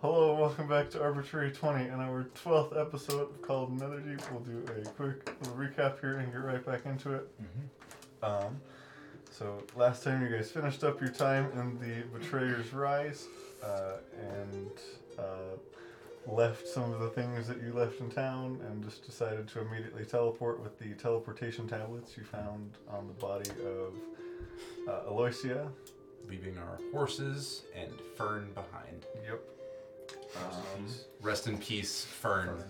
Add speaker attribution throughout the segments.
Speaker 1: Hello and welcome back to Arbitrary 20 and our 12th episode called Netherdeep. We'll do a quick little recap here and get right back into it. Um, so, last time you guys finished up your time in the Betrayer's Rise uh, and uh, left some of the things that you left in town and just decided to immediately teleport with the teleportation tablets you found on the body of uh, Aloysia.
Speaker 2: Leaving our horses and Fern behind.
Speaker 1: Yep. Um,
Speaker 2: Rest in peace, Fern.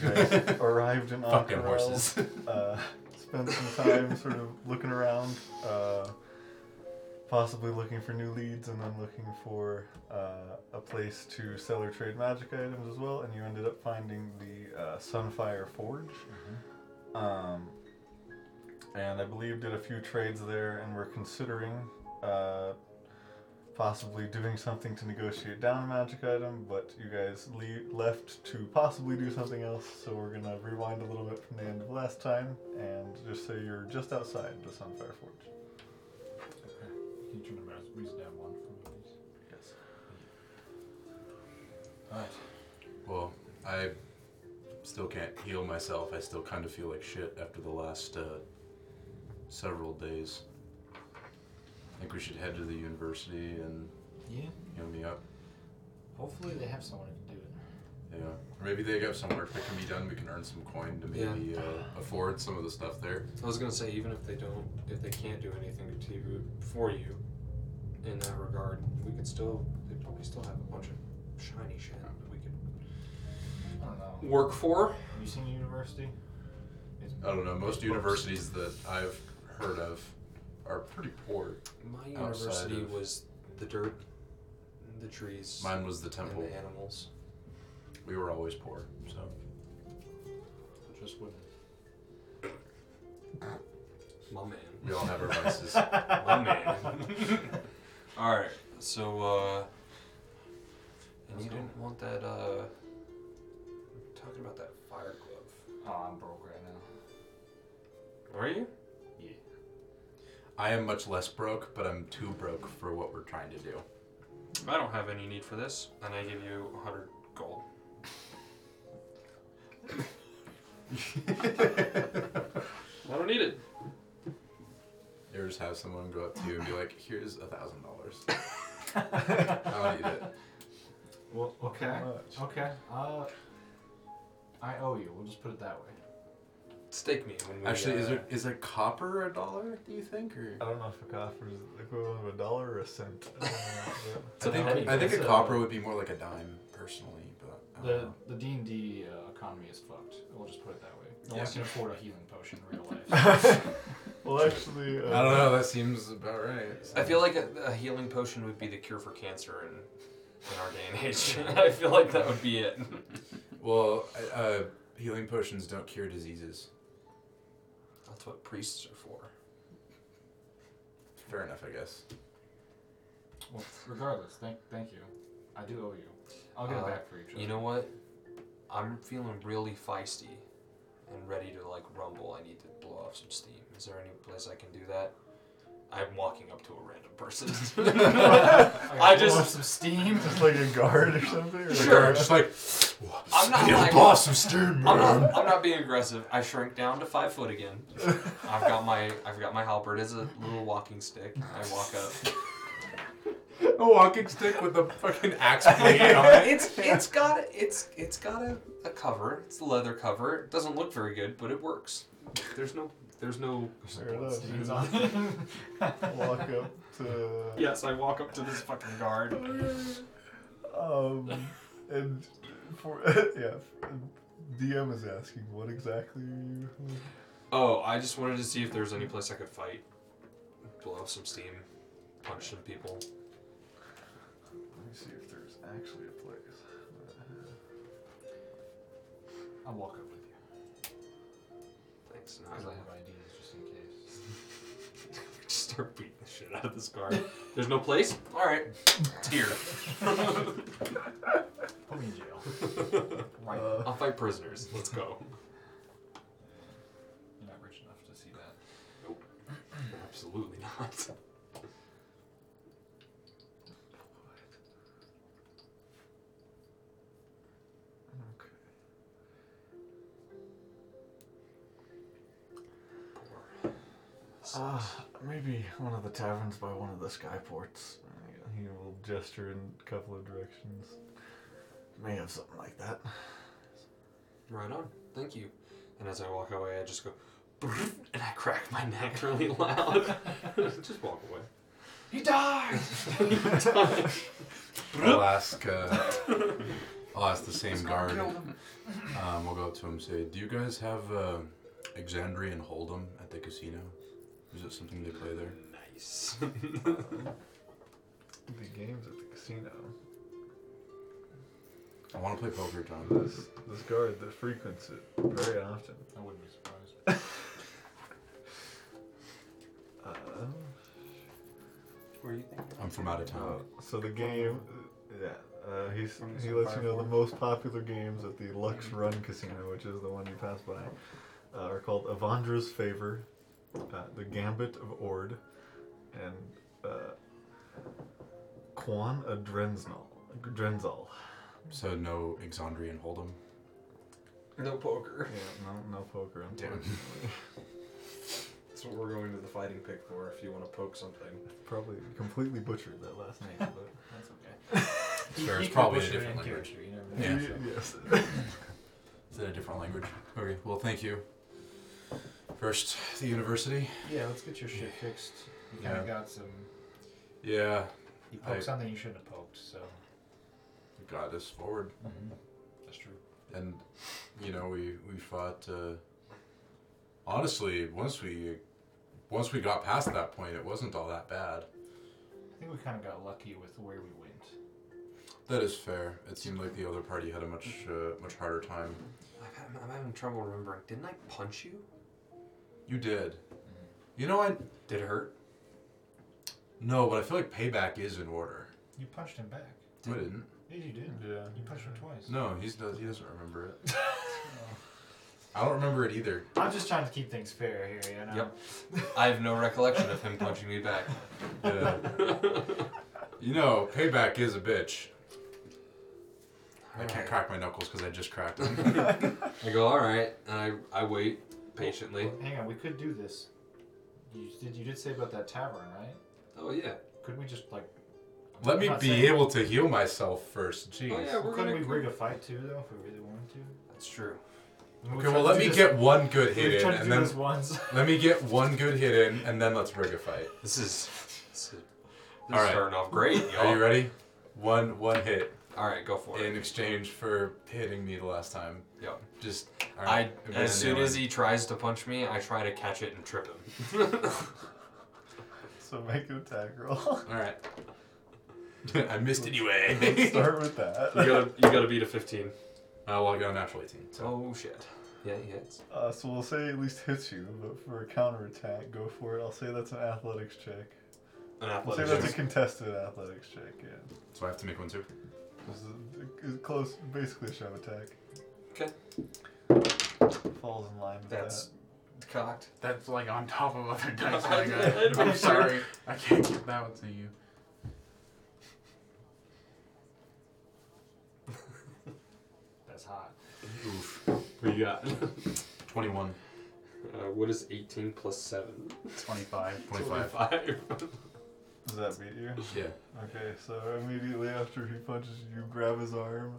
Speaker 1: you guys arrived in
Speaker 2: Fucking
Speaker 1: Ankara.
Speaker 2: horses.
Speaker 1: uh, spent some time sort of looking around, uh, possibly looking for new leads, and then looking for uh, a place to sell or trade magic items as well. And you ended up finding the uh, Sunfire Forge.
Speaker 2: Mm-hmm.
Speaker 1: Um, and I believe did a few trades there, and were considering. Uh, Possibly doing something to negotiate down a magic item, but you guys le- left to possibly do something else, so we're gonna rewind a little bit from the end of last time and just say you're just outside the Sunfire Forge.
Speaker 3: Each one of us brings down one from these.
Speaker 1: Yes.
Speaker 3: Alright.
Speaker 2: well, I still can't heal myself. I still kind of feel like shit after the last uh, several days. I think we should head to the university and
Speaker 3: Yeah.
Speaker 2: heal me up.
Speaker 3: Hopefully they have someone who can do it.
Speaker 2: Yeah. Or maybe they got some work that can be done. We can earn some coin to maybe uh, afford some of the stuff there.
Speaker 4: I was gonna say even if they don't, if they can't do anything to you for you, in that regard, we could still, they probably still have a bunch of shiny shit that we could
Speaker 3: I don't know.
Speaker 4: work for.
Speaker 3: Have you seen the university? It's
Speaker 2: I don't know. Most
Speaker 3: Books.
Speaker 2: universities that I've heard of are pretty poor.
Speaker 4: My
Speaker 2: Outside
Speaker 4: university
Speaker 2: of-
Speaker 4: was the dirt, the trees,
Speaker 2: Mine was the
Speaker 4: and
Speaker 2: temple.
Speaker 4: the animals.
Speaker 2: We were always poor, so.
Speaker 3: Just women.
Speaker 4: My man.
Speaker 2: We all have our vices.
Speaker 4: My man. All right, so uh, and
Speaker 3: Let's
Speaker 4: you
Speaker 3: go.
Speaker 4: didn't want that uh, talking about that fire glove,
Speaker 3: Oh, I'm broke right now.
Speaker 4: are you?
Speaker 3: Yeah.
Speaker 2: I am much less broke, but I'm too broke for what we're trying to do.
Speaker 4: I don't have any need for this, and I give you 100 gold. I don't need it.
Speaker 2: Or just have someone go up to you and be like, here's a thousand dollars. I'll eat it.
Speaker 3: Well, okay.
Speaker 1: Much.
Speaker 3: Okay. Uh, I owe you. We'll just put it that way.
Speaker 4: Stake me when we.
Speaker 2: Actually,
Speaker 4: uh,
Speaker 2: is there is a copper a dollar, do you think? Or
Speaker 1: I don't know if a copper is the equivalent of a dollar or a cent. I don't know, but-
Speaker 2: I
Speaker 3: So
Speaker 2: think
Speaker 3: how do you
Speaker 2: I think a
Speaker 3: guess, uh,
Speaker 2: copper would be more like a dime personally, but I don't
Speaker 3: The
Speaker 4: Uh-huh.
Speaker 2: know.
Speaker 3: the D and D uh, economy is fucked. We'll just put it that way.
Speaker 2: Yeah.
Speaker 3: Unless you afford a healing potion in real life.
Speaker 1: well, actually, uh,
Speaker 2: I don't know, that seems about right. so.
Speaker 4: I feel like a, a healing potion would be the cure for cancer in, in our day and age. I feel like that would be it.
Speaker 2: Well, I- uh, healing potions don't cure diseases.
Speaker 4: That's what priests are for.
Speaker 2: Fair enough, I guess.
Speaker 3: well, regardless, thank thank you. I do owe you. I'll get
Speaker 4: Uh,
Speaker 3: it back for you. Trevor.
Speaker 4: You know what? I'm feeling really feisty and ready to like rumble. I need to blow off some steam. Is there any place I can do that? I'm walking up to a random person. I
Speaker 3: gotta blow
Speaker 4: just-
Speaker 3: off some steam.
Speaker 1: just like a guard or something. Or
Speaker 4: Sure.
Speaker 1: Like,
Speaker 2: Just like
Speaker 4: I'm not
Speaker 2: "Yo,
Speaker 4: like-
Speaker 2: boss, I'm stirring,
Speaker 4: I'm
Speaker 2: man."
Speaker 4: not, I'm not being aggressive. I shrink down to five foot again. I've got my I've got my halberd as a little walking stick. I walk up.
Speaker 2: A walking stick with a fucking axe blade on it.
Speaker 4: It's it's got a, it's it's got a, a cover. It's a leather cover. It doesn't look very good, but it works. There's no there's no.
Speaker 1: Fair enough.
Speaker 3: Steam's on it.
Speaker 1: Walk up to.
Speaker 4: Yes, I walk up to this fucking guard.
Speaker 1: Um, and for yeah, DM is asking what exactly are you?
Speaker 4: Oh, I just wanted to see if there's any place I could fight, blow up some steam, punch some people.
Speaker 1: Let me see if there's actually a place.
Speaker 3: I'll walk up with you.
Speaker 4: Thanks.
Speaker 3: Because
Speaker 4: Not
Speaker 3: I have ideas just in case.
Speaker 4: Just start beating the shit out of this guard. There's no place? Alright. It's here.
Speaker 3: Put me in jail. right.
Speaker 1: Uh,
Speaker 4: I'll fight prisoners. Let's go.
Speaker 3: You're not rich enough to see that.
Speaker 4: Absolutely not. sense.
Speaker 1: Uh, maybe one of the taverns by one of the skyports. He will gesture in a couple of directions. May have something like that.
Speaker 4: Right on. Thank you. And as I walk away, I just go, and I crack my neck really loud. just walk away.
Speaker 3: He died.
Speaker 2: I'll ask. Uh, I'll ask Oh, the same guard.
Speaker 3: Killed him.
Speaker 2: Um, we'll go up to him and say, "Do you guys have uh, Exandria and Hold'em at the casino? Is it something they play there?"
Speaker 4: Nice.
Speaker 1: The games at the casino.
Speaker 2: I want to play poker, John.
Speaker 1: This this guard that frequents it very often.
Speaker 3: I wouldn't be surprised.
Speaker 1: Uh,
Speaker 4: Where are you thinking?
Speaker 2: I'm from out of
Speaker 1: uh,
Speaker 2: town.
Speaker 1: so the game, yeah. Uh, he's,
Speaker 4: From
Speaker 1: he
Speaker 4: some
Speaker 1: lets you
Speaker 4: far
Speaker 1: know the
Speaker 4: forward.
Speaker 1: most popular games at the Lux Run Casino, which is the one you passed by, uh, are called Avandra's Favor, uh, The Gambit of Ord, and uh, Quan Adrenzal. Drenzal.
Speaker 2: So no Exandria and Hold'em.
Speaker 4: No
Speaker 1: Yeah,
Speaker 4: poker.
Speaker 1: no, no poker,
Speaker 2: Damn.
Speaker 1: unfortunately.
Speaker 4: That's what we're going to the fighting pick for if you want to poke something.
Speaker 1: Probably completely butchered that last name, but.
Speaker 3: That's okay.
Speaker 2: Sure,
Speaker 3: He
Speaker 2: it's
Speaker 3: could
Speaker 2: probably a
Speaker 3: butcher
Speaker 2: different
Speaker 3: and
Speaker 2: language.
Speaker 3: character, you never
Speaker 2: Yeah.
Speaker 3: know, so.
Speaker 1: Yes.
Speaker 2: Is it a different language? Okay. Well, thank you. First, the university.
Speaker 3: Yeah, let's get your shit fixed. You kind
Speaker 2: Yeah.
Speaker 3: of got some.
Speaker 2: Yeah,
Speaker 3: You
Speaker 2: I-
Speaker 3: poked something you shouldn't have poked, so.
Speaker 2: got us forward.
Speaker 4: That's true.
Speaker 2: and you know we we fought uh, honestly once we once we got past that point it wasn't all that bad
Speaker 3: I think we kind of got lucky with where we went.
Speaker 2: that is fair it seemed like the other party had a much uh, much harder time
Speaker 4: I've had, I'm having trouble remembering. Didn't I punch you?
Speaker 2: you did you know i
Speaker 4: Did it hurt?
Speaker 2: no but i feel like payback is in order
Speaker 3: You punched him back.
Speaker 2: I didn't
Speaker 3: Yeah, you did.
Speaker 1: yeah.
Speaker 3: You punched him twice.
Speaker 2: no he's does he doesn't remember it i don't remember it either
Speaker 3: I'm just trying to keep things fair here, you know?
Speaker 4: Yep. I have no recollection of him punching me back.
Speaker 2: yeah. you know payback is a bitch i can't
Speaker 4: Alright.
Speaker 2: crack my knuckles because i just cracked them
Speaker 4: I go, all right, and I, I wait patiently.
Speaker 3: Hang on, we could do this. You did. You did say about that tavern, right?
Speaker 4: Oh, yeah.
Speaker 3: Could we just like? I'm
Speaker 2: Let me
Speaker 3: not
Speaker 2: be
Speaker 3: saying-
Speaker 2: able to heal myself first. Jeez.
Speaker 4: Oh, yeah, we're
Speaker 3: Couldn't
Speaker 4: gonna.
Speaker 3: we rig a fight too, though, if we really wanted to?
Speaker 4: That's true.
Speaker 3: I mean, we've
Speaker 2: Okay,
Speaker 3: tried
Speaker 2: well,
Speaker 3: to
Speaker 2: let
Speaker 3: do
Speaker 2: me
Speaker 3: this-
Speaker 2: get one good
Speaker 3: We've
Speaker 2: hit in,
Speaker 3: tried to
Speaker 2: and
Speaker 3: do
Speaker 2: then
Speaker 3: this once.
Speaker 2: let me get one good hit in, and then let's rig a fight.
Speaker 4: This is. This is, this
Speaker 2: All
Speaker 4: is
Speaker 2: right.
Speaker 4: starting off great, y'all.
Speaker 2: Are you ready? One one hit
Speaker 4: All right, go for it.
Speaker 2: in exchange for hitting me the last time.
Speaker 4: Yep.
Speaker 2: Just all
Speaker 4: I,
Speaker 2: right, I'm gonna
Speaker 4: as soon
Speaker 2: nail
Speaker 4: as
Speaker 2: it.
Speaker 4: he tries to punch me, I try to catch it and trip him.
Speaker 1: So make an attack roll.
Speaker 2: all right. I missed anyway.
Speaker 1: Start with that.
Speaker 4: you gotta, you gotta beat a 15.
Speaker 2: Oh well, I got a natural eighteen. So
Speaker 4: Oh shit. Yeah, he hits.
Speaker 1: Uh, so we'll say at least hits you, but for a counterattack, go for it. I'll say that's an athletics check.
Speaker 4: An
Speaker 1: I'll say
Speaker 4: athletic.
Speaker 1: that's a
Speaker 4: check.
Speaker 1: contested athletics check, yeah.
Speaker 2: so I have to make one too.
Speaker 1: This is a- a close, basically a shove attack.
Speaker 4: 'Kay.
Speaker 1: Falls in line with
Speaker 4: That's cocked.
Speaker 5: That's like on top of other dice.
Speaker 4: I-
Speaker 5: I
Speaker 4: I-
Speaker 5: got.
Speaker 4: I'm
Speaker 5: I'm sorry. I can't give that one to you.
Speaker 3: That's hot.
Speaker 2: Oof.
Speaker 4: What you got?
Speaker 2: Twenty-one.
Speaker 4: Uh, what is 18 plus 7?
Speaker 5: 25.
Speaker 2: 25.
Speaker 4: 25.
Speaker 1: that. Does that beat you?
Speaker 2: Yeah.
Speaker 1: Okay, so immediately after he punches you, you grab his arm,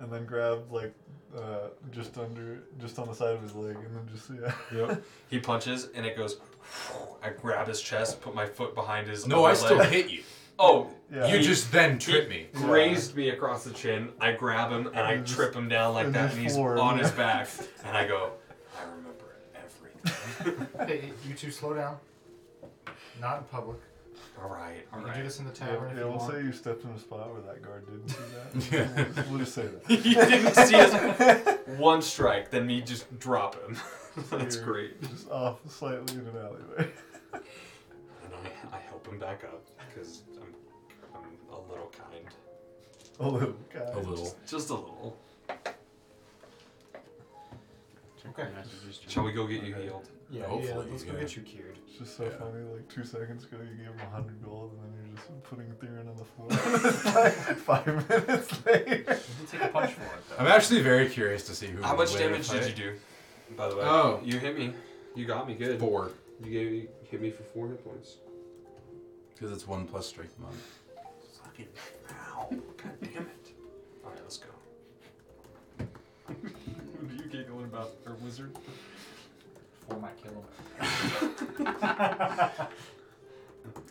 Speaker 1: and then grab like uh, just under, just on the side of his leg, and then just yeah.
Speaker 4: Yep. He punches and it goes. I grab his chest, put my foot behind his.
Speaker 2: No, I
Speaker 4: other
Speaker 2: still
Speaker 4: leg.
Speaker 2: hit you.
Speaker 4: Oh,
Speaker 1: yeah.
Speaker 2: You
Speaker 4: He-
Speaker 2: just then trip me.
Speaker 4: grazed me across the chin. I grab him and I
Speaker 1: And just-
Speaker 4: trip him down like
Speaker 1: and
Speaker 4: that,
Speaker 1: just
Speaker 4: and he's
Speaker 1: floor him.
Speaker 4: on his back. And I go, I remember everything.
Speaker 3: Hey, hey, you two, slow down. Not in public.
Speaker 4: All right, all
Speaker 3: We can do
Speaker 4: right.
Speaker 3: this in the tavern
Speaker 1: Yeah,
Speaker 3: if
Speaker 1: yeah,
Speaker 3: you
Speaker 1: we'll
Speaker 3: want.
Speaker 1: say you stepped in a spot where that guard didn't do that. we'll, just, we'll just say that.
Speaker 4: He didn't see us one strike, then me just drop him. That's
Speaker 1: You're
Speaker 4: great.
Speaker 1: Just off slightly in an alleyway.
Speaker 4: And I, I help him back up because I'm, I'm a little kind,
Speaker 1: A little guy.
Speaker 2: A little.
Speaker 4: just a little.
Speaker 3: Okay.
Speaker 4: Shall we go get you
Speaker 1: Okay.
Speaker 4: healed?
Speaker 3: Yeah, yeah.
Speaker 2: Hopefully,
Speaker 3: Let's go
Speaker 2: yeah.
Speaker 3: get you cured.
Speaker 1: It's just so
Speaker 2: Yeah.
Speaker 1: funny. Like two seconds ago, you gave him hundred gold, and then you're just putting Theron on the floor. Five minutes later.
Speaker 3: We'll take a punch for it though.
Speaker 2: I'm actually very curious to see who.
Speaker 4: How much
Speaker 2: would win in a
Speaker 4: damage did
Speaker 2: fight.
Speaker 4: you do? By the way,
Speaker 2: Oh.
Speaker 4: you hit me. You got me good.
Speaker 2: Four.
Speaker 4: You gave
Speaker 6: Hit me for four hit points.
Speaker 2: Because it's one plus strength mod.
Speaker 4: Fucking ow. God damn it. Alright, let's go.
Speaker 3: What are you giggling about, or wizard? Four might kill him.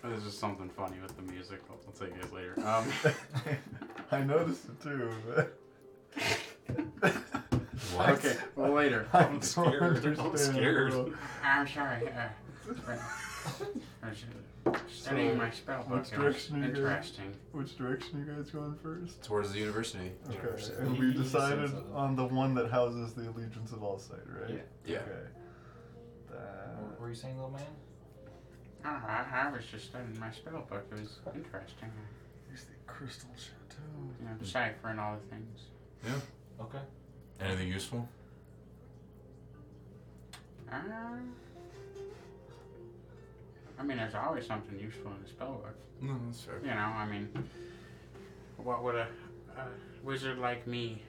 Speaker 5: There's just something funny with the music. I'll, I'll tell you guys later. Um,
Speaker 1: I noticed it too. But
Speaker 2: What?
Speaker 5: okay, well, later.
Speaker 1: I don't
Speaker 3: scared. I'm
Speaker 1: understand.
Speaker 3: scared.
Speaker 5: I'm sorry. Uh, I was studying my spell book.
Speaker 1: Which
Speaker 5: It was
Speaker 1: direction are you going?
Speaker 5: interesting.
Speaker 1: Which direction you guys going first?
Speaker 2: Towards the university.
Speaker 1: Okay.
Speaker 4: University.
Speaker 1: And we
Speaker 3: Allegiance of
Speaker 1: decided
Speaker 3: All.
Speaker 1: on the one that houses the allegiance of all sight, right?
Speaker 2: uh, Yeah.
Speaker 1: Okay. That-
Speaker 3: What were you saying, little man?
Speaker 5: I, don't know, I, I was just studying my spell book. It was interesting.
Speaker 1: Here's the crystal chateau.
Speaker 5: You know, deciphering all the things.
Speaker 3: Okay.
Speaker 2: Anything useful?
Speaker 5: Uh, I mean, there's always something useful in the spell book.
Speaker 2: No, that's fair.
Speaker 5: You know, I mean, what would a, a wizard like me,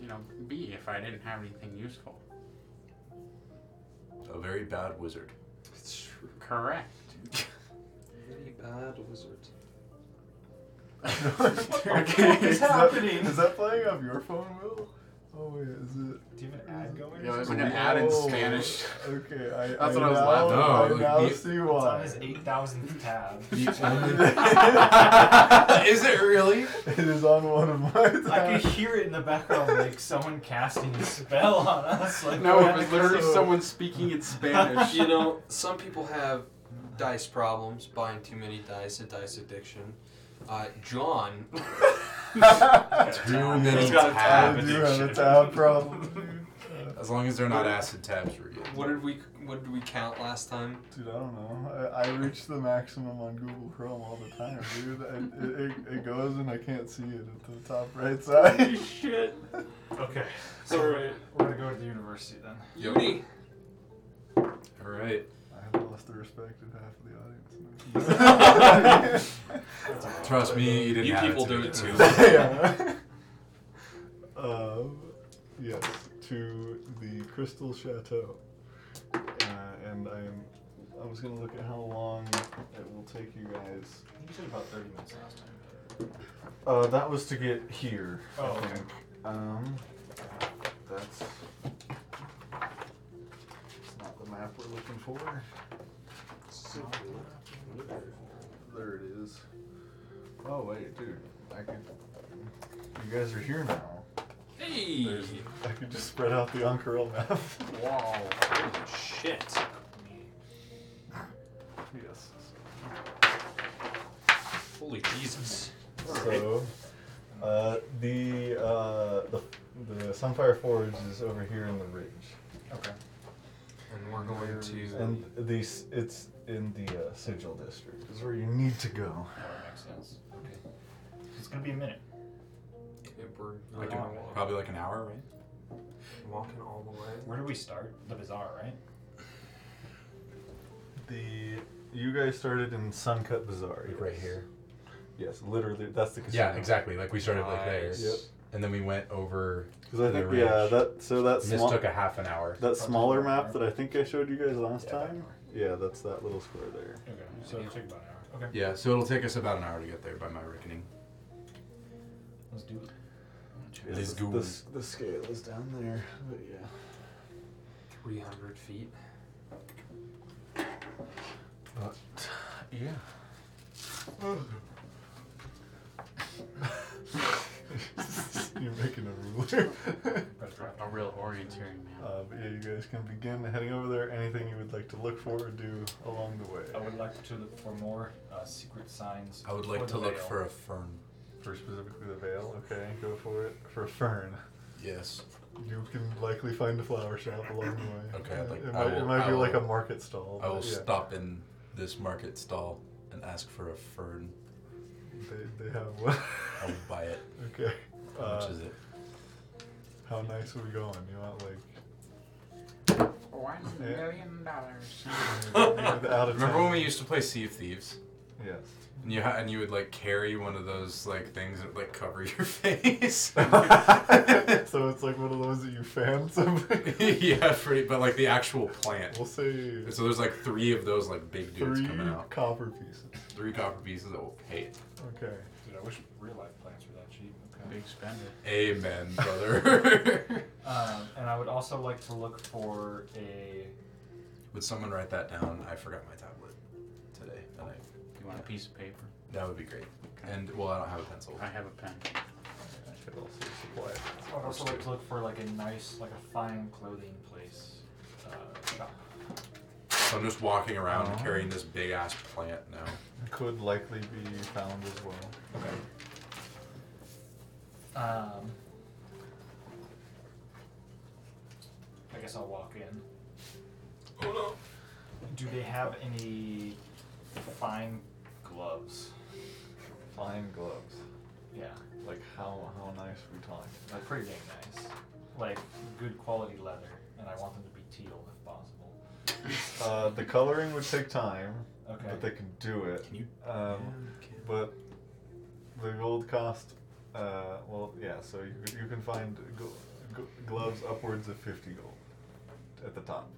Speaker 5: you know, be if I didn't have anything useful?
Speaker 2: A very bad wizard.
Speaker 6: It's true.
Speaker 5: Correct.
Speaker 6: Really bad wizard.
Speaker 1: what is happening? That, is that playing off your phone, Will? Oh wait, is it?
Speaker 3: Do you have an ad going?
Speaker 5: Yeah,
Speaker 3: or
Speaker 5: there's
Speaker 3: something?
Speaker 5: an ad in
Speaker 1: Oh,
Speaker 5: Spanish.
Speaker 1: Okay, I.
Speaker 5: That's
Speaker 1: I
Speaker 5: what I was
Speaker 1: now,
Speaker 5: laughing
Speaker 2: at. No,
Speaker 1: I now
Speaker 2: you-
Speaker 1: see
Speaker 3: It's on
Speaker 1: why.
Speaker 3: his 8,000th tab.
Speaker 2: Is it really?
Speaker 1: It is on one of my.
Speaker 3: I could hear it in the background, like someone casting a spell on us. Like,
Speaker 5: No,
Speaker 3: what
Speaker 5: it was
Speaker 3: the
Speaker 5: literally
Speaker 3: curse?
Speaker 5: someone speaking in Spanish.
Speaker 4: you know, some people have dice problems, buying too many dice, a dice addiction. Uh, John,
Speaker 2: Too
Speaker 6: He's
Speaker 2: many
Speaker 6: got a
Speaker 1: I
Speaker 6: tab
Speaker 2: tabs.
Speaker 1: do have a
Speaker 6: addiction.
Speaker 1: tab problem.
Speaker 2: As long as they're not acid tabs, we're good.
Speaker 4: what did we what did we count last time?
Speaker 1: Dude, I don't know. I, I reach the maximum on Google Chrome all the time, dude. I, it, it, it goes and I can't see it at the top right side.
Speaker 4: Shit.
Speaker 3: Okay, so we're, we're gonna go to the university then.
Speaker 4: Uni.
Speaker 2: All right.
Speaker 1: I have lost the respect of half of the audience.
Speaker 2: Trust me, you didn't
Speaker 4: You
Speaker 2: have
Speaker 4: people
Speaker 2: to
Speaker 4: do it
Speaker 2: do
Speaker 4: too.
Speaker 2: that.
Speaker 1: yeah. Um, yes, to the Crystal Chateau. Uh, and I'm, I was gonna look at how long it will take you guys.
Speaker 3: I think you said about 30 minutes last time.
Speaker 1: Uh, that was to get here.
Speaker 3: Oh,
Speaker 1: I
Speaker 3: okay.
Speaker 1: think. Um, that's. It's not the map we're looking for. There it is. Oh wait, dude, I could. You guys are here now.
Speaker 4: Hey.
Speaker 1: I could just spread out the Ankarel map.
Speaker 4: Wow. Shit.
Speaker 1: yes.
Speaker 4: Holy Jesus.
Speaker 1: So, uh, the, uh, the the Sunfire Forge is over here in the ridge,
Speaker 3: Okay.
Speaker 4: And we're going to
Speaker 1: and the s- it's in the uh, Sigil District. Is where you need to go.
Speaker 3: That makes sense.
Speaker 4: Okay.
Speaker 3: It's gonna be a minute.
Speaker 4: we're, we're
Speaker 2: Like
Speaker 4: gonna
Speaker 2: a,
Speaker 4: walk,
Speaker 2: probably like an hour, right?
Speaker 4: walking all the way.
Speaker 3: Where do we start? The bazaar, right?
Speaker 1: The you guys started in Suncut Bazaar. yes. Yes, literally. That's the casino.
Speaker 2: Yeah, exactly. Like we started like there,
Speaker 4: Nice.
Speaker 1: Yep.
Speaker 2: and then we went over.
Speaker 1: Because I
Speaker 2: to the
Speaker 1: think yeah,
Speaker 2: ridge.
Speaker 1: that so that small
Speaker 2: mistook a half an hour.
Speaker 1: that
Speaker 3: Front
Speaker 1: smaller
Speaker 3: door,
Speaker 1: map
Speaker 3: right?
Speaker 1: that I think I showed you guys last
Speaker 3: Yeah, that
Speaker 1: time. Yeah, that's that little square there.
Speaker 3: Okay. So it'll take about an hour. Okay.
Speaker 2: Yeah, so it'll take us about an hour to get there, by my reckoning.
Speaker 3: Let's do it.
Speaker 1: Yeah,
Speaker 2: These
Speaker 1: the, the,
Speaker 2: ghouls.
Speaker 1: s- the scale is down there, but yeah.
Speaker 4: 300 feet.
Speaker 1: But yeah. You're making a ruler.
Speaker 3: Better drive.
Speaker 5: A real orienteering man.
Speaker 1: Uh, but yeah, you guys can begin heading over there. Anything you would like to look for or do along the way.
Speaker 3: I would like to look for more uh, secret signs.
Speaker 2: I would like
Speaker 3: for
Speaker 2: to
Speaker 3: the
Speaker 2: look
Speaker 3: veil.
Speaker 2: for a fern.
Speaker 1: For specifically the veil, okay, go for it. For fern,
Speaker 2: Yes.
Speaker 1: you can likely find a flower shop along the way.
Speaker 2: Okay, I'd
Speaker 1: Uh,
Speaker 2: like-
Speaker 1: it
Speaker 2: I
Speaker 1: might, it
Speaker 2: will-
Speaker 1: might
Speaker 2: I
Speaker 1: be like a
Speaker 2: will-
Speaker 1: market stall.
Speaker 2: I will
Speaker 1: but yeah.
Speaker 2: stop in this market stall and ask for a fern.
Speaker 1: They, they have one.
Speaker 2: I will buy it.
Speaker 1: okay.
Speaker 2: How
Speaker 1: Uh,
Speaker 2: much is it?
Speaker 1: How nice are we going? You want like
Speaker 5: One million dollars.
Speaker 1: out of
Speaker 2: Remember when
Speaker 1: ten?
Speaker 2: we used to play Sea of Thieves?
Speaker 1: Yes.
Speaker 2: And you ha- and you would like carry one of those like things that like cover your face.
Speaker 1: so it's like one of those that you fan somebody.
Speaker 2: yeah, pretty. But like the actual plant.
Speaker 1: We'll say
Speaker 2: So there's like three of those like big dudes
Speaker 1: three
Speaker 2: coming out.
Speaker 1: copper pieces.
Speaker 2: Three copper pieces that will pay.
Speaker 1: Okay.
Speaker 7: Dude, I wish real life plants were that cheap.
Speaker 5: Big spender.
Speaker 2: Amen, brother.
Speaker 7: Um, and I would also like to look for a.
Speaker 2: would someone write that down? I forgot my tablet today. That I,
Speaker 5: You want a piece of paper?
Speaker 2: that would be great. And well, I don't have a pencil.
Speaker 5: I have a pen.
Speaker 1: I should also supply.
Speaker 7: I would also like to look for like a nice, like a fine clothing place. Uh, shop.
Speaker 2: So I'm just walking around
Speaker 1: Oh.
Speaker 2: carrying this big ass plant now.
Speaker 1: Could likely be found as well.
Speaker 7: Um, I guess I'll walk in. Do they have any fine gloves?
Speaker 1: Fine gloves.
Speaker 7: Yeah,
Speaker 1: Like how how nice we talking?
Speaker 7: like pretty dang nice, like good quality leather, and I want them to be teal if possible.
Speaker 1: Uh, the coloring would take time,
Speaker 7: Okay.
Speaker 1: but they can do it.
Speaker 2: Can you?
Speaker 1: Um, but the gold cost, uh, well, yeah. So you could- you can find gl- gl- gloves upwards of fifty gold at the top.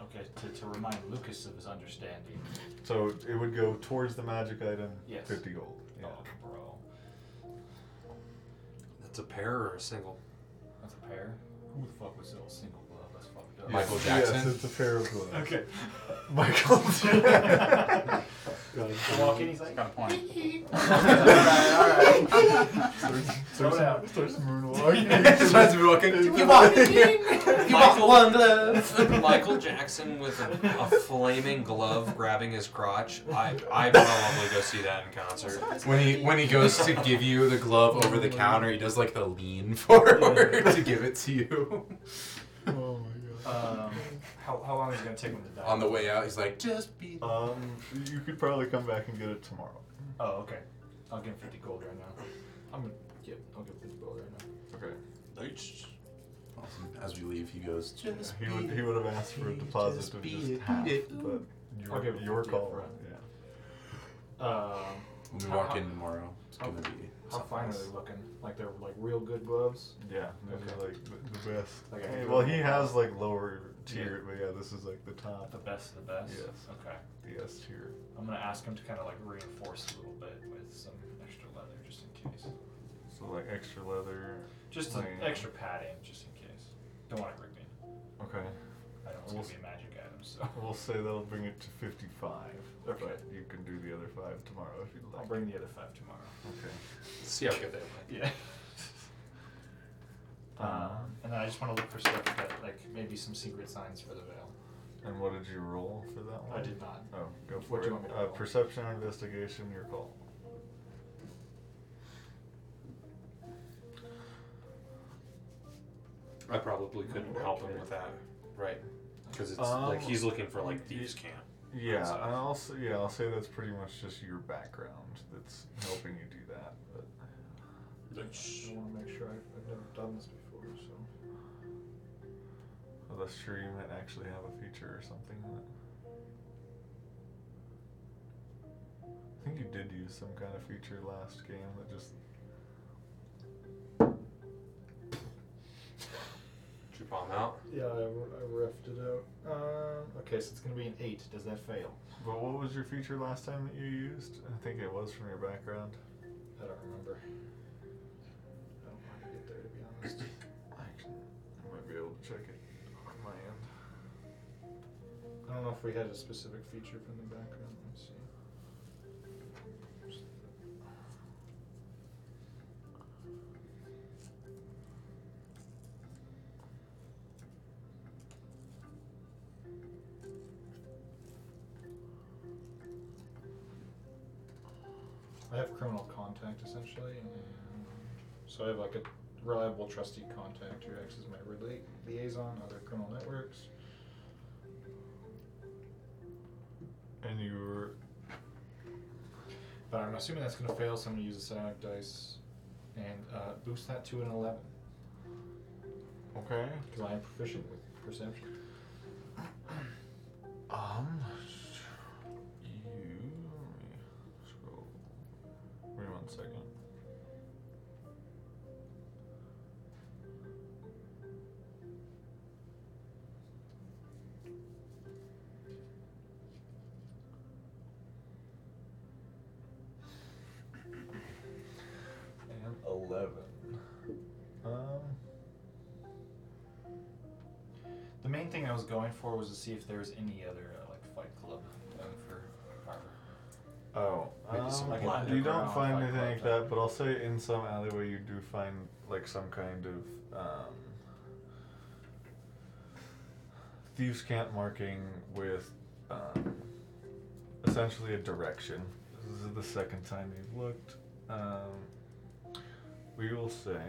Speaker 7: Okay, to, to remind Lucas of his understanding.
Speaker 1: So it would go towards the magic item.
Speaker 7: Yes.
Speaker 1: Fifty gold. Yeah.
Speaker 7: Oh, bro.
Speaker 4: That's a pair or a single.
Speaker 7: That's a pair? Who the fuck was still single glove? That's fucked up.
Speaker 1: Yes,
Speaker 2: Michael Jackson?
Speaker 1: Yes, it's a pair of gloves.
Speaker 7: Okay.
Speaker 1: Michael Jackson.
Speaker 7: I walk in, he's like,
Speaker 5: Got a point.
Speaker 7: alright, alright.
Speaker 1: starts,
Speaker 7: Slow down.
Speaker 1: starts, starts moonwalking.
Speaker 2: Besides me walking. You walk. You walk
Speaker 4: Michael-
Speaker 2: one glove.
Speaker 4: Michael Jackson with a, a flaming glove grabbing his crotch. I I probably go see that in concert.
Speaker 2: When he when he goes to give you the glove over the counter, he does like the lean forward to give it to you.
Speaker 1: oh my god.
Speaker 7: Um, how, how long is it gonna take him to die?
Speaker 2: On the way out, he's like, "Just be."
Speaker 1: Um, you could probably come back and get it tomorrow.
Speaker 7: Oh, okay. I'll give him 50 gold right now. I'm gonna. Yep, I'll give him 50 gold right now.
Speaker 1: Okay.
Speaker 2: Awesome. As we leave, he goes, "Just
Speaker 1: He would he would have asked for a deposit of just half, but
Speaker 7: I'll give
Speaker 1: your, your
Speaker 7: him fifty up
Speaker 1: call.
Speaker 7: front.
Speaker 1: Yeah.
Speaker 7: Um,
Speaker 2: When we walk in tomorrow, it's gonna be.
Speaker 7: how
Speaker 2: something
Speaker 7: fine are
Speaker 2: else.
Speaker 7: they looking? Like they're like real good gloves?
Speaker 1: Yeah, those are like the, the best.
Speaker 7: Like a
Speaker 1: Hey,
Speaker 7: handle.
Speaker 1: well, he has like lower tier, but yeah, this is like the top,
Speaker 7: The best of the best?
Speaker 1: Yes.
Speaker 7: Okay.
Speaker 1: the S tier.
Speaker 7: I'm gonna ask him to kind of like reinforce a little bit with some extra leather just in case.
Speaker 1: So like extra leather.
Speaker 7: Just an
Speaker 1: Like-
Speaker 7: extra padding just in case. Don't want it ripping.
Speaker 1: Okay.
Speaker 7: I don't know it's gonna be a magic item, so.
Speaker 1: We'll say that'll bring it to fifty-five.
Speaker 7: Okay.
Speaker 1: But you can do the other five tomorrow if you'd like.
Speaker 7: I'll bring the other five tomorrow.
Speaker 1: Okay.
Speaker 4: See how good they look.
Speaker 7: Yeah. um, and then I just want to look for stuff that, like, maybe some secret signs for the veil.
Speaker 1: And what did you roll for that one?
Speaker 7: I did not.
Speaker 1: Oh, go for
Speaker 7: What
Speaker 1: it.
Speaker 7: do you want me to
Speaker 1: uh,
Speaker 7: roll?
Speaker 1: perception or investigation, your call.
Speaker 4: I probably couldn't help him with that, right? Because it's
Speaker 1: Um,
Speaker 4: like he's looking for like thieves camp.
Speaker 1: Yeah,
Speaker 4: Outside.
Speaker 1: and I'll say, yeah, I'll say that's pretty much just your background that's helping you do that. But
Speaker 7: I want to make sure I've, I've never done this before, so.
Speaker 1: unless sure you might actually have a feature or something. That... I think you did use some kind of feature last game that just
Speaker 4: Did you bomb out?
Speaker 7: Yeah, I, I roughed it out. Um, okay, so it's going to be an 8. Does that fail?
Speaker 1: But what was your feature last time that you used? I think it was from your background.
Speaker 7: I don't remember. I don't want to get there, to be honest.
Speaker 1: I can- I might be able to check it on my end.
Speaker 7: I don't know if we had a specific feature from the background. Let me see. I have criminal contact essentially, and so I have like a reliable, trusty contact who acts as my relate liaison, other criminal networks.
Speaker 1: And you were
Speaker 7: But I'm assuming that's going to fail, so I'm going to use the psionic dice and uh, boost that to an 11.
Speaker 1: okay.
Speaker 7: Because I am proficient with perception.
Speaker 1: Um, you. Um,
Speaker 3: was going for was to see if there was any other uh, like Fight Club known for fireworks.
Speaker 1: Oh,
Speaker 3: Maybe some
Speaker 1: um,
Speaker 3: black
Speaker 1: you don't
Speaker 3: underground
Speaker 1: find
Speaker 3: black
Speaker 1: anything like
Speaker 3: carpet.
Speaker 1: that, but I'll say in some alleyway you do find like some kind of um, thieves' cant marking with um, essentially a direction. This is the second time you've looked. Um, we will say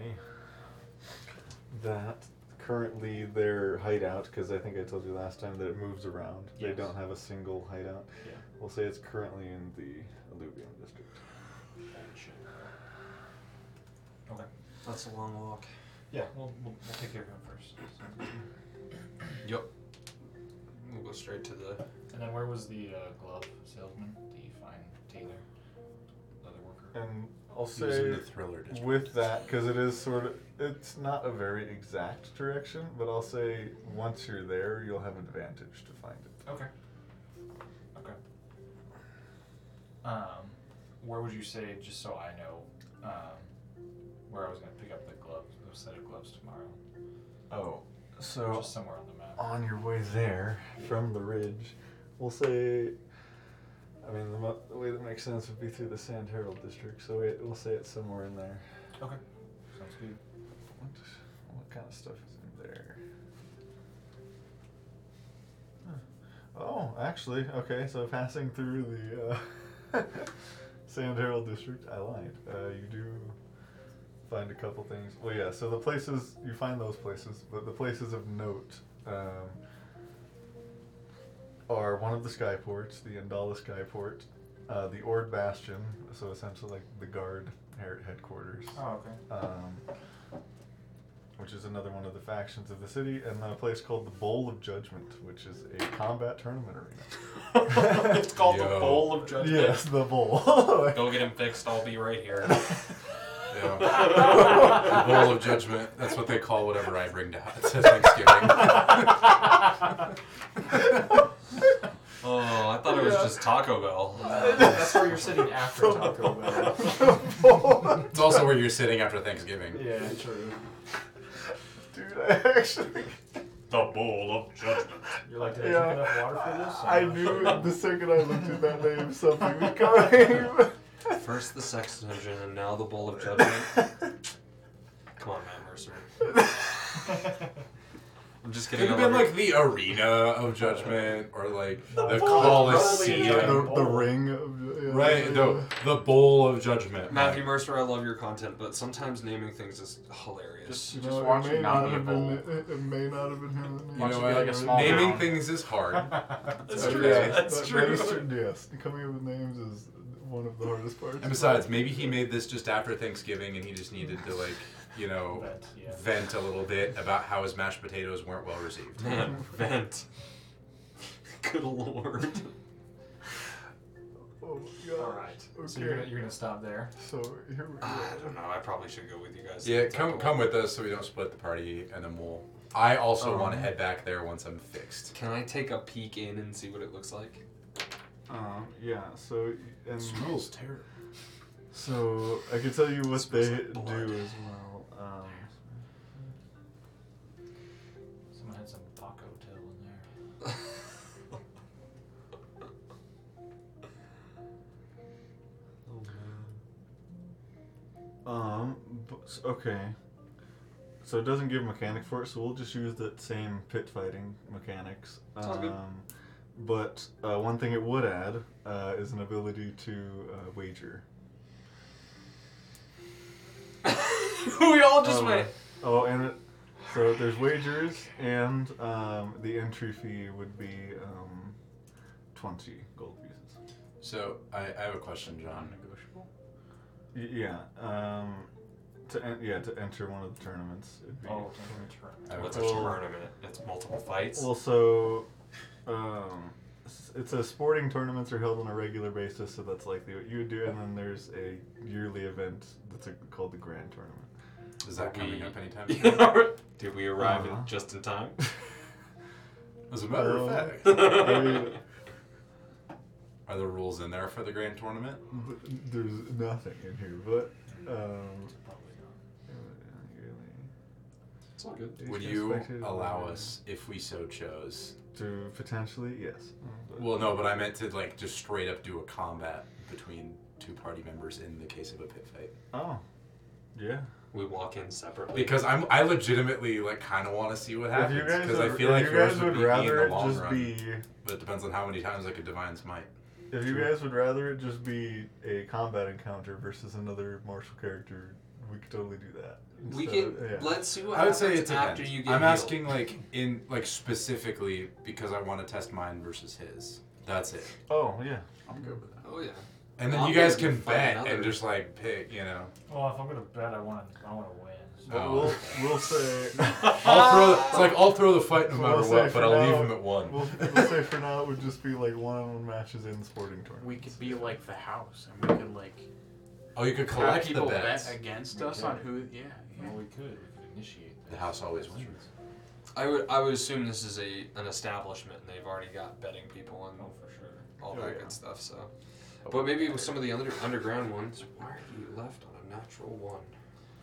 Speaker 1: that currently their hideout, because I think I told you last time that it moves around. They
Speaker 3: Yes.
Speaker 1: don't have a single hideout.
Speaker 3: Yeah.
Speaker 1: We'll say it's currently in the Alluvium district.
Speaker 3: Okay.
Speaker 4: That's a long walk.
Speaker 3: Yeah, we'll, we'll, we'll take care of him first. Sounds good.
Speaker 4: Yep. We'll go straight to the.
Speaker 3: And then where was the uh, glove salesman? The fine tailor, leather worker.
Speaker 1: And I'll
Speaker 2: He was in
Speaker 1: say
Speaker 2: the thriller district.
Speaker 1: with that, because it is sort of, it's not a very exact direction, but I'll say once you're there, you'll have advantage to find it.
Speaker 2: Oh.
Speaker 3: Okay. Okay. Um, where would you say, just so I know, um, where I was gonna pick up the gloves, the set of gloves tomorrow?
Speaker 1: Oh, so
Speaker 3: just somewhere on the map.
Speaker 1: on your way there from the ridge, we'll say. I mean, the, mo- the way that makes sense would be through the Sand Herald district, so we, we'll say it's somewhere in there.
Speaker 3: Okay. Sounds good.
Speaker 1: What, what kind of stuff is in there? Huh. Oh, actually, okay, so passing through the uh, Sand Herald district, I lied. Uh, you do find a couple things. Well, yeah, so the places, you find those places, but the places of note um, are one of the skyports, the Andala skyport, uh, the Ord Bastion, so essentially like the guard her- headquarters
Speaker 3: Oh, okay.
Speaker 1: um, which is another one of the factions of the city, and a place called the Bowl of Judgment, which is a combat tournament arena.
Speaker 4: it's called the
Speaker 2: Yo.
Speaker 4: Bowl of Judgment.
Speaker 1: yes, the Bowl.
Speaker 4: Go get him fixed. I'll be right here.
Speaker 2: Yeah. the bowl of judgment. That's what they call whatever I bring to, to Thanksgiving.
Speaker 4: Oh, I thought it was
Speaker 1: Yeah.
Speaker 4: just Taco Bell.
Speaker 6: That's where you're sitting after Taco Bell.
Speaker 2: it's also where you're sitting after Thanksgiving.
Speaker 3: Yeah.
Speaker 6: True.
Speaker 1: Dude, I actually.
Speaker 4: The Bowl of Judgment.
Speaker 3: You're like, did I
Speaker 1: Yeah.
Speaker 3: drink enough water for this?
Speaker 1: I
Speaker 3: Uh,
Speaker 1: knew the second I looked at that name something was coming.
Speaker 4: First the sex dungeon, and now the Bowl of Judgment. Come on, Matt Mercer. I'm just
Speaker 2: Could
Speaker 4: kidding.
Speaker 2: have
Speaker 4: I
Speaker 2: been
Speaker 4: love
Speaker 2: like the arena of judgment or like the,
Speaker 3: bowl of
Speaker 2: Colosseum.
Speaker 1: the, the ring of. yeah,
Speaker 2: Right?
Speaker 1: yeah,
Speaker 2: No,
Speaker 1: yeah.
Speaker 2: the bowl of judgment.
Speaker 4: your- Matthew Mercer, I love your content, but sometimes naming things is hilarious.
Speaker 6: Just,
Speaker 1: You
Speaker 6: just
Speaker 1: know,
Speaker 6: watch
Speaker 1: it
Speaker 6: it
Speaker 1: may
Speaker 6: not
Speaker 1: not
Speaker 6: be a
Speaker 1: have been.
Speaker 6: bowl.
Speaker 1: It, it may not have been him.
Speaker 2: You
Speaker 6: Watch
Speaker 2: know
Speaker 6: it be like a
Speaker 2: what?
Speaker 6: small
Speaker 2: Naming
Speaker 6: town.
Speaker 2: things is hard.
Speaker 4: That's
Speaker 2: Okay.
Speaker 4: true.
Speaker 2: Yeah.
Speaker 4: That's
Speaker 1: That- that
Speaker 4: true.
Speaker 1: is Yes, coming up with names is one of the hardest parts.
Speaker 2: And besides, maybe he made this just after Thanksgiving and he just needed to like, you
Speaker 1: Oh,
Speaker 2: know,
Speaker 3: Vent, yeah.
Speaker 2: vent a little bit about how his mashed potatoes weren't well received.
Speaker 4: Man, vent. Good lord.
Speaker 1: Oh my god.
Speaker 3: All right. So
Speaker 1: Okay.
Speaker 3: you're gonna, you're gonna stop there.
Speaker 1: So here we
Speaker 4: I
Speaker 1: go.
Speaker 4: don't know. I probably should go with you guys. to
Speaker 2: Yeah,
Speaker 4: the
Speaker 2: come
Speaker 4: Taco
Speaker 2: come
Speaker 4: Bell.
Speaker 2: with us so we don't split the party, and then we'll. I also want
Speaker 1: Oh.
Speaker 2: to
Speaker 3: Um,
Speaker 2: head back there once I'm fixed.
Speaker 4: Can I take a peek in and see what it looks like?
Speaker 1: Um, yeah. So and
Speaker 2: terrible.
Speaker 1: so I can tell you what
Speaker 4: Smells
Speaker 1: they
Speaker 4: like blood.
Speaker 1: do as well. Um,
Speaker 3: Someone had some Paco tail in there.
Speaker 4: Oh man.
Speaker 1: um. b- s- Okay. So it doesn't give mechanic for it. So we'll just use that same pit fighting mechanics.
Speaker 4: Sounds good.
Speaker 1: Um, But uh, one thing it would add uh, is an ability to uh, wager.
Speaker 4: we all just
Speaker 1: Oh,
Speaker 4: went.
Speaker 1: Oh, and it, so there's wagers, and um, the entry fee would be um, 20 gold pieces.
Speaker 2: So I, I have a question, John.
Speaker 5: Non-negotiable.
Speaker 1: Y- yeah. Um, to en- yeah to enter one of the tournaments. It'd be
Speaker 3: Oh,
Speaker 1: 20.
Speaker 2: I have a
Speaker 4: What's a
Speaker 2: question.
Speaker 1: Well-
Speaker 4: tournament? It's multiple fights.
Speaker 1: Well, so um, s- it says sporting tournaments are held on a regular basis, so that's likely what you would do. And then there's a yearly event that's a, called the Grand Tournament.
Speaker 2: Is that
Speaker 4: We-
Speaker 2: coming up anytime soon?
Speaker 4: Did we arrive
Speaker 1: Uh-huh.
Speaker 4: in just in time?
Speaker 2: As a matter of
Speaker 1: Uh,
Speaker 2: fact,
Speaker 1: I mean,
Speaker 2: are there rules in there for the grand tournament?
Speaker 1: th- there's nothing in here, but. Um,
Speaker 3: Probably not.
Speaker 1: Yearly.
Speaker 4: It's all good.
Speaker 1: These
Speaker 2: Would
Speaker 1: can
Speaker 2: you
Speaker 1: spectate as
Speaker 2: allow
Speaker 1: well.
Speaker 2: us, if we so chose?
Speaker 1: to potentially? Yes.
Speaker 2: Well, no, but I meant to like just straight up do a combat between two party members in the case of a pit fight.
Speaker 1: Oh, yeah.
Speaker 4: We walk in separately.
Speaker 2: Because I'm, I legitimately like kind of want to see what
Speaker 1: if
Speaker 2: happens
Speaker 1: you guys,
Speaker 2: because I
Speaker 1: would-
Speaker 2: feel
Speaker 1: if
Speaker 2: like
Speaker 1: you
Speaker 2: yours
Speaker 1: guys would
Speaker 2: would be me in
Speaker 1: rather
Speaker 2: the
Speaker 1: it
Speaker 2: long
Speaker 1: just
Speaker 2: run.
Speaker 1: be,
Speaker 2: But it depends on how many times I could divine smite.
Speaker 1: if you
Speaker 2: True.
Speaker 1: guys would rather it just be a combat encounter versus another martial character, we could totally do that.
Speaker 4: we
Speaker 1: Instead
Speaker 4: can.
Speaker 1: of- yeah.
Speaker 4: Let's see what
Speaker 2: I would
Speaker 4: happens
Speaker 2: say it's
Speaker 4: after you get
Speaker 2: I'm
Speaker 4: healed.
Speaker 2: asking like in like specifically because I want to test mine versus his. That's it.
Speaker 1: Oh yeah.
Speaker 6: I'm good with that.
Speaker 4: Oh yeah.
Speaker 2: And then
Speaker 4: I'm
Speaker 2: you guys
Speaker 4: gonna
Speaker 2: can
Speaker 4: fight
Speaker 2: bet
Speaker 4: another.
Speaker 2: and just like pick, you know.
Speaker 7: Well, if I'm gonna bet, I want to. I want to win. So.
Speaker 1: But
Speaker 2: Oh,
Speaker 1: we'll
Speaker 2: okay.
Speaker 1: we'll say
Speaker 2: I'll throw. It's like I'll throw the fight no
Speaker 1: So
Speaker 2: matter
Speaker 1: we'll say
Speaker 2: what,
Speaker 1: for
Speaker 2: but I'll
Speaker 1: now-
Speaker 2: leave him at one.
Speaker 1: we'll, we'll say for now it would just be like one-on-one matches in sporting tournaments.
Speaker 5: We could be like the house, and we could like
Speaker 2: oh, you could
Speaker 5: have
Speaker 2: collect the
Speaker 5: people
Speaker 2: bets.
Speaker 5: bet against
Speaker 7: We
Speaker 5: us
Speaker 7: could.
Speaker 5: on who. Yeah, yeah.
Speaker 7: Well, we could. We could initiate. This.
Speaker 2: The house always wins.
Speaker 4: I would. I would assume this is a an establishment, and they've already got betting people and
Speaker 7: Oh, for sure.
Speaker 4: all
Speaker 1: Oh,
Speaker 4: that
Speaker 1: yeah.
Speaker 4: good stuff. So, but maybe with some of the under, underground ones. Why are you left on a natural one?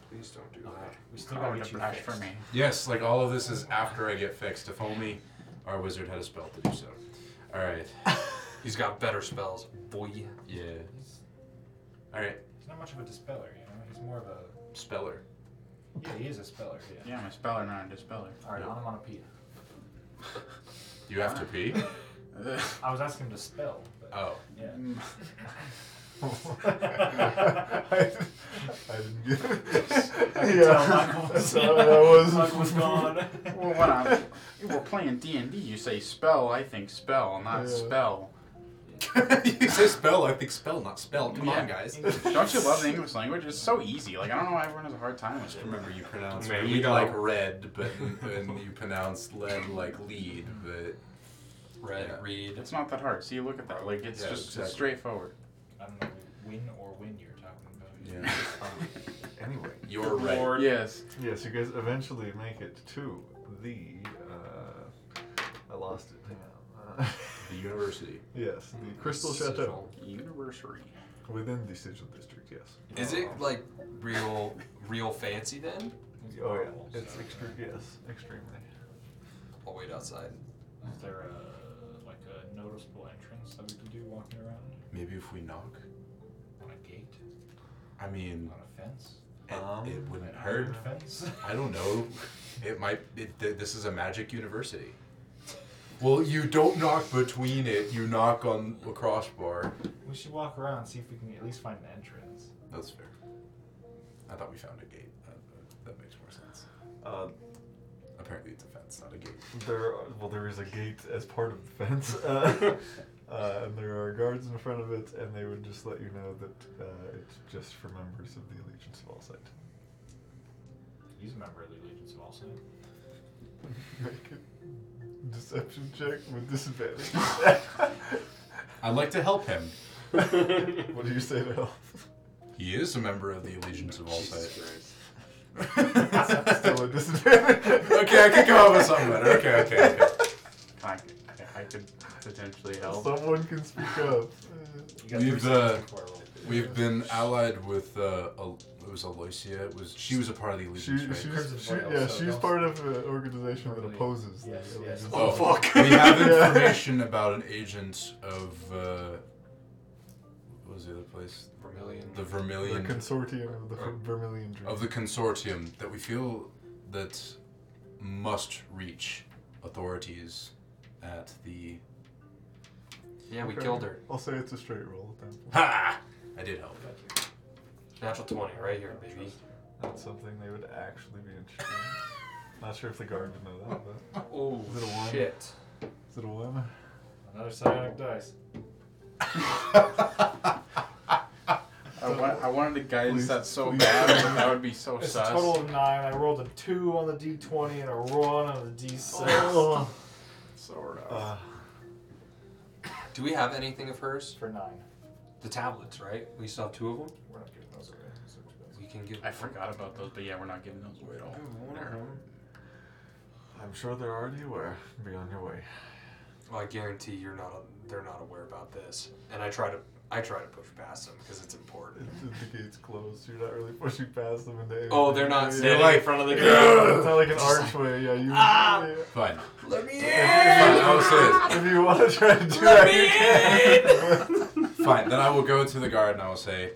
Speaker 4: Please don't do that.
Speaker 7: We still
Speaker 5: Oh,
Speaker 7: gotta
Speaker 5: yeah,
Speaker 7: get you
Speaker 5: that's
Speaker 7: fixed.
Speaker 5: for me.
Speaker 2: Yes, like all of this is after I get fixed. If only our wizard had a spell to do so. All right.
Speaker 4: He's got better spells, boy.
Speaker 2: Yeah.
Speaker 7: He's,
Speaker 2: All right.
Speaker 7: he's not much of a dispeller, you know. He's more of a.
Speaker 2: Speller.
Speaker 7: Yeah, he is a speller. Yeah.
Speaker 5: Yeah, I'm a speller, not a dispeller.
Speaker 7: All right, onomatopoeia.
Speaker 2: You have to pee.
Speaker 7: I was asking him to spell, but
Speaker 2: Oh.
Speaker 7: yeah.
Speaker 1: I, I didn't get
Speaker 7: I
Speaker 1: it.
Speaker 7: could tell Michael
Speaker 1: yeah,
Speaker 7: was-
Speaker 1: sorry, that was
Speaker 7: Michael was gone.
Speaker 5: well, when I'm we're playing D and D, you say spell. I think spell, not
Speaker 1: Yeah.
Speaker 5: spell.
Speaker 2: you say spell, I think spell, not spell. Come
Speaker 5: Yeah.
Speaker 2: on, guys.
Speaker 5: Don't you love the English language? It's so easy. Like I don't know why everyone has a hard time with it.
Speaker 2: Remember, you pronounce
Speaker 4: Maybe
Speaker 2: weed
Speaker 4: don't.
Speaker 2: like red, but and you pronounce lead like lead, but
Speaker 4: Red,
Speaker 2: Yeah.
Speaker 4: read.
Speaker 5: It's not that hard. See, look at that. Like it's
Speaker 2: Yeah,
Speaker 5: just
Speaker 2: exactly.
Speaker 5: straightforward.
Speaker 7: I don't know win or win you're talking about.
Speaker 2: yeah.
Speaker 1: Anyway,
Speaker 2: You're red.
Speaker 5: Yes.
Speaker 1: yes, you guys eventually make it to the. Uh, I lost it. Hang on. Uh,
Speaker 2: The university.
Speaker 1: yes, the Crystal Chateau
Speaker 5: University.
Speaker 1: within the Sigil District. Yes.
Speaker 4: Is it like real, real fancy then?
Speaker 1: Oh yeah, it's extreme. Yes, extremely.
Speaker 4: I'll wait outside.
Speaker 7: Is there a like a noticeable entrance that we could do walking around
Speaker 2: Maybe if we knock.
Speaker 7: on a gate,
Speaker 2: I mean,
Speaker 7: on a fence,
Speaker 2: it,
Speaker 1: Um,
Speaker 2: it wouldn't
Speaker 7: An
Speaker 2: hurt.
Speaker 7: iron fence?
Speaker 2: I don't know. It might. It, th- this is a magic university. Well, you don't knock between it. You knock on a crossbar.
Speaker 7: we should walk around see if we can at least find an entrance.
Speaker 2: That's fair. I thought we found a gate. That, that makes more sense.
Speaker 1: Uh,
Speaker 2: Apparently, it's a fence, not a gate.
Speaker 1: There, are, well, there is a gate as part of the fence, uh, uh, and there are guards in front of it, and they would just let you know that uh, it's just for members of the Allegiance of All Sight.
Speaker 7: He's a member of the Allegiance of also.
Speaker 1: Make a deception check with disadvantage.
Speaker 2: I'd like to help him.
Speaker 1: what do you say to help?
Speaker 2: He is a member of the Allegiance of All Sight.
Speaker 1: Still a disadvantage.
Speaker 2: okay, I could come up with something better. Okay, okay, okay.
Speaker 5: I, I could potentially help.
Speaker 1: Someone can speak up.
Speaker 7: You got
Speaker 2: We've,
Speaker 7: three
Speaker 2: uh,
Speaker 7: successes before I roll.
Speaker 2: We've been allied with uh, Al- it was Aloysia. It was she was a part of the
Speaker 1: She,
Speaker 2: Allegiance.
Speaker 1: she's,
Speaker 2: right?
Speaker 7: Crimson
Speaker 1: she,
Speaker 7: Royal,
Speaker 1: yeah,
Speaker 7: so
Speaker 1: she's
Speaker 7: don't-
Speaker 1: part of an organization that
Speaker 7: Really?
Speaker 1: opposes the
Speaker 7: Yes, yes.
Speaker 1: Allegiance.
Speaker 7: Oh,
Speaker 2: fuck. we have
Speaker 1: Yeah.
Speaker 2: information about an agent of uh, what was the other place?
Speaker 4: Vermilion.
Speaker 2: The
Speaker 1: The
Speaker 2: Vermilion
Speaker 1: consortium of the Vermilion Dream.
Speaker 2: Oh, of the consortium that we feel that must reach authorities at the.
Speaker 4: Yeah, we
Speaker 1: Okay.
Speaker 4: killed her.
Speaker 1: I'll say it's a straight roll at that point.
Speaker 2: Ha! I did help.
Speaker 4: Natural twenty, right here, baby.
Speaker 1: That's something they would actually be interested in. Not sure if the guard would know that, but
Speaker 4: Oh
Speaker 1: Is it a one?
Speaker 4: shit!
Speaker 1: is it a woman?
Speaker 7: Another psionic dice.
Speaker 5: I, wa- I wanted to guidance
Speaker 1: Please-
Speaker 5: that so
Speaker 1: please.
Speaker 5: bad. that would be so
Speaker 7: It's a
Speaker 5: sus.
Speaker 7: total of nine. I rolled a two on the d20 and a one on the d6. Oh.
Speaker 5: So rough.
Speaker 1: Uh,
Speaker 4: Do we have anything of hers?
Speaker 7: For nine.
Speaker 4: The tablets, right? We still have two of them.
Speaker 7: We're not giving those away. Those are too expensive.
Speaker 4: We can give.
Speaker 5: I forgot about those, but yeah, we're not giving those away at all.
Speaker 1: I'm sure they're already aware. Be on your way.
Speaker 4: Well, I guarantee you're not. They're not aware about this. And I try to I try to push past them because it's important.
Speaker 1: the gate's closed. You're not really pushing past them. And they,
Speaker 4: Oh, they're not
Speaker 1: Yeah,
Speaker 4: standing in front of the gate.
Speaker 1: yeah, it's not like an
Speaker 4: Just like,
Speaker 1: archway. yeah, you.
Speaker 4: "Ah!"
Speaker 1: yeah.
Speaker 2: Fine.
Speaker 4: Let me
Speaker 2: Fine, I
Speaker 4: in!
Speaker 2: will say
Speaker 1: If you want to try to do
Speaker 4: Let
Speaker 1: that, you
Speaker 4: me
Speaker 1: can.
Speaker 2: this. Fine. Then I will go to the guard and I will say,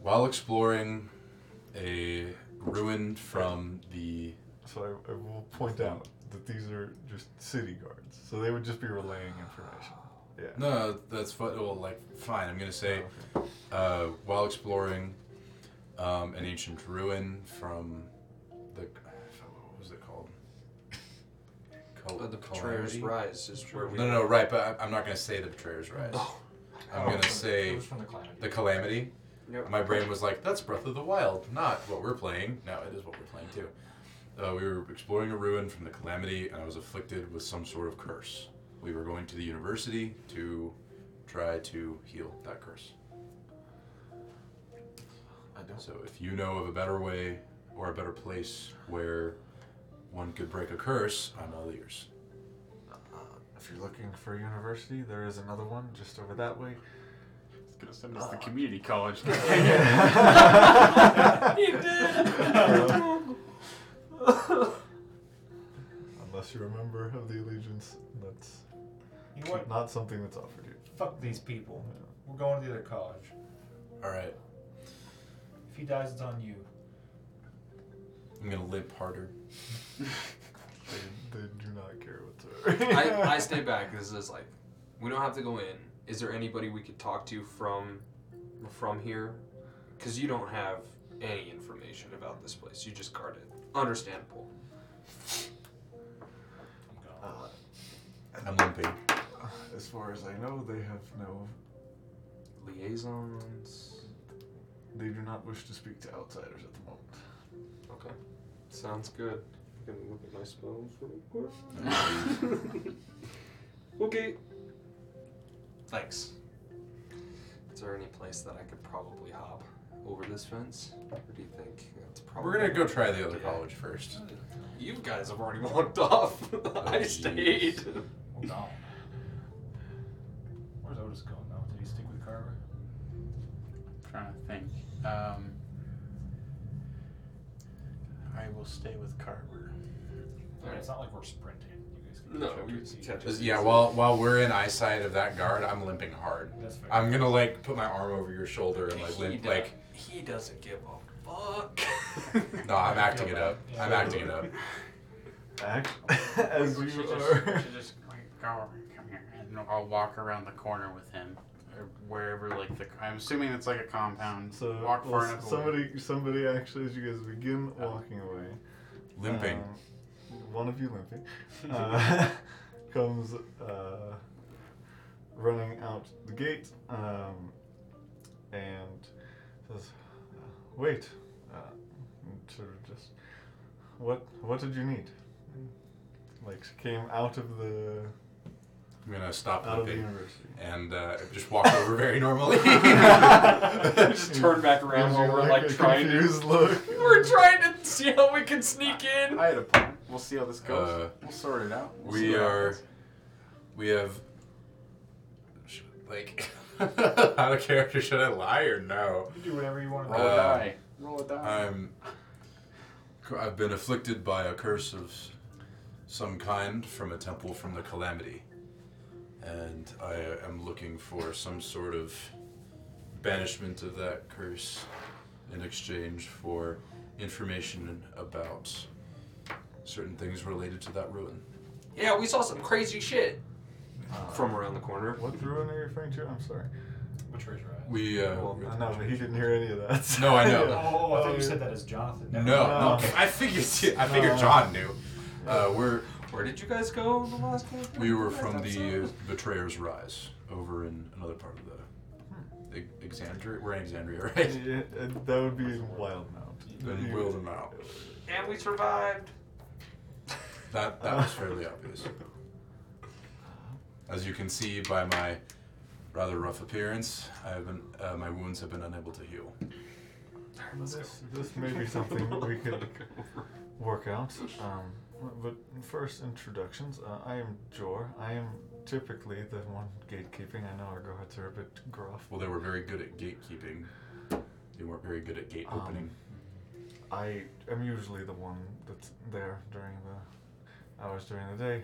Speaker 2: while exploring a ruin from the
Speaker 1: so I, I will point out that these are just city guards, so they would just be relaying information. Yeah.
Speaker 2: No, that's fine. Well, like, fine. I'm gonna say, uh, while exploring um, an ancient ruin from the what was it called? Col-
Speaker 4: Oh, the Betrayer's
Speaker 2: calamity?
Speaker 4: Rise is where we
Speaker 2: No, no, no, right. But I, I'm not gonna say the betrayer's rise.
Speaker 4: Oh.
Speaker 2: I'm gonna say
Speaker 7: It was from the clan.
Speaker 2: the calamity.
Speaker 4: Yep.
Speaker 2: My brain was like, that's Breath of the Wild, not what we're playing. No, it is what we're playing too. Uh, we were exploring a ruin from the calamity, and I was afflicted with some sort of curse. We were going to the university to try to heal that curse.
Speaker 6: I don't.
Speaker 2: So if you know of a better way or a better place where one could break a curse, I'm all ears.
Speaker 6: Uh, if you're looking for a university, there is another one just over that way.
Speaker 5: It's gonna send us to community college.
Speaker 1: you Unless you're a member of the Allegiance, that's
Speaker 7: You know what?
Speaker 1: not something that's offered you.
Speaker 7: Fuck these people. We're going to the other college.
Speaker 2: All right,
Speaker 7: If he dies, it's on you.
Speaker 2: I'm gonna limp harder.
Speaker 1: They, they do not care whatsoever.
Speaker 4: I, I stay back. This is like, we don't have to go in. Is there anybody we could talk to from from here? Because you don't have any information about this place. You just guard it. Understandable.
Speaker 7: I'm gone.
Speaker 6: Uh,
Speaker 2: I'm limping.
Speaker 6: as far as I know, they have no.
Speaker 4: Liaisons.
Speaker 6: They do not wish to speak to outsiders at the moment.
Speaker 4: Okay. Sounds good. Can look at my spells real quick. okay. Thanks. Is there any place that I could probably hop over this fence? Or do you think that's probably?
Speaker 2: We're gonna go try the other
Speaker 4: Yeah.
Speaker 2: college first.
Speaker 4: You guys have already walked off. I
Speaker 2: jeez.
Speaker 4: stayed.
Speaker 7: We're gone. Where's Otis going now? Did he stick with Carver?
Speaker 5: trying to think. Um, I will stay with Carver.
Speaker 7: I mean, it's not like we're sprinting. You guys can
Speaker 4: No,
Speaker 7: catch up
Speaker 4: we
Speaker 7: to
Speaker 4: can
Speaker 7: each
Speaker 4: catch
Speaker 7: other.
Speaker 2: Just- yeah, while while we're in eyesight of that guard, I'm limping hard.
Speaker 7: That's fair.
Speaker 2: I'm gonna like put my arm over your shoulder and like
Speaker 4: He
Speaker 2: limp
Speaker 4: do-
Speaker 2: like.
Speaker 4: he doesn't give a fuck.
Speaker 2: No, I'm acting it up.
Speaker 7: Yeah.
Speaker 2: I'm acting it up.
Speaker 1: Act as
Speaker 5: we
Speaker 1: you
Speaker 5: should just, we
Speaker 1: are.
Speaker 5: should just like, go come here, and I'll walk around the corner with him, or wherever. Like the, I'm assuming it's like a compound.
Speaker 1: So
Speaker 5: walk
Speaker 1: well,
Speaker 5: far enough. away.
Speaker 1: somebody, somebody actually, as you guys begin
Speaker 5: Oh.
Speaker 1: walking away,
Speaker 2: Limping.
Speaker 1: um, one of you limping uh, comes uh, running out the gate um, and says, "Wait," uh, and sort of just, "What? What did you need?" And, Like she came out of the
Speaker 2: I'm gonna stop
Speaker 1: out of the
Speaker 2: limping
Speaker 1: university.
Speaker 2: and uh, just walk over very normally. Uh,
Speaker 4: Just turn back around
Speaker 1: Gives
Speaker 4: while
Speaker 1: you,
Speaker 4: we're like
Speaker 1: a
Speaker 4: trying to.
Speaker 1: confused look.
Speaker 4: We're trying to see how we can sneak in.
Speaker 5: I had a plan. We'll see how this goes.
Speaker 2: Uh,
Speaker 5: we'll sort it out. We'll see
Speaker 2: We
Speaker 5: what
Speaker 2: are.
Speaker 5: happens.
Speaker 2: We have. sh- Like, out of character, should I lie or no?
Speaker 7: You do whatever you want to
Speaker 5: Roll
Speaker 7: do.
Speaker 5: a
Speaker 2: Uh,
Speaker 5: die. Roll a die.
Speaker 2: I'm. I've been afflicted by a curse of some kind from a temple from the Calamity. And I am looking for some sort of banishment of that curse in exchange for information about certain things related to that ruin.
Speaker 4: Yeah, we saw some crazy shit from around the corner.
Speaker 1: What ruin are you referring to? I'm sorry.
Speaker 7: Betrayer's Rise.
Speaker 2: We, uh,
Speaker 4: Well,
Speaker 1: I know, but he didn't hear any of that. so-
Speaker 2: No, I know.
Speaker 1: Yeah.
Speaker 7: Oh, oh, I thought
Speaker 1: Uh,
Speaker 7: you said that as Jonathan.
Speaker 2: No,
Speaker 7: Never
Speaker 1: No.
Speaker 2: no. I figured. I figured
Speaker 1: No.
Speaker 2: John knew. Uh, we're
Speaker 4: Where did you guys go the last time?
Speaker 2: we were from the uh, Betrayer's Rise over in another part of the Ex- Exandria. We're in Exandria, right?
Speaker 1: Yeah, uh, that would be in Wild Mount.
Speaker 2: Then
Speaker 1: You-
Speaker 2: wheeled them out.
Speaker 4: And we survived.
Speaker 2: That that was fairly obvious. As you can see by my rather rough appearance, I have been uh, my wounds have been unable to heal.
Speaker 1: This, this may be something we could work out. Um, but first, introductions. Uh, I am Jor. I am
Speaker 6: typically the one gatekeeping. I know our guards are a bit gruff.
Speaker 2: Well, they were very good at gatekeeping. They weren't very good at gate
Speaker 6: Um,
Speaker 2: opening.
Speaker 6: I am usually the one that's there during the hours during the day.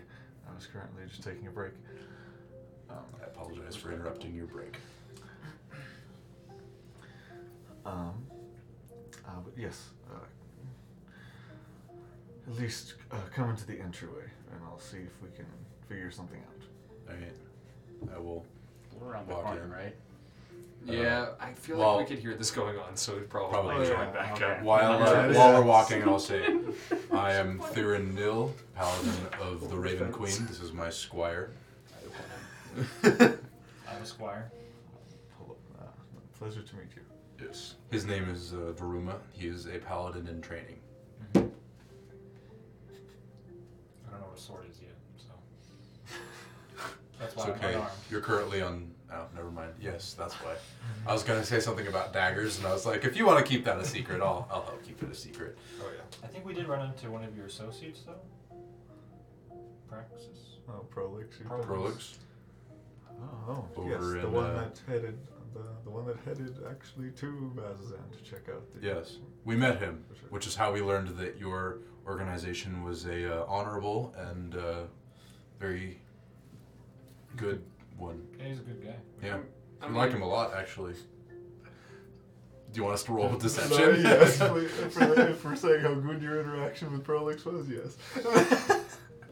Speaker 6: I was currently just taking a break. Um,
Speaker 2: I apologize for interrupting your break.
Speaker 6: Um, uh, but yes, uh, at least uh, come into the entryway, and I'll see if we can figure something out.
Speaker 2: All right. I will.
Speaker 5: We're around the
Speaker 2: Walk
Speaker 5: corner,
Speaker 2: in.
Speaker 5: right?
Speaker 4: Yeah, I feel
Speaker 2: well-
Speaker 4: like we could hear this going on, so we'd probably,
Speaker 2: Probably.
Speaker 4: join
Speaker 1: Yeah,
Speaker 4: back
Speaker 5: okay.
Speaker 4: up.
Speaker 2: While, uh,
Speaker 1: Yeah.
Speaker 2: while we're walking, I'll say, I am Theron Nil, Paladin of the Raven Queen. This is my squire.
Speaker 7: I'm a squire.
Speaker 6: Pull up. Uh, pleasure to meet you.
Speaker 2: Yes. His name is uh, Daruma. He is a paladin in training.
Speaker 7: I don't know what a sword is yet, so. That's
Speaker 2: It's
Speaker 7: why I'm
Speaker 2: okay.
Speaker 7: unarmed.
Speaker 2: You're currently on. Oh, never mind. Yes, that's why. I was gonna say something about daggers, and I was like, if you want to keep that a secret, I'll I'll help keep it a secret.
Speaker 4: Oh yeah.
Speaker 7: I think we did run into one of your associates, though. Praxis?
Speaker 6: Oh, Prolix. you
Speaker 7: Prolix.
Speaker 2: Prolix.
Speaker 6: Oh, oh
Speaker 2: Over
Speaker 6: yes, the
Speaker 2: in,
Speaker 6: one
Speaker 2: uh,
Speaker 6: that headed the, the one that headed actually to Bazazan to check out the
Speaker 2: Yes, we met him,
Speaker 6: For sure.
Speaker 2: which is how we learned that your organization was a uh, honorable and uh, very good one.
Speaker 7: Yeah, he's a good guy.
Speaker 2: Yeah,
Speaker 4: I
Speaker 2: I
Speaker 4: mean,
Speaker 2: like him a lot, actually. Do you want us to roll with
Speaker 1: Sorry,
Speaker 2: deception?
Speaker 1: yes, please, if, we're, if we're saying how good your interaction with Prolix was, yes.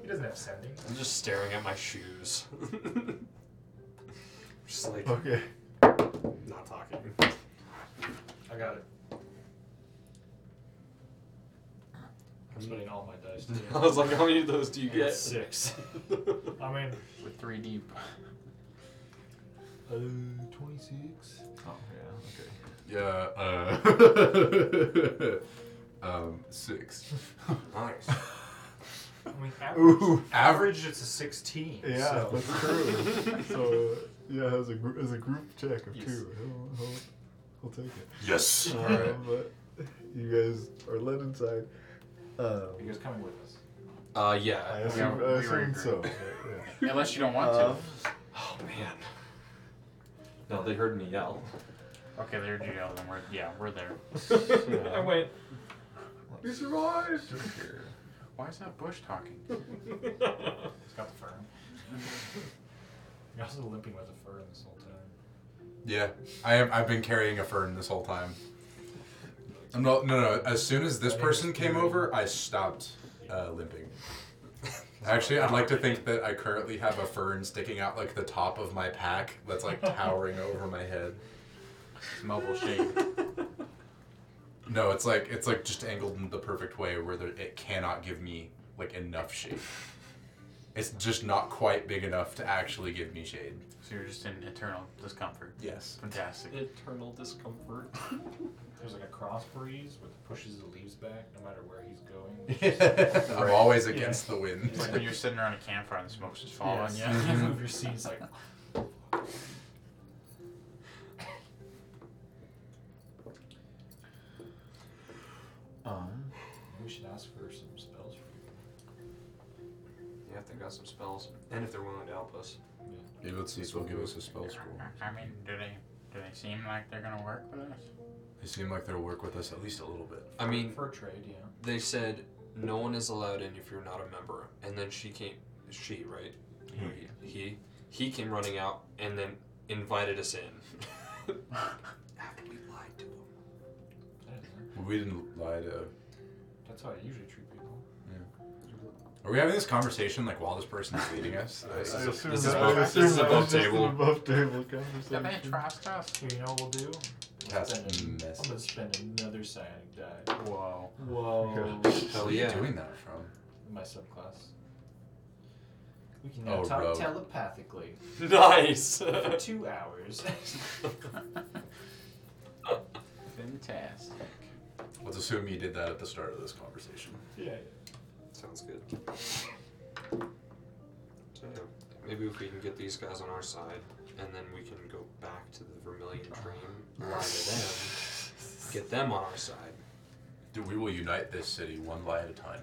Speaker 7: He doesn't have 70.
Speaker 4: I'm just staring at my shoes. just like
Speaker 1: okay.
Speaker 4: not talking.
Speaker 7: I got it. I'm spending all my dice. today.
Speaker 4: I was like, how many of those do you
Speaker 7: Yeah,
Speaker 4: get? Oh,
Speaker 7: six. I mean,
Speaker 5: We're three deep.
Speaker 1: Oh,
Speaker 7: uh, 26.
Speaker 6: Oh yeah, okay.
Speaker 2: Yeah. Uh, um, six.
Speaker 4: nice.
Speaker 7: I mean, average.
Speaker 1: Ooh.
Speaker 7: Average, it's a 16.
Speaker 1: Yeah,
Speaker 7: so-
Speaker 1: that's true. so, uh, yeah, as a, gr- as a group check of
Speaker 7: Yes.
Speaker 1: two, he'll, he'll, he'll take it.
Speaker 2: Yes. All right.
Speaker 1: Um, but you guys are led inside.
Speaker 7: Are you
Speaker 1: Um,
Speaker 7: guys coming with us?
Speaker 4: Uh
Speaker 1: I
Speaker 4: yeah.
Speaker 1: assume,
Speaker 5: we
Speaker 1: I
Speaker 5: were
Speaker 1: assume
Speaker 5: in group.
Speaker 1: so. but, yeah.
Speaker 5: Unless you don't want
Speaker 1: Um,
Speaker 4: Oh man. No, they heard me yell.
Speaker 5: to. Okay, there you go. Then we're yeah, we're there.
Speaker 7: I went.
Speaker 1: You survived!
Speaker 5: Why is that bush talking?
Speaker 7: He's got the fern. You're also limping with a fern this whole time.
Speaker 2: Yeah, I am. I've been carrying a fern this whole time. I'm not. No, no. As soon as this
Speaker 7: I think
Speaker 2: person
Speaker 7: it's
Speaker 2: came
Speaker 7: weird.
Speaker 2: over, I stopped uh, limping. Actually, I'd like to think that I currently have a fern sticking out like the top of my pack that's like towering over my head.
Speaker 5: It's mobile shade.
Speaker 2: No, it's like it's like just angled in the perfect way where there, it cannot give me like enough shade. It's just not quite big enough to actually give me shade.
Speaker 5: So you're just in eternal discomfort.
Speaker 2: Yes.
Speaker 5: Fantastic.
Speaker 4: Eternal discomfort.
Speaker 7: There's like a cross breeze which pushes the leaves back no matter where he's going.
Speaker 2: I'm always against the wind.
Speaker 5: It's like when you're sitting around a campfire and the smoke's just falling on
Speaker 7: Yes.
Speaker 5: you.
Speaker 7: You move your seeds like.
Speaker 6: Um,
Speaker 7: Maybe we should ask for some spells for
Speaker 4: Yeah, if they got some spells, and if they're willing to help us.
Speaker 7: you.
Speaker 2: Maybe let's see if they'll give us a spell scroll.
Speaker 5: I mean, do they do they seem like they're gonna work with us?
Speaker 2: They seem like they'll work with us at least a little bit.
Speaker 4: I mean,
Speaker 7: for a trade, yeah.
Speaker 4: they said no one is allowed in if you're not a member, and then she came. She right? He he, he came running out and then invited us in. After we lied to him.
Speaker 7: That is it.
Speaker 2: We didn't lie to.
Speaker 7: That's how I usually treat people.
Speaker 2: Are we having this conversation like while this person is leading us? This
Speaker 1: I
Speaker 2: is a-
Speaker 1: assume
Speaker 4: this is
Speaker 1: that-
Speaker 4: above-
Speaker 1: I
Speaker 4: this
Speaker 1: assume
Speaker 4: is
Speaker 1: that
Speaker 4: above
Speaker 1: was just an
Speaker 4: table.
Speaker 1: above table
Speaker 5: Do they
Speaker 1: conversation.
Speaker 5: trust us?
Speaker 7: Here, you know what we'll do? We'll
Speaker 2: That's
Speaker 7: spend
Speaker 2: messy.
Speaker 7: I'm gonna spend another psionic die.
Speaker 5: Whoa.
Speaker 7: Whoa.
Speaker 2: Where
Speaker 4: Hell
Speaker 2: are you
Speaker 4: yeah.
Speaker 2: doing that from?
Speaker 7: My subclass. We can now
Speaker 2: Oh,
Speaker 7: talk
Speaker 2: rogue.
Speaker 7: telepathically
Speaker 4: Nice.
Speaker 7: for two hours.
Speaker 5: Fantastic.
Speaker 2: Let's assume you did that at the start of this conversation.
Speaker 7: yeah.
Speaker 4: Sounds good. So yeah, maybe if we can get these guys on our side, and then we can go back to the Vermilion Dream, lie to them, get them on our side.
Speaker 2: Dude, we will unite this city one lie at a time.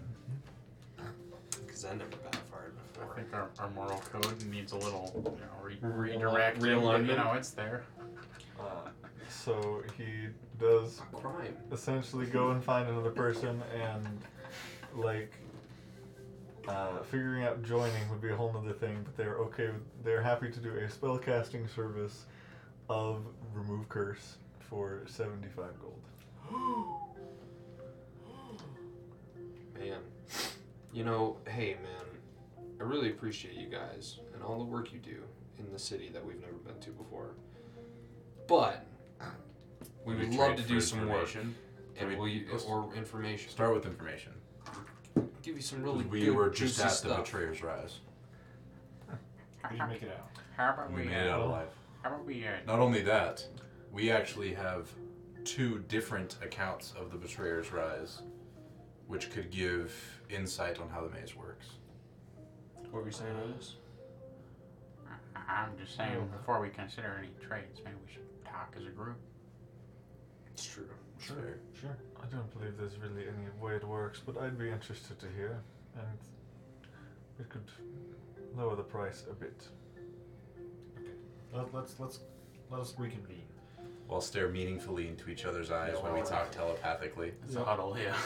Speaker 4: because I never backfired
Speaker 5: I
Speaker 4: before.
Speaker 5: think our, our moral code needs a little, you know, re-
Speaker 4: Reali-
Speaker 5: redirect.
Speaker 4: realignment.
Speaker 5: You know, it's there.
Speaker 1: Uh, so he does
Speaker 4: A crime.
Speaker 1: essentially go and find another person and like uh, figuring out joining would be a whole nother thing but they're okay with, they're happy to do a spell casting service of remove curse for 75 gold
Speaker 4: Man. You know, hey, man, I really appreciate you guys and all the work you do in the city that we've never been to before. But we
Speaker 2: Can
Speaker 4: would
Speaker 2: we
Speaker 4: love
Speaker 2: trade
Speaker 4: to
Speaker 2: for
Speaker 4: do some work.
Speaker 2: information? Can
Speaker 4: And
Speaker 2: we-
Speaker 4: will you,
Speaker 2: let's
Speaker 4: or information.
Speaker 2: Start with information.
Speaker 4: Give you some
Speaker 2: 'cause
Speaker 4: really
Speaker 2: we
Speaker 4: good,
Speaker 2: were just
Speaker 4: juicy
Speaker 2: at the
Speaker 4: stuff.
Speaker 2: Betrayer's Rise.
Speaker 5: How
Speaker 7: Did you make it out?
Speaker 5: about
Speaker 2: We
Speaker 5: we?
Speaker 2: made it
Speaker 5: Uh,
Speaker 2: out alive.
Speaker 5: how about we? Uh,
Speaker 2: Not only that, we actually have two different accounts of the Betrayer's Rise, which could give insight on how the maze works.
Speaker 4: What were you saying, Otis?
Speaker 5: I- I'm just saying, before we consider any trades, maybe we should talk as a group.
Speaker 4: It's true.
Speaker 2: Sure.
Speaker 7: Sure.
Speaker 1: i don't believe there's really any way it works but i'd be interested to hear and it could lower the price a bit
Speaker 7: Let, let's let's let us reconvene.
Speaker 2: While stare meaningfully into each other's eyes
Speaker 7: Yeah,
Speaker 2: when we
Speaker 7: well,
Speaker 2: talk telepathically.
Speaker 5: It's a huddle, yeah.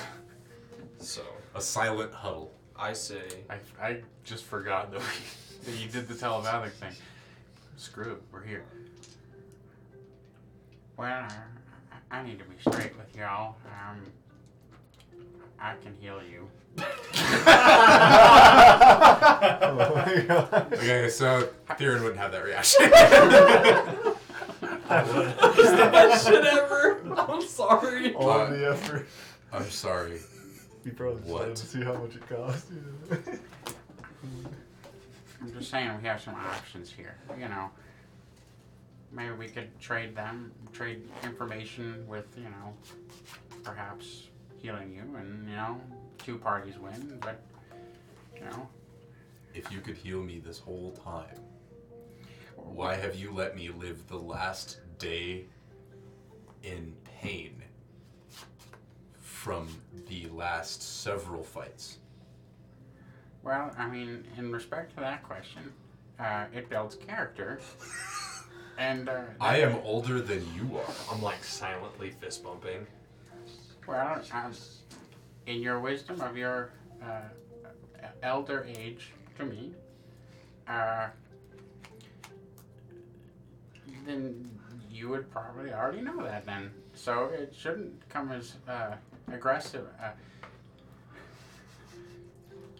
Speaker 4: So
Speaker 2: A silent huddle.
Speaker 4: I say,
Speaker 5: I, I just forgot that, we, that you did the telepathic thing. Screw it, we're here. Well, I, I need to be straight with y'all. Um, I can heal you.
Speaker 2: Okay, so Theron wouldn't have that reaction.
Speaker 4: it's the best shit ever. I'm sorry.
Speaker 1: all
Speaker 2: Uh,
Speaker 1: the effort
Speaker 2: I'm sorry.
Speaker 1: you probably just
Speaker 2: What?
Speaker 1: wanted to see how much it cost you
Speaker 5: I'm just saying we have some options here. You know, maybe we could trade them, trade information with you know, perhaps healing you, and you know, two parties win. But you know,
Speaker 2: If you could heal me this whole time, why have you let me live the last day in pain from the last several fights?
Speaker 5: well, I mean, in respect to that question, uh, it builds character, and uh,
Speaker 2: I am older than you are.
Speaker 4: I'm like silently fist bumping.
Speaker 5: Well, um, in your wisdom of your uh, elder age to me, uh, then you would probably already know that then. So it shouldn't come as uh, aggressive. Uh,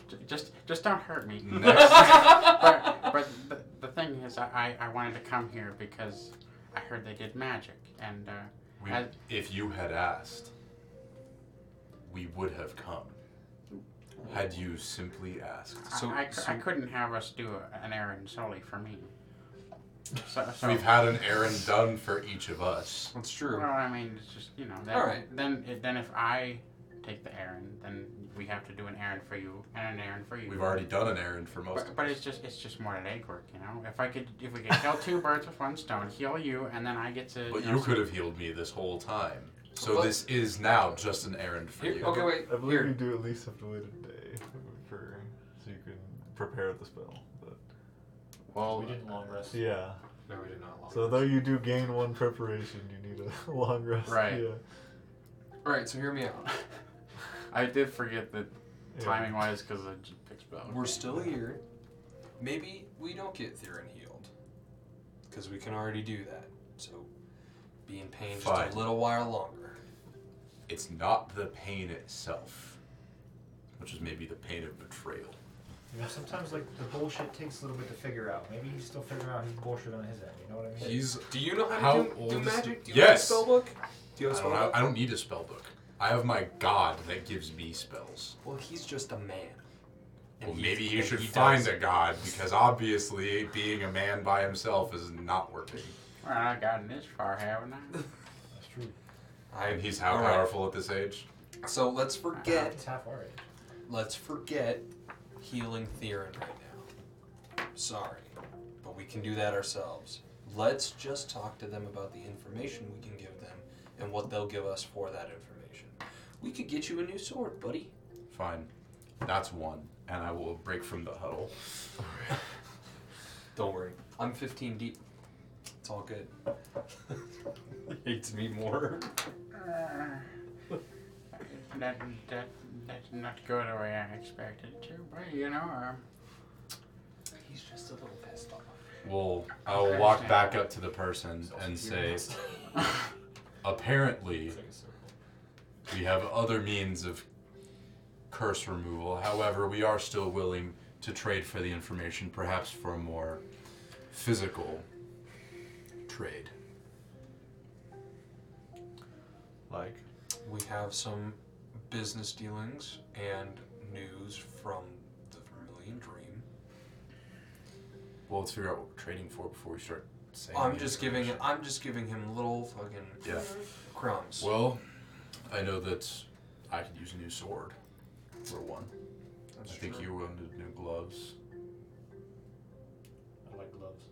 Speaker 5: j- just, just don't hurt me.
Speaker 2: Next,
Speaker 5: but but the, the thing is, I, I I wanted to come here because I heard they did magic, and uh,
Speaker 2: we,
Speaker 5: I-
Speaker 2: if you had asked, we would have come. Had you simply asked.
Speaker 5: I-
Speaker 4: So-
Speaker 5: I, cou- I
Speaker 4: so-
Speaker 5: couldn't have us do a, an errand solely for me. So, so
Speaker 2: We've had an errand done for each of us.
Speaker 4: That's
Speaker 5: well,
Speaker 4: true.
Speaker 5: I mean, it's just you know. Then,
Speaker 4: All right.
Speaker 5: Then, it, then if I take the errand, then we have to do an errand for you and an errand for you.
Speaker 2: We've already done an errand for most
Speaker 5: But,
Speaker 2: of
Speaker 5: but
Speaker 2: us.
Speaker 5: it's just it's just more legwork, you know. If I could, if we could kill two birds with one stone, heal you, and then I get to.
Speaker 2: But
Speaker 5: know,
Speaker 2: you could have healed me this whole time. So
Speaker 4: But-
Speaker 2: this is now just an errand for
Speaker 4: Here-
Speaker 2: you.
Speaker 4: okay, wait.
Speaker 1: I believe you
Speaker 4: Here,
Speaker 1: do at least have to wait a day for so you can prepare the spell. But
Speaker 7: Well, we did long rest.
Speaker 1: yeah,
Speaker 4: no, we did not.
Speaker 1: so though you do gain one preparation, you need a long rest.
Speaker 5: Right.
Speaker 1: Yeah.
Speaker 4: All right, so hear me out.
Speaker 5: I did forget the
Speaker 1: yeah.
Speaker 5: timing wise because I just picked spell.
Speaker 4: We're still here. Maybe we don't get Theron healed. Because we can already do that. So be in pain just
Speaker 2: Fine.
Speaker 4: a little while longer.
Speaker 2: It's not the pain itself, which is maybe the pain of betrayal.
Speaker 7: You know, sometimes like the bullshit takes a little bit to figure out. Maybe he's still figuring out his bullshit on his end. You know what I mean?
Speaker 2: He's.
Speaker 4: Do you know how,
Speaker 2: How
Speaker 4: to do,
Speaker 2: old
Speaker 4: do
Speaker 2: is
Speaker 4: magic?
Speaker 2: the-
Speaker 4: Do you have a
Speaker 2: Yes.
Speaker 4: spell book? Do you
Speaker 2: I
Speaker 4: have a spell
Speaker 2: don't, have,
Speaker 4: book?
Speaker 2: I don't need a spell book. I have my God that gives me spells.
Speaker 4: Well, he's just a man.
Speaker 2: Well,
Speaker 4: he-
Speaker 2: maybe he
Speaker 4: and
Speaker 2: should
Speaker 4: he
Speaker 2: find
Speaker 4: does.
Speaker 2: a God because obviously being a man by himself is not working.
Speaker 5: Well, I've gotten this far, haven't I?
Speaker 7: That's true.
Speaker 4: I,
Speaker 2: And he's how
Speaker 4: all right.
Speaker 2: powerful at this age?
Speaker 4: So let's forget.
Speaker 7: It's half our age.
Speaker 4: Let's forget healing Theron right now. Sorry, but we can do that ourselves. Let's just talk to them about the information we can give them and what they'll give us for that information. We could get you a new sword, buddy.
Speaker 2: Fine. That's one, and I will break from the huddle.
Speaker 4: Don't worry. I'm 15 deep. It's all good. he hates me more.
Speaker 5: Uh, That, that, that did not go the way I expected it to, but you know, um,
Speaker 4: He's just a little pissed off.
Speaker 2: Well, I will walk back up to the person and say, apparently, we have other means of curse removal. However, we are still willing to trade for the information, perhaps for a more physical trade.
Speaker 1: Like,
Speaker 4: We have some business dealings and news from the Vermilion Dream.
Speaker 2: Well, let's figure out what we're trading for before we start saying.
Speaker 4: I'm
Speaker 2: the
Speaker 4: just giving
Speaker 2: information.
Speaker 4: I'm just giving him little fucking
Speaker 2: Yeah.
Speaker 4: crumbs.
Speaker 2: Well, I know that I could use a new sword for one.
Speaker 4: That's
Speaker 2: I think
Speaker 4: true.
Speaker 2: you wanted new gloves.
Speaker 7: I like gloves.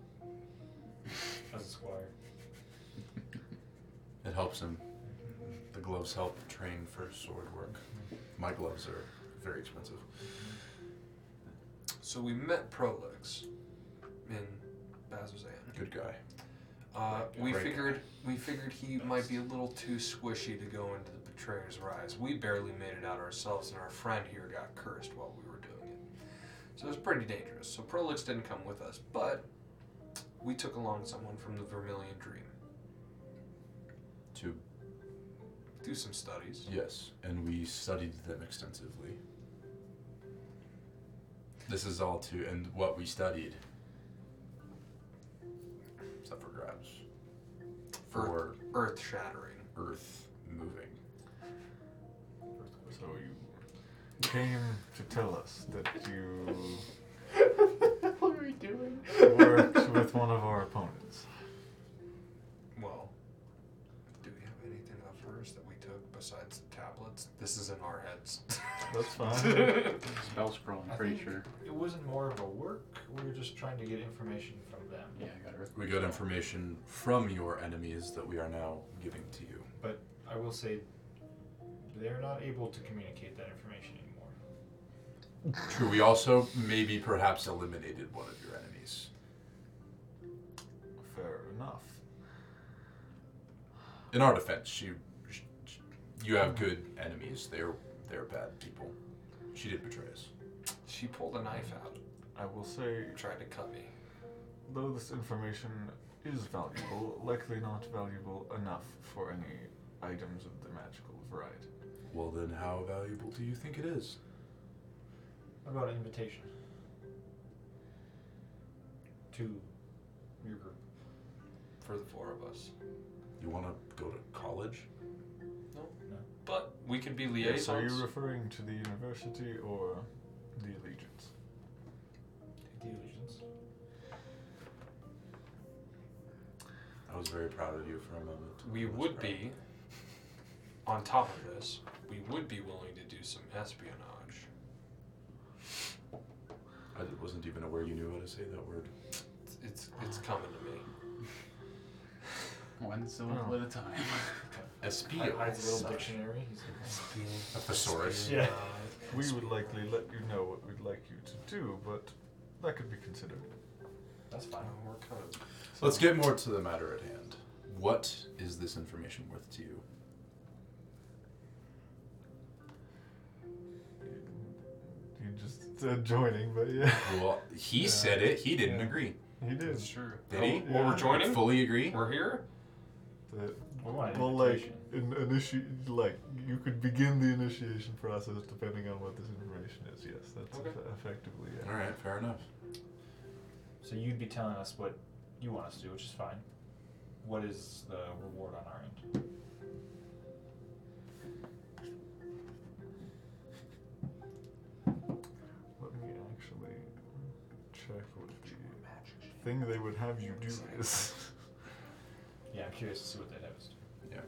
Speaker 7: As a squire.
Speaker 2: It helps him. The gloves help train for sword work. My gloves are very expensive.
Speaker 4: So we met Prolex in Bazazan.
Speaker 2: Good guy.
Speaker 4: Uh, we
Speaker 2: Great.
Speaker 4: figured we figured he might be a little too squishy to go into the betrayer's rise. We barely made it out ourselves, and our friend here got cursed while we were doing it. So it was pretty dangerous. So Prolix didn't come with us, but we took along someone from the Vermilion Dream.
Speaker 2: To
Speaker 4: Do some studies.
Speaker 2: yes, and we studied them extensively. This is all to and what we studied. It's up for grabs.
Speaker 4: Earth,
Speaker 2: For
Speaker 4: earth shattering.
Speaker 2: earth moving.
Speaker 1: so you came to tell us that you
Speaker 5: what are we doing?
Speaker 1: worked with one of our opponents.
Speaker 4: Well, do we have anything of hers that we took besides the tablets? This is in our heads.
Speaker 1: That's fine.
Speaker 5: Spell scroll, I'm pretty sure.
Speaker 7: It wasn't more of a work. We were just trying to get information from them.
Speaker 5: Yeah, I got Earth.
Speaker 2: We got information from your enemies that we are now giving to you.
Speaker 7: I will say, they're not able to communicate that information anymore.
Speaker 2: True, we also maybe perhaps eliminated one of your enemies.
Speaker 1: Fair enough.
Speaker 2: In our defense, she, sh sh- you have good enemies. They're they're bad people. She did betray us.
Speaker 4: she pulled a knife out
Speaker 1: I will say,
Speaker 4: and tried to cut me.
Speaker 1: though this information is valuable, likely not valuable enough for any items of the magical variety.
Speaker 2: Well, then, how valuable do you think it is?
Speaker 7: What about an invitation? To your group.
Speaker 4: for the four of us.
Speaker 2: You want to go to college?
Speaker 4: But we could be
Speaker 1: Yes, are
Speaker 4: liaisons.
Speaker 1: you referring to the university or the allegiance?
Speaker 7: Take the allegiance.
Speaker 2: I was very proud of you for a moment.
Speaker 4: we
Speaker 2: I was
Speaker 4: would
Speaker 2: proud.
Speaker 4: be, on top of this, we would be willing to do some espionage.
Speaker 2: I wasn't even aware you knew how to say that word.
Speaker 4: It's it's, it's coming to me.
Speaker 5: One syllable at a time.
Speaker 2: Espionage.
Speaker 7: Hides a little dictionary. He's like,
Speaker 2: A thesaurus.
Speaker 7: Yeah.
Speaker 1: We would likely let you know what we'd like you to do, but that could be considered.
Speaker 7: That's
Speaker 4: Uh,
Speaker 7: fine.
Speaker 4: we're kind of
Speaker 2: Let's get more to the matter at hand. What is this information worth to you?
Speaker 1: You just said joining, but yeah,
Speaker 2: Well, he said it. He didn't
Speaker 1: Yeah.
Speaker 2: agree.
Speaker 1: he did.
Speaker 4: it's true.
Speaker 2: Did he?
Speaker 4: Oh, Well, we're
Speaker 1: Yeah.
Speaker 4: joining.
Speaker 2: Fully agree.
Speaker 4: We're here.
Speaker 1: That-
Speaker 7: We want an
Speaker 1: well, like,
Speaker 7: invitation.
Speaker 1: in, initi- like, you could begin the initiation process depending on what this information is. Yes, that's
Speaker 4: Okay.
Speaker 1: eff- effectively it.
Speaker 2: All right, fair enough.
Speaker 7: So you'd be telling us what you want us to do, which is fine. What is the reward on our end?
Speaker 1: Let me actually check what the thing they would have you do is.
Speaker 7: Yeah, I'm curious to see what they'd have us do.
Speaker 2: Yeah.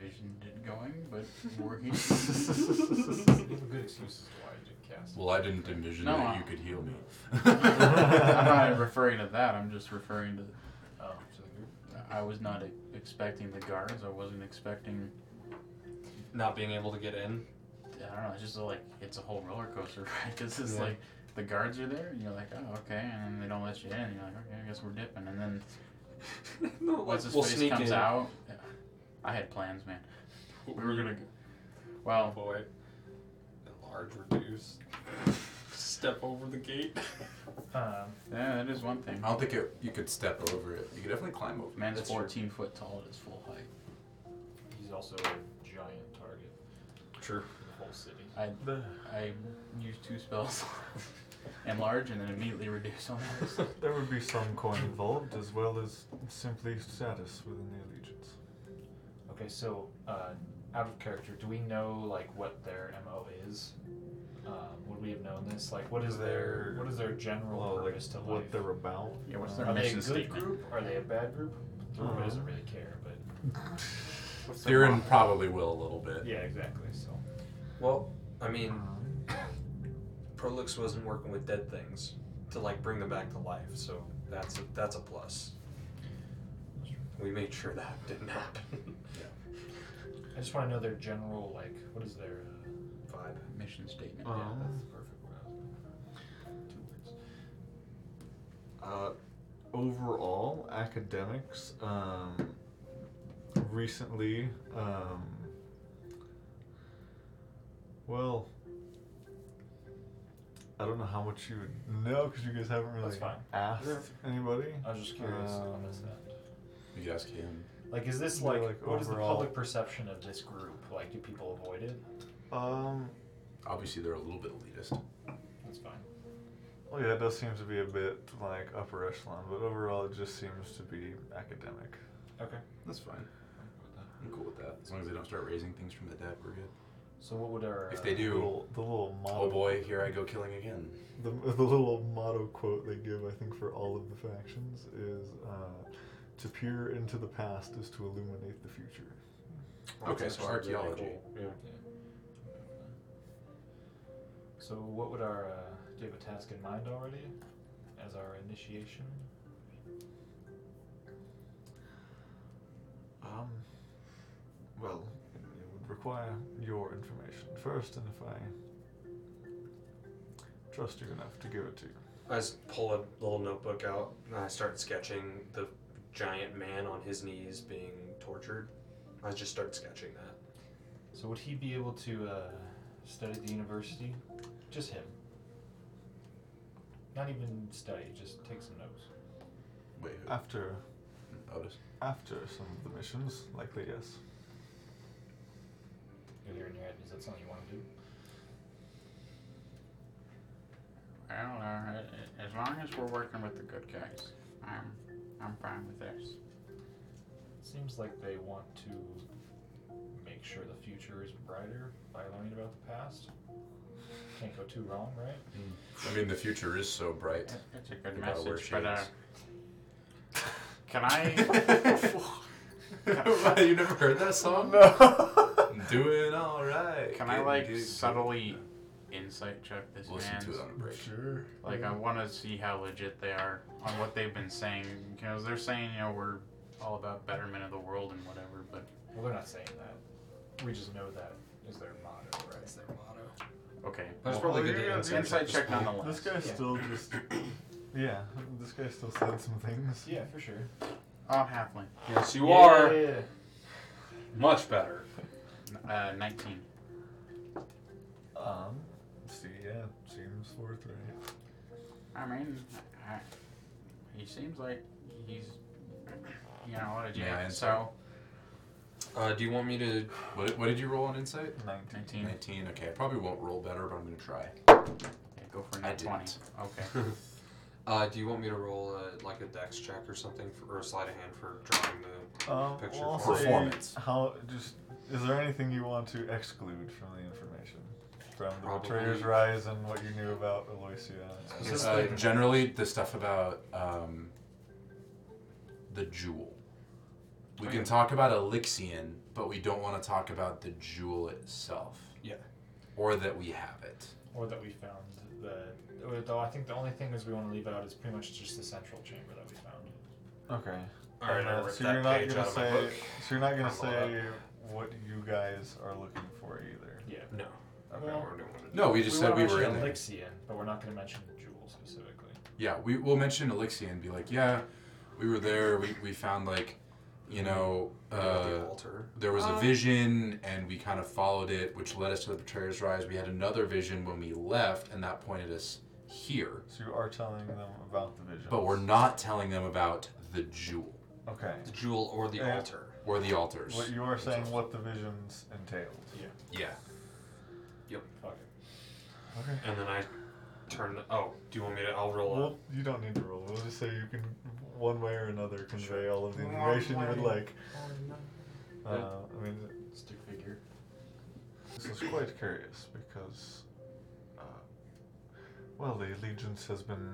Speaker 5: mentioned it going, but we're
Speaker 3: You
Speaker 5: here.
Speaker 3: have a good excuse as to why you didn't cast.
Speaker 2: Well, I didn't envision
Speaker 5: No,
Speaker 2: that
Speaker 5: uh,
Speaker 2: you could heal me.
Speaker 5: I'm not referring to that. I'm just referring to.
Speaker 7: um,
Speaker 3: Oh, to the group.
Speaker 5: I was not e-, expecting the guards. I wasn't expecting.
Speaker 4: Not being able to get in.
Speaker 5: I don't know. It's just like it's a whole roller coaster ride. Because it's
Speaker 4: Yeah.
Speaker 5: like the guards are there, and you're like, oh, okay, and then they don't let you in. And you're like, okay, I guess we're dipping. And then
Speaker 4: no, like,
Speaker 5: once his
Speaker 4: we'll
Speaker 5: face
Speaker 4: sneak
Speaker 5: comes
Speaker 4: in.
Speaker 5: out, yeah. I had plans, man. We were gonna. go- Well,
Speaker 4: Boy. Large reduce. Step over the gate.
Speaker 7: Um,
Speaker 5: yeah, that is one thing.
Speaker 2: I don't think it, you could step over it. You could definitely climb over.
Speaker 5: Man's
Speaker 4: That's true.
Speaker 5: 14 foot tall at his full height.
Speaker 7: he's also a giant target
Speaker 4: True.
Speaker 7: for the whole city.
Speaker 5: I
Speaker 1: The,
Speaker 5: I used two spells, enlarge and then immediately reduce on those.
Speaker 1: there would be some coin involved, as well as simply status within the allegiance.
Speaker 7: Okay, so uh, out of character, do we know like what their mo is? Um, would we have known this? Like, what is their what is their general
Speaker 1: Well, like
Speaker 7: purpose to life?
Speaker 1: what they're about.
Speaker 5: Yeah, what's
Speaker 1: Uh,
Speaker 5: their
Speaker 7: Are they a
Speaker 5: mission
Speaker 7: good
Speaker 5: statement?
Speaker 7: group? Are they a bad group? The room doesn't really care, but
Speaker 2: Theron probably will a little bit.
Speaker 7: yeah, exactly. So
Speaker 4: Well, I mean,
Speaker 1: Uh-huh.
Speaker 4: Prolix wasn't working with dead things to like bring them back to life, so that's a, that's a plus. We made sure that didn't happen.
Speaker 7: I just want to know their general like what is their uh,
Speaker 4: Vibe.
Speaker 5: Mission statement.
Speaker 1: Uh,
Speaker 7: yeah,
Speaker 4: Uh-huh.
Speaker 7: that's perfect. word I was looking for. Two words.
Speaker 1: Uh, overall, academics um, recently, um, well, I don't know how much you would know because you guys haven't really
Speaker 7: That's fine.
Speaker 1: asked anybody.
Speaker 7: I was just curious
Speaker 1: Um,
Speaker 7: on this end.
Speaker 2: You could ask him.
Speaker 7: Like, is this
Speaker 1: yeah,
Speaker 7: like,
Speaker 1: like,
Speaker 7: what is the
Speaker 1: overall-
Speaker 7: public perception of this group? Like, do people avoid it?
Speaker 1: Um,
Speaker 2: Obviously, they're a little bit elitist.
Speaker 7: That's fine.
Speaker 1: well, yeah, it does seem to be a bit like upper echelon, but overall, it just seems to be academic.
Speaker 7: Okay.
Speaker 2: That's fine. I'm cool with that. As long as they don't start raising things from the dead, we're good.
Speaker 7: So what would our
Speaker 2: If they
Speaker 1: The
Speaker 2: do,
Speaker 1: little, the little motto,
Speaker 2: oh boy, here I go killing again.
Speaker 1: the, the little motto quote they give, I think, for all of the factions is uh, "To peer into the past is to illuminate the future."
Speaker 7: uh,
Speaker 2: Okay, so archaeology.
Speaker 4: Yeah.
Speaker 7: So what would our uh, do you have a task in mind already as our initiation?
Speaker 1: Um, well, it would require your information first, and if I trust you enough to give it to you.
Speaker 4: I just pull a little notebook out and I start sketching the giant man on his knees being tortured. I just start sketching that.
Speaker 7: So would he be able to uh, study at the university? Just him. Not even study, just take some notes.
Speaker 2: Wait, who?
Speaker 1: After
Speaker 2: Otis.
Speaker 1: after some of the missions, likely yes.
Speaker 7: You're here in your head. Is that something you want to do?
Speaker 5: I don't know. a- a- uh, As long as we're working with the good guys, I'm I'm fine with this.
Speaker 7: Seems like they want to make sure the future is brighter by learning about the past. Can't go too wrong, right?
Speaker 2: I mean, the future is so bright.
Speaker 5: It- It's a good
Speaker 2: They gotta wear
Speaker 5: message, but uh,
Speaker 2: shades.
Speaker 5: can I
Speaker 2: you never heard that song? No. Doing all right.
Speaker 5: can I
Speaker 2: Getting
Speaker 5: like
Speaker 2: good.
Speaker 5: subtly insight check this
Speaker 2: listen
Speaker 5: man's
Speaker 2: to it on a break?
Speaker 1: Sure.
Speaker 5: Like, I want to see how legit they are on what they've been saying. Because they're saying, you know, we're all about betterment of the world and whatever, but
Speaker 7: Well, they're not saying that. We just know that is their motto, right?
Speaker 4: That's their motto.
Speaker 5: okay.
Speaker 4: That's
Speaker 5: well,
Speaker 4: probably
Speaker 1: well,
Speaker 4: good
Speaker 1: yeah,
Speaker 4: to
Speaker 1: yeah,
Speaker 4: answer.
Speaker 5: insight
Speaker 4: just
Speaker 5: check
Speaker 4: pull-
Speaker 5: nonetheless.
Speaker 1: This guy
Speaker 7: Yeah.
Speaker 1: still just, yeah. This guy still said some things.
Speaker 7: Yeah, for sure.
Speaker 5: Oh, I'm halfling.
Speaker 4: Yes, you are.
Speaker 7: Yeah.
Speaker 4: Much better.
Speaker 5: Uh, 19.
Speaker 1: Um. See, yeah, seems worth it.
Speaker 5: I mean, I, he seems like he's, you know, a
Speaker 2: May I
Speaker 5: Jan.
Speaker 2: insight?
Speaker 5: So,
Speaker 4: Uh, do you want me to?
Speaker 2: What, what did you roll on insight?
Speaker 1: Nineteen.
Speaker 5: 19.
Speaker 2: 19. Okay, I probably won't roll better, but I'm gonna try.
Speaker 5: Yeah, go for a
Speaker 2: I
Speaker 5: nat 20.
Speaker 2: didn't.
Speaker 5: Okay.
Speaker 4: Uh, do you want me to roll a, like a dex check or something, for, or a sleight of hand for drawing the?
Speaker 1: Um,
Speaker 4: Picture
Speaker 1: well, I'll
Speaker 4: for-
Speaker 1: say
Speaker 2: Performance.
Speaker 1: How just is there anything you want to exclude from the information from the
Speaker 4: Probably-
Speaker 1: Betrayer's Rise and what you knew about Aloysia?
Speaker 2: Uh, generally, the stuff about um, the jewel.
Speaker 5: Oh,
Speaker 2: We can talk about Elixion, but we don't want to talk about the jewel itself.
Speaker 4: Yeah.
Speaker 2: Or that we have it.
Speaker 7: or that we found the. Or though I think the only thing is we want to leave out is pretty much just the central chamber that we found.
Speaker 1: Okay.
Speaker 4: All right, I
Speaker 1: Uh,
Speaker 4: ripped
Speaker 1: so
Speaker 4: that
Speaker 1: you're not
Speaker 4: page
Speaker 1: gonna
Speaker 4: out of my
Speaker 1: say.
Speaker 4: book.
Speaker 1: So you're not gonna
Speaker 4: Crumble it
Speaker 1: say what you guys are looking for either.
Speaker 7: Yeah.
Speaker 4: No.
Speaker 1: Okay.
Speaker 7: Well,
Speaker 4: We're doing it.
Speaker 2: No, we just said
Speaker 7: wanna
Speaker 2: we were in
Speaker 7: mention
Speaker 2: there.
Speaker 7: Elixion, but we're not going to mention the jewel specifically.
Speaker 2: Yeah, we will mention Elixion and be like, yeah, we were there. We, we found like, you know,
Speaker 4: the
Speaker 2: uh,
Speaker 4: altar.
Speaker 2: there was a
Speaker 5: Uh,
Speaker 2: vision and we kind of followed it, which led us to the Betrayer's Rise. We had another vision when we left, and that pointed us here.
Speaker 1: So you are telling them about the vision.
Speaker 2: But we're not telling them about the jewel
Speaker 1: Okay.
Speaker 4: The jewel or the
Speaker 1: Yeah.
Speaker 4: altar.
Speaker 2: or the altars.
Speaker 1: What you are saying, what the visions entailed.
Speaker 2: Yeah.
Speaker 7: Fuck
Speaker 1: Okay.
Speaker 4: And then I turn. Oh, do you want me to? I'll roll
Speaker 1: Well,
Speaker 4: up.
Speaker 1: you don't need to roll. We'll just say you can, one way or another, convey all of the information you would like. Uh, I mean,
Speaker 7: it. Stick figure.
Speaker 1: this is quite curious because, uh, well, the allegiance has been.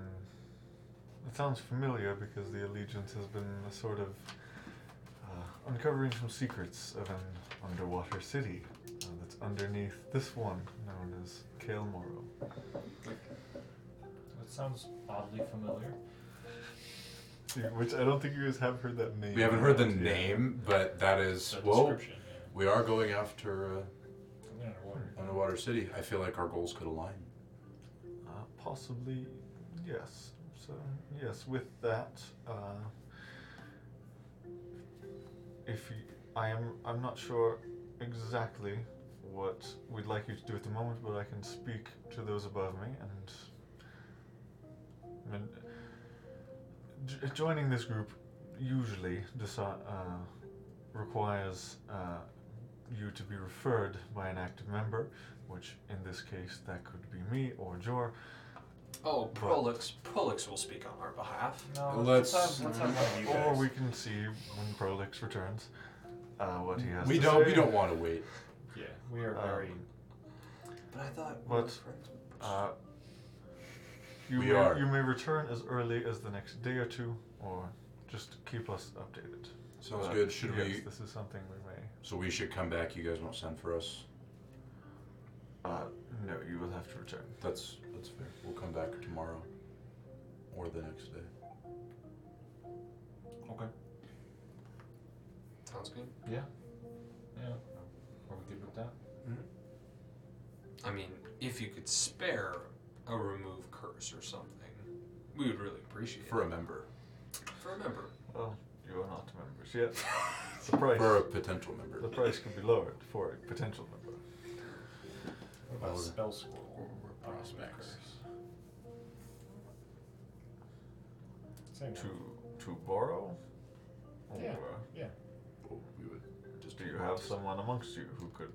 Speaker 1: It sounds familiar because the allegiance has been a sort of uh, uncovering some secrets of an underwater city uh, that's underneath this one known as Kale Morrow.
Speaker 7: That sounds oddly familiar.
Speaker 1: Which I don't think you guys have heard that name.
Speaker 2: We haven't heard the
Speaker 1: yet.
Speaker 2: name, but that is.
Speaker 7: The
Speaker 2: Well,
Speaker 7: description. Yeah.
Speaker 2: we are going after uh,
Speaker 7: Something underwater.
Speaker 2: Underwater City. I feel like our goals could align.
Speaker 1: Uh, possibly, yes. So, yes, with that, uh, if you, I am, I'm not sure exactly what we'd like you to do at the moment, but I can speak to those above me and. I mean, j- joining this group usually deci- uh, requires uh, you to be referred by an active member, which in this case that could be me or Jor.
Speaker 4: Oh, Prolix. Prolix will speak on our behalf.
Speaker 7: No,
Speaker 2: Let's- Oh,
Speaker 7: let's, have, let's have one of you
Speaker 1: Or
Speaker 7: guys.
Speaker 1: we can see when Prolix returns uh, what he has
Speaker 2: We
Speaker 1: to
Speaker 2: don't.
Speaker 1: say.
Speaker 2: We don't want to wait.
Speaker 7: Yeah, we are
Speaker 1: Um,
Speaker 7: very.
Speaker 4: But I thought.
Speaker 1: we were But- Uh, you,
Speaker 2: We
Speaker 1: may,
Speaker 2: are.
Speaker 1: you may return as early as the next day or two, or just keep us updated.
Speaker 2: Sounds
Speaker 1: But
Speaker 2: good. Should
Speaker 1: yes,
Speaker 2: we?
Speaker 1: This is something we may.
Speaker 2: So we should come back. You guys won't send for us.
Speaker 1: Uh, no, you will have to return.
Speaker 2: That's that's fair. We'll come back tomorrow, or the next day.
Speaker 4: Sounds good.
Speaker 7: Yeah. Are we good with that?
Speaker 4: I mean, if you could spare a remove curse or something, we would really appreciate
Speaker 2: For a member.
Speaker 4: it. For a member.
Speaker 1: Well, you are not members yet. the price.
Speaker 2: For a potential member.
Speaker 1: The price could be lowered for a potential member.
Speaker 7: What about
Speaker 2: Or-
Speaker 7: spell scroll? Oh,
Speaker 2: or we're
Speaker 7: Or remove
Speaker 2: prospects.
Speaker 7: curse? Same
Speaker 1: To
Speaker 7: one.
Speaker 1: to borrow.
Speaker 7: Yeah.
Speaker 1: Or
Speaker 2: Well, we would just
Speaker 1: do you have someone amongst you who could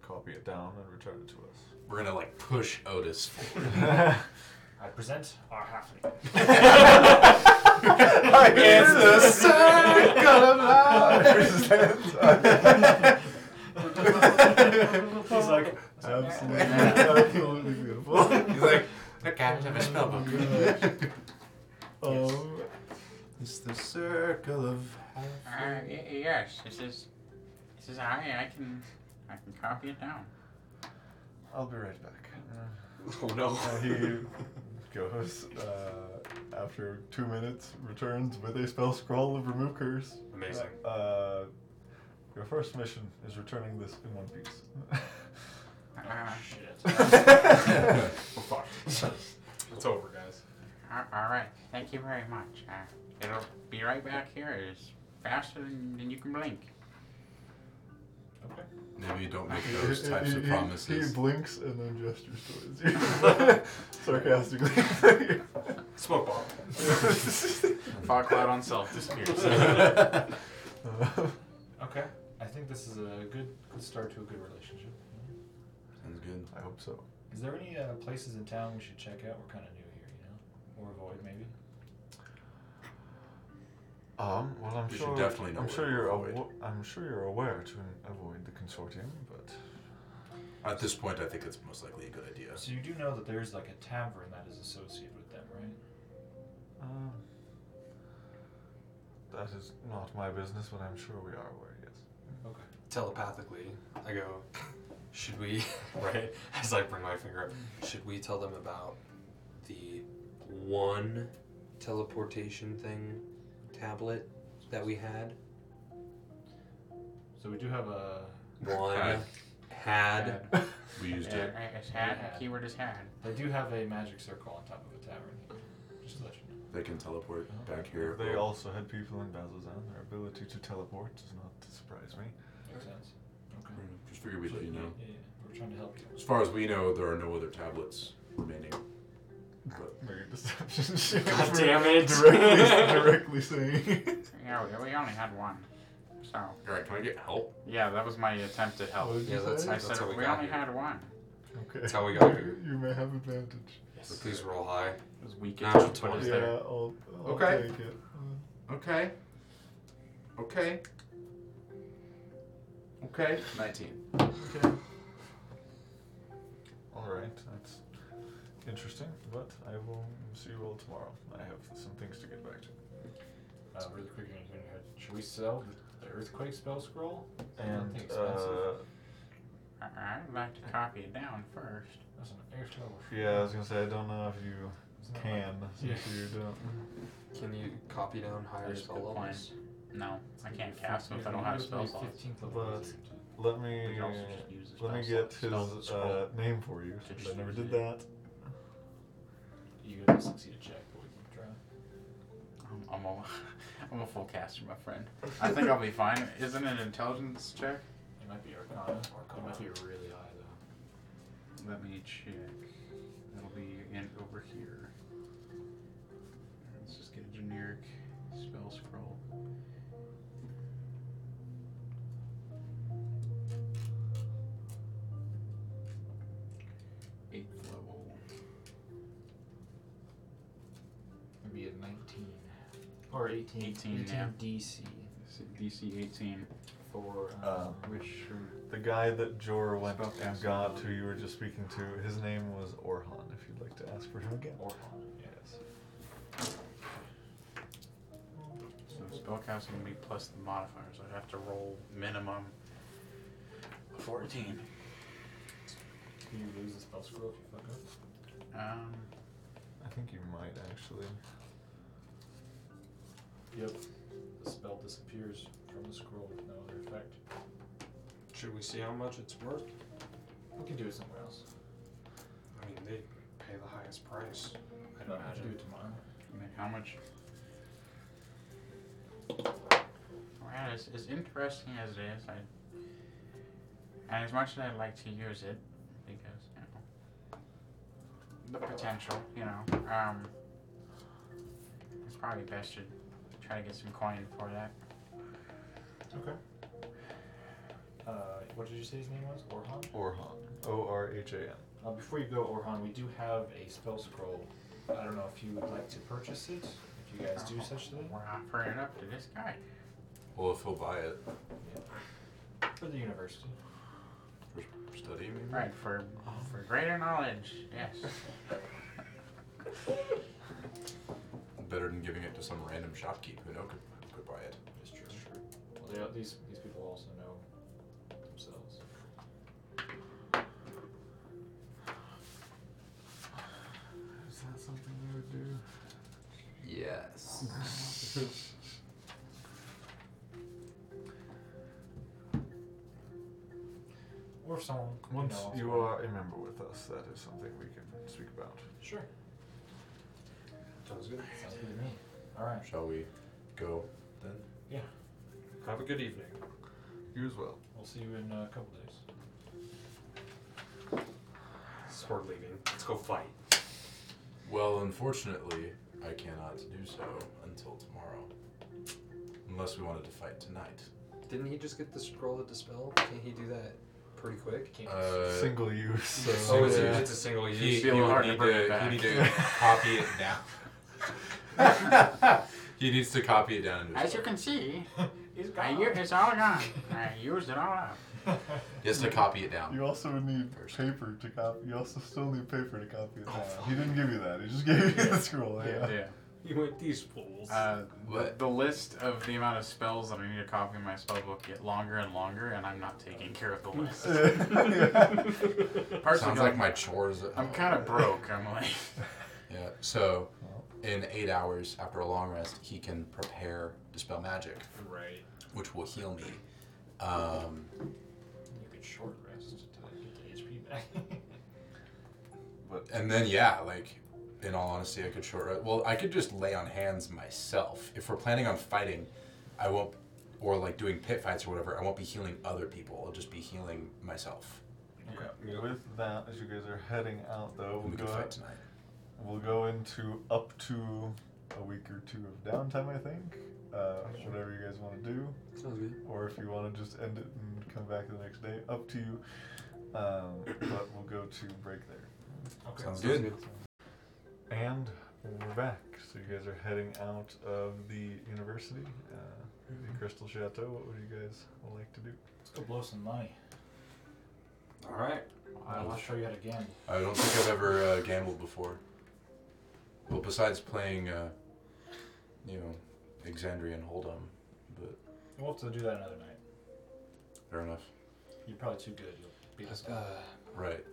Speaker 1: copy it down and return it to us?
Speaker 2: We're gonna like push Otis. forward.
Speaker 7: I present our halfling.
Speaker 2: it's the same
Speaker 7: He's like,
Speaker 1: absolutely, absolutely beautiful.
Speaker 2: He's like,
Speaker 5: Look
Speaker 1: Oh,
Speaker 5: at it, I have a spellbook.
Speaker 1: Um,
Speaker 2: it's the circle of.
Speaker 5: Uh, y- yes, this is this is I. I can I can copy it down.
Speaker 1: I'll be right back.
Speaker 4: Oh no.
Speaker 1: Uh, he goes uh, after two minutes, returns with a spell scroll of remove curse.
Speaker 4: Amazing.
Speaker 1: Uh, your first mission is returning this in one piece.
Speaker 5: Uh,
Speaker 7: Ah, shit. Oh,
Speaker 2: We're
Speaker 7: It's over, guys.
Speaker 5: a- all right, thank you very much. Uh, it'll be right back here. It's faster than, than you can blink.
Speaker 7: Okay.
Speaker 2: Maybe you don't make those types of
Speaker 1: He- he- He,
Speaker 2: promises.
Speaker 1: blinks and then gestures towards you. Sarcastically.
Speaker 4: Smoke bomb.
Speaker 5: Fog cloud on self disappears.
Speaker 6: Uh,
Speaker 7: Okay. I think this is a good, good start to a good relationship.
Speaker 2: Sounds good.
Speaker 1: I hope so.
Speaker 7: Is there any uh, places in town we should check out? We're kind of new here, you know? Or avoid, maybe?
Speaker 1: Um, well, I'm
Speaker 2: We should
Speaker 1: sure.
Speaker 2: definitely know
Speaker 1: I'm
Speaker 2: where
Speaker 1: sure
Speaker 2: to
Speaker 1: you're.
Speaker 2: avoid.
Speaker 1: Awa- I'm sure you're aware to avoid the consortium, but
Speaker 2: At this point, I think it's most likely a good idea.
Speaker 7: So you do know that there's like a tavern that is associated with them, right?
Speaker 1: um,
Speaker 6: uh, That is not my business, but I'm sure we are aware, yes.
Speaker 3: Okay.
Speaker 4: telepathically, I go, should we, right? As I bring my finger up, should we tell them about the one teleportation thing tablet that we had?
Speaker 7: So we do have a.
Speaker 4: One
Speaker 2: Had.
Speaker 4: had.
Speaker 2: We used
Speaker 5: Yeah,
Speaker 2: it.
Speaker 5: I- it's had.
Speaker 7: Yeah.
Speaker 5: Keyword is had.
Speaker 7: They do have a magic circle on top of a tavern. Just to let you know.
Speaker 2: They can teleport
Speaker 1: Uh-huh.
Speaker 2: back here.
Speaker 6: Uh, They also had people in Bazilzan. Their ability to teleport does not surprise me.
Speaker 7: Makes sense. Okay.
Speaker 2: Mm, Just figured we'd
Speaker 7: So
Speaker 2: let you
Speaker 7: yeah,
Speaker 2: know.
Speaker 7: Yeah, yeah. We're trying to help you.
Speaker 2: As far as we know, there are no other tablets remaining. But
Speaker 6: Make a deception check
Speaker 4: God
Speaker 6: for
Speaker 4: damn it.
Speaker 6: Directly, directly saying.
Speaker 5: Yeah, we, we only had one. So
Speaker 2: all right, can I get help?
Speaker 5: yeah, that was my attempt at help.
Speaker 6: What did
Speaker 4: Yeah,
Speaker 6: you
Speaker 4: that's
Speaker 6: say?
Speaker 5: I
Speaker 4: That's
Speaker 5: said
Speaker 4: how we
Speaker 5: we,
Speaker 4: got
Speaker 5: only
Speaker 4: here."
Speaker 5: had one.
Speaker 6: Okay.
Speaker 4: That's how we got
Speaker 6: You-
Speaker 4: here.
Speaker 6: You may have advantage.
Speaker 4: So please roll high.
Speaker 7: It was weak.
Speaker 4: Natural
Speaker 7: as hell, but it's
Speaker 4: 20.
Speaker 1: yeah,
Speaker 7: there.
Speaker 1: I'll, I'll
Speaker 2: Okay.
Speaker 1: take it.
Speaker 6: Uh,
Speaker 2: Okay. Okay. Okay. 19.
Speaker 6: All right, that's interesting. But I will see you all tomorrow. I have some things to get back to.
Speaker 7: Uh, really quick, you're gonna hear, should we sell the earthquake spell scroll?
Speaker 6: And
Speaker 7: Nothing expensive.
Speaker 6: uh,
Speaker 5: All right, I'd like to copy it down first.
Speaker 7: That's an extra.
Speaker 6: yeah, I was gonna say I don't know if you
Speaker 7: Isn't that
Speaker 6: can
Speaker 7: like-
Speaker 6: since you don't.
Speaker 4: Can you copy down higher
Speaker 5: That's a
Speaker 4: spell
Speaker 5: good point.
Speaker 4: levels?
Speaker 5: No, I can't
Speaker 7: Yeah,
Speaker 5: cast them if I
Speaker 7: you
Speaker 5: don't have
Speaker 7: guys
Speaker 5: spell
Speaker 7: made
Speaker 5: slots.
Speaker 7: 15th level
Speaker 6: But-
Speaker 7: wizard.
Speaker 6: Let
Speaker 5: We
Speaker 6: me
Speaker 5: could also just use the
Speaker 6: let me
Speaker 5: spell
Speaker 6: get
Speaker 5: slot-
Speaker 6: his
Speaker 5: spell
Speaker 6: uh,
Speaker 5: scroll.
Speaker 6: name for you.
Speaker 5: To
Speaker 6: since
Speaker 5: just
Speaker 6: I never
Speaker 5: use
Speaker 6: did
Speaker 5: it.
Speaker 6: that.
Speaker 7: You guys succeed a check, but we can try.
Speaker 5: I'm- I'm a, I'm a full caster, my friend. I think I'll be fine. Isn't it an intelligence check?
Speaker 7: It might be Arcana. It might be really high though.
Speaker 5: Let me check. That'll be in over here. Let's just get a generic spell scroll. Eighth level.
Speaker 7: It'd be a 19 or 18.
Speaker 5: 18, yeah.
Speaker 7: DC
Speaker 5: This is DC 18.
Speaker 7: for um,
Speaker 6: Um,
Speaker 5: Which uh,
Speaker 6: The guy that Jorah went and
Speaker 5: Spellcasting
Speaker 6: got,
Speaker 5: ability.
Speaker 6: who you were just speaking to, his name was Orhan. If you'd like to ask for him again.
Speaker 7: Orhan. Yeah.
Speaker 6: Yes.
Speaker 5: so spellcasting would be plus the modifiers. I'd have to roll minimum 14.
Speaker 7: Do you lose the spell scroll if you fuck up?
Speaker 5: Um,
Speaker 6: I think you might actually.
Speaker 7: Yep. The spell disappears from the scroll with no other effect.
Speaker 4: Should we see how much it's worth?
Speaker 7: We can do it somewhere else.
Speaker 4: I mean, they pay the highest price.
Speaker 7: I don't know how to do it tomorrow.
Speaker 5: I mean, how much? Well, as, as interesting as it is, I, and as much as I'd like to use it, because, you know, the potential, you know, um, it's probably best to try to get some coin for that.
Speaker 7: Okay. Uh, what did you say his name was? Orhan.
Speaker 6: Orhan. O R H A N.
Speaker 7: Uh, before you go, Orhan, we do have a spell scroll. I don't know if you would like to purchase it. If you guys do such thing,
Speaker 5: Um, We're offering it up to this guy.
Speaker 2: Well, if he'll buy it
Speaker 7: for the university.
Speaker 2: for study, maybe?
Speaker 7: Hmm.
Speaker 5: Right, for,
Speaker 7: Uh-huh.
Speaker 5: for greater knowledge, yes.
Speaker 2: Better than giving it to some random shopkeep who know could, who could buy it. It's true.
Speaker 7: Well, they, these these people also know themselves.
Speaker 6: Is that something they would do?
Speaker 4: Yes.
Speaker 7: Or if someone you uh,
Speaker 6: Once
Speaker 7: know,
Speaker 6: you
Speaker 7: someone-
Speaker 6: are a member with us, that is something we can speak about.
Speaker 7: Sure.
Speaker 4: Sounds good.
Speaker 7: Sounds good to me. All right.
Speaker 2: Shall we go then?
Speaker 4: Have a good evening.
Speaker 6: You as well.
Speaker 7: We'll see you in uh, a couple days.
Speaker 4: So we're leaving. Let's go fight.
Speaker 2: Well, unfortunately, I cannot do so until tomorrow. Unless we wanted to fight tonight.
Speaker 4: Didn't he just get the scroll to dispel? Can't he do that pretty quick?
Speaker 7: Can't
Speaker 2: Uh,
Speaker 6: Single use. So.
Speaker 4: Oh, is it
Speaker 2: Yeah.
Speaker 4: just a single use?
Speaker 2: he, he
Speaker 5: feel
Speaker 2: would
Speaker 5: hard to
Speaker 2: need
Speaker 5: bring it
Speaker 2: to,
Speaker 5: back.
Speaker 2: he need to copy it down. he needs to copy it down. Into his
Speaker 5: As you
Speaker 2: phone.
Speaker 5: can see, I, u- it's all gone. I used it all up.
Speaker 2: He has to copy it down.
Speaker 1: You also need
Speaker 2: First.
Speaker 1: paper to copy. You also still need paper to copy it down. he didn't give you that. He just gave you the scroll. Oh, Yeah.
Speaker 5: Yeah.
Speaker 4: You went these fools.
Speaker 5: Uh, the,
Speaker 2: What?
Speaker 5: the list of the amount of spells that I need to copy in my spell book get longer and longer, and I'm not taking care of the list. Partially
Speaker 2: Sounds like my chores.
Speaker 5: I'm kind of broke. I'm like,
Speaker 2: Yeah. So, in eight hours after a long rest, he can prepare dispel magic,
Speaker 7: Right.
Speaker 2: which will heal me. Um,
Speaker 7: You could short rest to get the HP back.
Speaker 2: and then yeah, like in all honesty, I could short rest. Well, I could just lay on hands myself. If we're planning on fighting, I won't, or like doing pit fights or whatever. I won't be healing other people. I'll just be healing myself.
Speaker 1: With that, as you guys are heading out, though,
Speaker 2: And
Speaker 1: we'll
Speaker 2: we can
Speaker 1: go,
Speaker 2: fight tonight.
Speaker 1: we'll go into up to a week or two of downtime, I think. Uh, whatever you guys want to do,
Speaker 4: Sounds good.
Speaker 1: or if you want to just end it and come back the next day, up to you. Um, but we'll go to break there.
Speaker 7: Okay.
Speaker 2: Sounds good.
Speaker 1: And we're back. So you guys are heading out of the university, uh,
Speaker 4: Mm-hmm.
Speaker 1: the Crystal Chateau. What would you guys like to do?
Speaker 7: Let's go blow some money.
Speaker 4: All right.
Speaker 7: I will show you how to gamble.
Speaker 2: I don't think I've ever uh, gambled before. Well, besides playing, uh, you know, Exandrian Hold'em, but
Speaker 7: We'll have to do that another night.
Speaker 2: fair enough.
Speaker 7: You're probably too good. You'll beat us
Speaker 4: Uh,
Speaker 7: up.
Speaker 2: Right.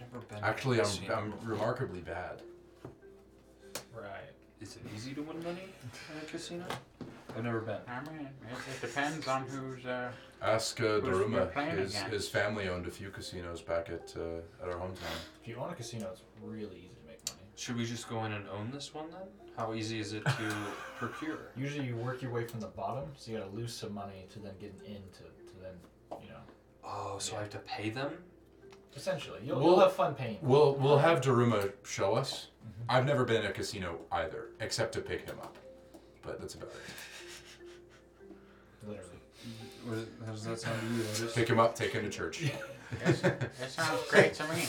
Speaker 4: never been.
Speaker 2: Actually, I'm
Speaker 4: seen
Speaker 2: I'm
Speaker 4: before.
Speaker 2: remarkably bad.
Speaker 7: Right.
Speaker 4: Is it easy to win money at a casino? I've never been.
Speaker 5: I mean, it, it depends on who's. Uh,
Speaker 2: Ask uh,
Speaker 5: Who's your
Speaker 2: Daruma.
Speaker 5: plan
Speaker 2: His,
Speaker 5: again?
Speaker 2: his family owned a few casinos back at uh, at our hometown.
Speaker 7: If you own a casino, it's really easy to make money.
Speaker 4: Should we just go in and own this one then? How easy is it to procure?
Speaker 7: Usually, you work your way from the bottom, so you gotta lose some money to then get an in to, to then, you know.
Speaker 4: Oh, so I have to pay them?
Speaker 7: Essentially, you'll,
Speaker 2: Well-
Speaker 7: you'll have fun paying.
Speaker 2: We'll we'll have Daruma show us. I've never been in a casino either, except to pick him up. But that's about it.
Speaker 7: Literally.
Speaker 4: What is- How does that sound to you? Andres?
Speaker 2: Pick him up, take him to church.
Speaker 5: it's- it sounds great to me.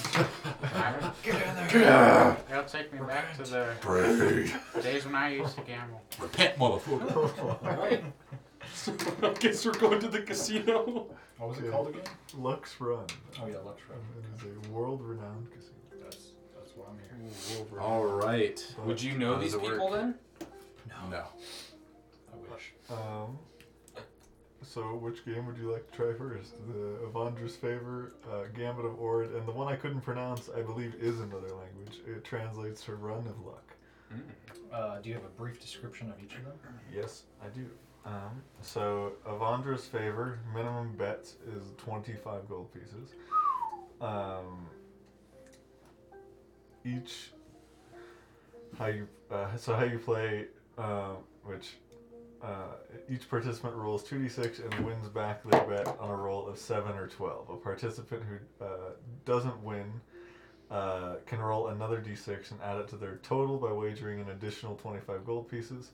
Speaker 5: I, it'll take me back to the
Speaker 2: Pray.
Speaker 5: days when I used to gamble.
Speaker 2: Repent, motherfucker.
Speaker 4: All right. So I guess we're going to the casino.
Speaker 7: What was
Speaker 1: Okay.
Speaker 7: it called again?
Speaker 1: Lux Run. Um,
Speaker 7: Oh yeah, Lux Road.
Speaker 1: It is a world-renowned casino.
Speaker 7: That's that's why I'm here.
Speaker 2: All right.
Speaker 4: Would you know
Speaker 2: How does
Speaker 4: these
Speaker 2: it work?
Speaker 4: people then?
Speaker 2: No.
Speaker 7: I wish.
Speaker 1: Um. So, which game would you like to try first? The Avandra's Favor, uh, Gambit of Ord, and the one I couldn't pronounce, I believe, is another language. It translates to Run of Luck.
Speaker 4: Hmm.
Speaker 7: Uh, do you have a brief description of each of them?
Speaker 1: Yes, I do. Um, so, Avandra's Favor, minimum bets is 25 gold pieces. Um, each. How you. Uh, so, how you play, uh, which. Uh, each participant rolls 2d6 and wins back their bet on a roll of 7 or 12. A participant who uh, doesn't win uh, can roll another d6 and add it to their total by wagering an additional 25 gold pieces.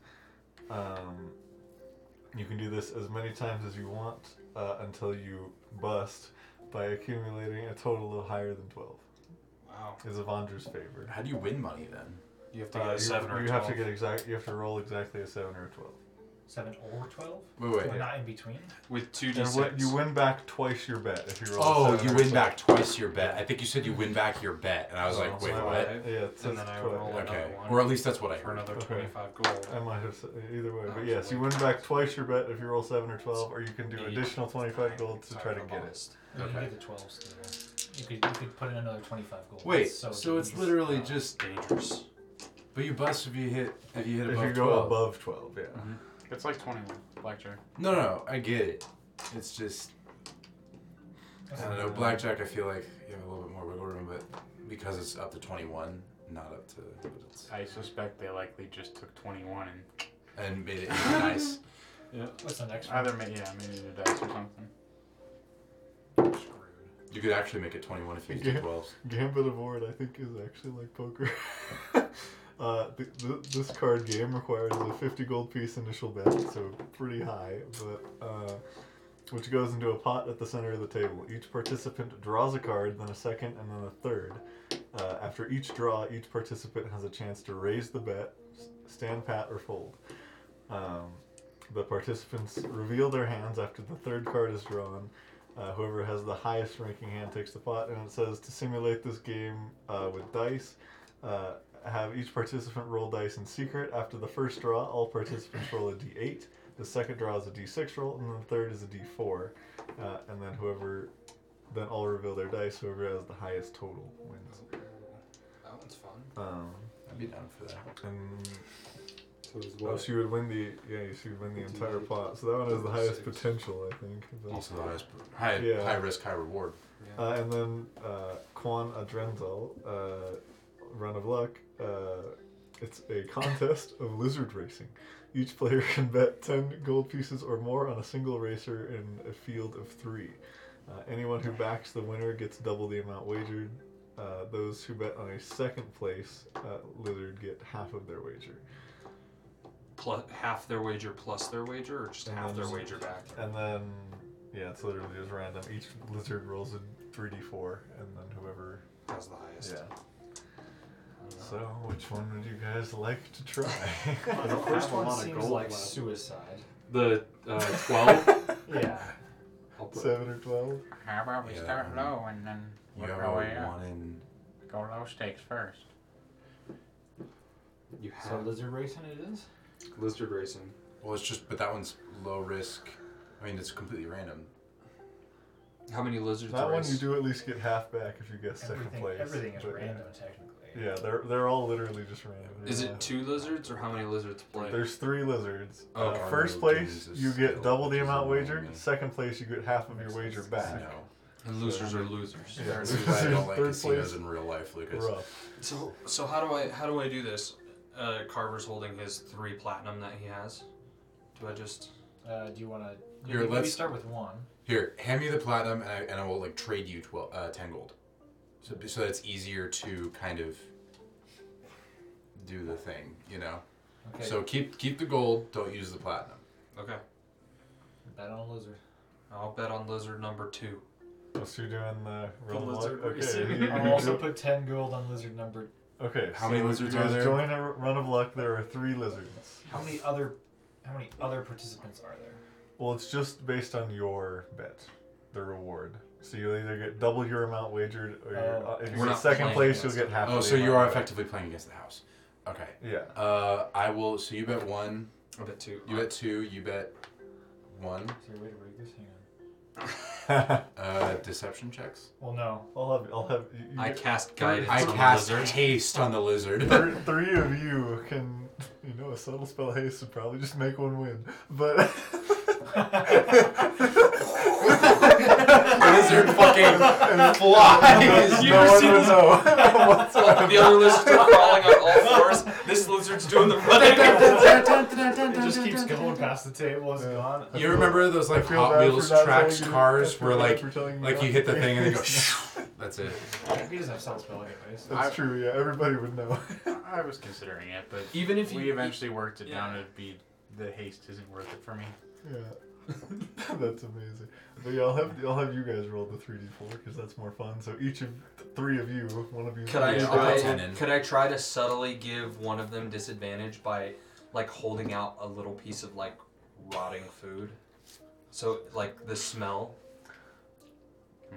Speaker 1: Um, you can do this as many times as you want uh, until you bust by accumulating a total of higher than 12.
Speaker 4: Wow.
Speaker 1: Is Avandra's favor.
Speaker 2: How do you win money then?
Speaker 4: You have to
Speaker 1: Uh,
Speaker 4: get
Speaker 1: you
Speaker 4: a seven or
Speaker 1: you
Speaker 4: a
Speaker 1: have
Speaker 4: 12.
Speaker 1: to get exact. You have to roll exactly a seven or a twelve.
Speaker 7: Seven or twelve?
Speaker 2: Wait, wait.
Speaker 7: We're not in between.
Speaker 4: With two
Speaker 1: And what,
Speaker 4: d6.
Speaker 1: you win back twice your bet if you roll. a
Speaker 2: Oh,
Speaker 1: seven
Speaker 2: you
Speaker 1: or
Speaker 2: win
Speaker 1: 12.
Speaker 2: back twice your bet. I think you said you win back your bet, and I was like,
Speaker 1: Oh, So
Speaker 2: wait,
Speaker 1: I-
Speaker 2: what?
Speaker 1: Yeah, it says
Speaker 4: and then I
Speaker 1: twice.
Speaker 4: roll another
Speaker 2: Okay,
Speaker 4: one
Speaker 2: or at least that's what I
Speaker 4: for
Speaker 2: heard.
Speaker 4: another
Speaker 1: Okay.
Speaker 4: 25 gold.
Speaker 1: I might have said either way,
Speaker 4: Oh,
Speaker 1: but
Speaker 4: it's
Speaker 1: yes,
Speaker 4: way
Speaker 1: you win
Speaker 4: back.
Speaker 1: back twice your bet if you roll seven or twelve, or you can do
Speaker 4: Yeah.
Speaker 1: additional twenty-five gold to
Speaker 4: Sorry,
Speaker 1: try to
Speaker 4: I'm
Speaker 1: get it.
Speaker 4: honest.
Speaker 7: You
Speaker 2: Okay.
Speaker 7: can get the twelves. to the- You could you could put in another twenty-five gold.
Speaker 2: Wait,
Speaker 7: That's
Speaker 2: so,
Speaker 7: easy.
Speaker 2: it's literally
Speaker 7: Uh,
Speaker 2: just.
Speaker 4: Dangerous.
Speaker 2: But you bust if you hit if you hit
Speaker 1: If
Speaker 2: above
Speaker 1: you go
Speaker 2: 12.
Speaker 1: above twelve, yeah.
Speaker 5: It's like 21 blackjack.
Speaker 2: No, no, I get it. It's just I
Speaker 7: that's
Speaker 2: don't know
Speaker 7: not-
Speaker 2: blackjack. I feel like you have a little bit more wiggle room, but because it's up to twenty one, not up to what it's-
Speaker 5: I suspect they likely just took 21 and
Speaker 2: and made it nice.
Speaker 7: What's the next one?
Speaker 5: either made yeah maybe the dice or something.
Speaker 2: You could actually make it twenty one if you
Speaker 1: Yeah.
Speaker 2: did twelves.
Speaker 1: Gambit of Ward, I think, is actually like poker. uh, th- th- this card game requires a 50 gold piece initial bet, so pretty high, but uh, which goes into a pot at the center of the table. Each participant draws a card, then a second, and then a third. Uh, after each draw, each participant has a chance to raise the bet, s- stand pat, or fold. Um, the participants reveal their hands after the third card is drawn. Uh, whoever has the highest ranking hand takes the pot, and it says to simulate this game uh, with dice. Uh, have each participant roll dice in secret. After the first draw, all participants roll a d8. The second draw is a d6 roll, and the third is a d4. Uh, and then whoever, then all reveal their dice. Whoever has the highest total wins.
Speaker 4: That one's fun.
Speaker 1: Um,
Speaker 2: I'd be down for that.
Speaker 1: and
Speaker 8: So it was
Speaker 1: oh,
Speaker 8: what?
Speaker 1: so you would win the yeah, so you would win the entire
Speaker 8: D8.
Speaker 1: pot. So that one has the highest
Speaker 8: Six.
Speaker 1: potential, I think. But-
Speaker 2: Also, the highest, high,
Speaker 1: Yeah.
Speaker 2: high risk, high reward.
Speaker 4: Yeah.
Speaker 1: Uh, and then uh, Quan Adrenzel, uh, Run of Luck, uh, it's a contest of lizard racing. Each player can bet 10 gold pieces or more on a single racer in a field of three. Uh, anyone who backs the winner gets double the amount wagered. Uh, those who bet on a second place uh, lizard get half of their wager.
Speaker 4: Plus, half their wager plus their wager, or just
Speaker 1: And
Speaker 4: half
Speaker 1: then
Speaker 4: their
Speaker 1: just-
Speaker 4: wager back?
Speaker 1: And then, yeah, it's literally just random. Each lizard rolls a 3d4, and then whoever.
Speaker 4: Has the highest.
Speaker 1: Yeah. So, which one would you guys like to try?
Speaker 7: The
Speaker 8: don't
Speaker 7: first
Speaker 8: have a
Speaker 7: one
Speaker 8: lot of
Speaker 7: seems
Speaker 8: gold
Speaker 7: like
Speaker 8: left.
Speaker 7: suicide.
Speaker 8: The uh, 12?
Speaker 7: Yeah.
Speaker 8: I'll put
Speaker 1: Seven or twelve.
Speaker 5: How about we
Speaker 2: Yeah,
Speaker 5: start
Speaker 2: um,
Speaker 5: low and then
Speaker 2: You
Speaker 5: work
Speaker 2: have
Speaker 5: our way up?
Speaker 2: one in.
Speaker 5: Go low stakes first.
Speaker 4: You have
Speaker 7: So lizard racing it is?
Speaker 4: lizard racing.
Speaker 2: Well, it's just, but that one's low risk. I mean, it's completely random.
Speaker 4: How many lizards
Speaker 1: That
Speaker 4: are
Speaker 1: one
Speaker 4: race?
Speaker 1: you do at least get half back if you guess second
Speaker 7: Everything,
Speaker 1: place.
Speaker 7: everything is
Speaker 1: but-
Speaker 7: random technically.
Speaker 1: Yeah, they're they're all literally just random.
Speaker 4: Is
Speaker 1: Yeah.
Speaker 4: it two lizards or how many lizards play?
Speaker 1: There's three lizards.
Speaker 4: Okay.
Speaker 2: Oh,
Speaker 1: Uh, first place, you get double the amount wagered. Second place, you get half of your
Speaker 7: Makes
Speaker 1: wager
Speaker 7: sense.
Speaker 1: back.
Speaker 2: No.
Speaker 4: and losers are losers.
Speaker 1: Yeah,
Speaker 2: This
Speaker 1: losers
Speaker 2: is why I don't
Speaker 1: is
Speaker 2: like
Speaker 1: third
Speaker 2: casinos
Speaker 1: place.
Speaker 2: in real life, Lucas.
Speaker 1: Rough.
Speaker 4: So so how do I how do I do this? Uh, Carver's holding his three platinum that he has. Do I just
Speaker 7: Uh, do you want to?
Speaker 2: Here,
Speaker 7: maybe
Speaker 2: let's-
Speaker 7: start with one.
Speaker 2: Here, hand me the platinum, and I, and I will like trade you 12, uh, ten gold, so so that it's easier to kind of do the thing, you know.
Speaker 7: Okay.
Speaker 2: So keep keep the gold. Don't use the platinum.
Speaker 4: okay?
Speaker 7: bet on a lizard.
Speaker 4: I'll bet on lizard number two.
Speaker 1: Oh, so you're doing the roll of
Speaker 8: lizard
Speaker 1: luck. Okay.
Speaker 8: racing.
Speaker 1: you- you
Speaker 7: I'll also
Speaker 1: do-
Speaker 7: put ten gold on lizard number.
Speaker 1: okay.
Speaker 2: How many
Speaker 1: so
Speaker 2: lizards
Speaker 1: you
Speaker 2: are
Speaker 1: guys
Speaker 2: there?
Speaker 1: Join a r- run of luck. There are three lizards.
Speaker 7: How many other? How many other participants are there?
Speaker 1: Well, it's just based on your bet, the reward. So you either get double your amount wagered, or you're,
Speaker 7: Oh.
Speaker 1: uh, if
Speaker 4: We're
Speaker 1: you get
Speaker 4: not
Speaker 1: second
Speaker 4: playing
Speaker 1: place, you'll
Speaker 4: against
Speaker 1: get half.
Speaker 2: Oh,
Speaker 1: of the
Speaker 2: so you
Speaker 1: amount
Speaker 2: are
Speaker 1: wagered.
Speaker 2: effectively playing against the house. Okay.
Speaker 1: Yeah.
Speaker 2: Uh, I will. So you bet one.
Speaker 4: I bet two.
Speaker 2: You bet two. You bet one.
Speaker 7: Is there a way to rig this? Hang on.
Speaker 1: I'll
Speaker 2: Uh, deception checks.
Speaker 7: Well, no.
Speaker 1: have. I'll have. You, you
Speaker 4: I
Speaker 1: get-
Speaker 4: cast guidance
Speaker 2: I
Speaker 4: on
Speaker 2: cast
Speaker 4: the lizard.
Speaker 2: haste on the lizard.
Speaker 1: Three, three of you can, you know, a subtle spell haste would probably just make one win. But
Speaker 2: lizard fucking flies.
Speaker 1: no one would know.
Speaker 4: the other lizards are crawling on all fours. This lizard's doing the running.
Speaker 7: It just keeps going past the table. It's gone.
Speaker 2: You remember those like
Speaker 1: I feel
Speaker 2: Hot
Speaker 1: bad
Speaker 2: Wheels
Speaker 1: for not
Speaker 2: tracks
Speaker 1: telling you- I
Speaker 2: cars
Speaker 1: feel
Speaker 2: where
Speaker 1: bad
Speaker 2: like
Speaker 1: for telling
Speaker 2: like
Speaker 1: not
Speaker 2: you hit the
Speaker 1: to
Speaker 2: thing and they go
Speaker 1: haste.
Speaker 2: that's it.
Speaker 7: He doesn't have sound spell anyways.
Speaker 1: That's true. Yeah, everybody would know.
Speaker 5: I was considering it, but
Speaker 4: Even if
Speaker 5: we
Speaker 4: you-
Speaker 5: eventually worked it down,
Speaker 4: yeah.
Speaker 5: it'd be the haste isn't worth it for me.
Speaker 1: Yeah, that's amazing. But yeah, I'll have I'll have you guys roll the three d four because that's more fun. So each of three of you, one of you.
Speaker 4: Could I
Speaker 2: Yeah, I'll put ten
Speaker 4: try?
Speaker 2: in.
Speaker 4: Could I try to subtly give one of them disadvantage by like holding out a little piece of like rotting food? So like the smell.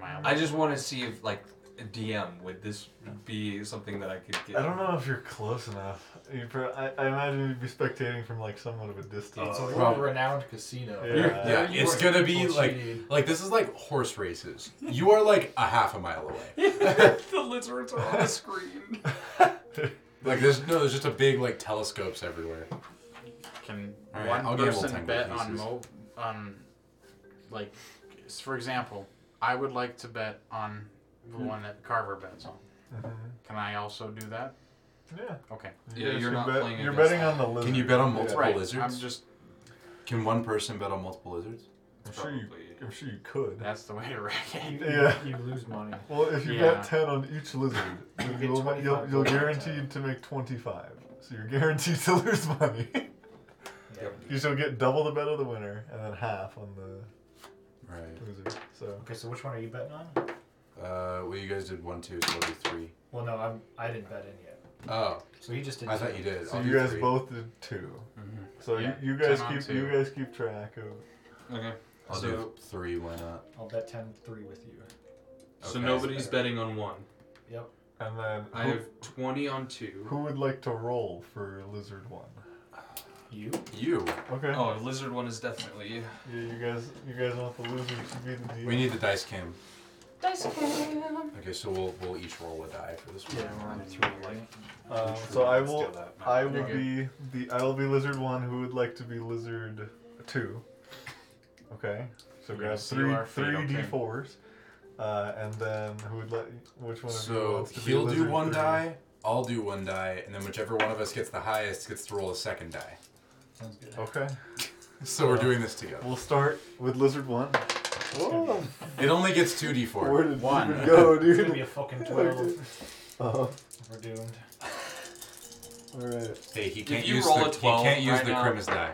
Speaker 5: My
Speaker 4: I just want to see if like a DM would this be something that I could get.
Speaker 1: I don't know if you're close enough. You pro- I, I imagine you'd be spectating from like somewhat of a distance.
Speaker 7: It's a
Speaker 2: well-
Speaker 7: world-renowned casino.
Speaker 1: Yeah.
Speaker 2: Yeah, it's gonna be like like this is like horse races. You are like a half a mile away.
Speaker 4: the lizards are on the screen.
Speaker 2: Like there's no there's just a big like telescopes everywhere.
Speaker 5: can
Speaker 2: Alright,
Speaker 5: one
Speaker 2: I'll give Will
Speaker 5: person
Speaker 2: 10
Speaker 5: bet
Speaker 2: gold
Speaker 5: on
Speaker 2: pieces.
Speaker 5: mo on like s- for example, I would like to bet on the one that Carver bets on. Can I also do that?
Speaker 1: Mm-hmm. yeah.
Speaker 5: Okay.
Speaker 4: Yeah,
Speaker 1: guys
Speaker 4: you're
Speaker 1: can
Speaker 4: not
Speaker 1: bet-
Speaker 4: playing
Speaker 1: You're
Speaker 4: against
Speaker 1: betting
Speaker 4: that.
Speaker 1: on the lizard.
Speaker 2: Can you bet on multiple
Speaker 5: right. I'm
Speaker 2: lizards?
Speaker 5: just
Speaker 2: Can one person bet on multiple lizards?
Speaker 1: I'm sure you.
Speaker 4: Probably.
Speaker 1: I'm sure you could.
Speaker 5: that's the way to wreck it.
Speaker 1: Yeah.
Speaker 7: You lose money.
Speaker 1: Well, if you
Speaker 5: Yeah.
Speaker 1: bet ten on each lizard,
Speaker 7: You
Speaker 1: then
Speaker 7: get
Speaker 1: you'll, you'll,
Speaker 7: 25
Speaker 1: you'll,
Speaker 7: gold.
Speaker 1: guaranteed to make twenty-five. So you're guaranteed to lose money.
Speaker 7: Yeah.
Speaker 1: you shall get double the bet of the winner and then half on the
Speaker 2: Right.
Speaker 1: loser. So
Speaker 7: Okay, so which one are you betting on?
Speaker 2: Uh well you guys did one, two, so I'll do three.
Speaker 7: Well, no, I'm. I didn't bet in yet.
Speaker 2: Oh,
Speaker 7: So he just did.
Speaker 2: I thought you did.
Speaker 1: so
Speaker 2: I'll
Speaker 1: you
Speaker 2: do
Speaker 1: guys
Speaker 2: three.
Speaker 1: both did two.
Speaker 4: Mm-hmm.
Speaker 1: So
Speaker 5: Yeah,
Speaker 1: you, you guys
Speaker 5: 10 on
Speaker 1: keep
Speaker 5: two.
Speaker 1: you guys keep track of.
Speaker 4: Okay.
Speaker 2: I'll do three, why not?
Speaker 7: I'll bet 10 3 with you.
Speaker 4: So
Speaker 2: Okay.
Speaker 4: nobody's betting on one.
Speaker 7: Yep.
Speaker 1: And then
Speaker 4: I
Speaker 1: who,
Speaker 4: have 20 on two.
Speaker 1: who would like to roll for lizard one?
Speaker 7: You?
Speaker 2: You.
Speaker 1: Okay.
Speaker 4: Oh, lizard one is definitely you.
Speaker 1: Yeah, you guys, you guys want the lizard to be the DM.
Speaker 2: We need the dice cam.
Speaker 4: Dice cam.
Speaker 2: Okay, so we'll we'll each roll a die for this one.
Speaker 7: Yeah, we're on a two right?
Speaker 1: um, so I will, I will be
Speaker 5: You're
Speaker 1: the, I will be lizard one. Who would like to be lizard two? Okay. So
Speaker 5: You're
Speaker 1: grab
Speaker 5: gonna seal
Speaker 1: three,
Speaker 5: our fate,
Speaker 1: three
Speaker 5: okay.
Speaker 1: d4s, uh, and then who would let? Which one of you
Speaker 2: So
Speaker 1: wants to be
Speaker 2: he'll do
Speaker 1: lizard
Speaker 2: one
Speaker 1: three?
Speaker 2: die, I'll do one die, and then whichever one of us gets the highest gets to roll a second die.
Speaker 7: Sounds good.
Speaker 1: Okay.
Speaker 2: So we're doing this together.
Speaker 1: We'll start with lizard one. Whoa,
Speaker 2: It only gets two d4.
Speaker 1: where did
Speaker 5: One.
Speaker 1: one go,
Speaker 7: It's gonna be
Speaker 1: dude?
Speaker 7: a fucking 12.
Speaker 1: Uh,
Speaker 7: We're doomed.
Speaker 1: all right.
Speaker 2: Hey, he can't
Speaker 4: you
Speaker 2: use
Speaker 4: roll
Speaker 2: the
Speaker 4: a 12
Speaker 2: he can't use
Speaker 4: right
Speaker 2: the
Speaker 4: now-
Speaker 2: Krimis die.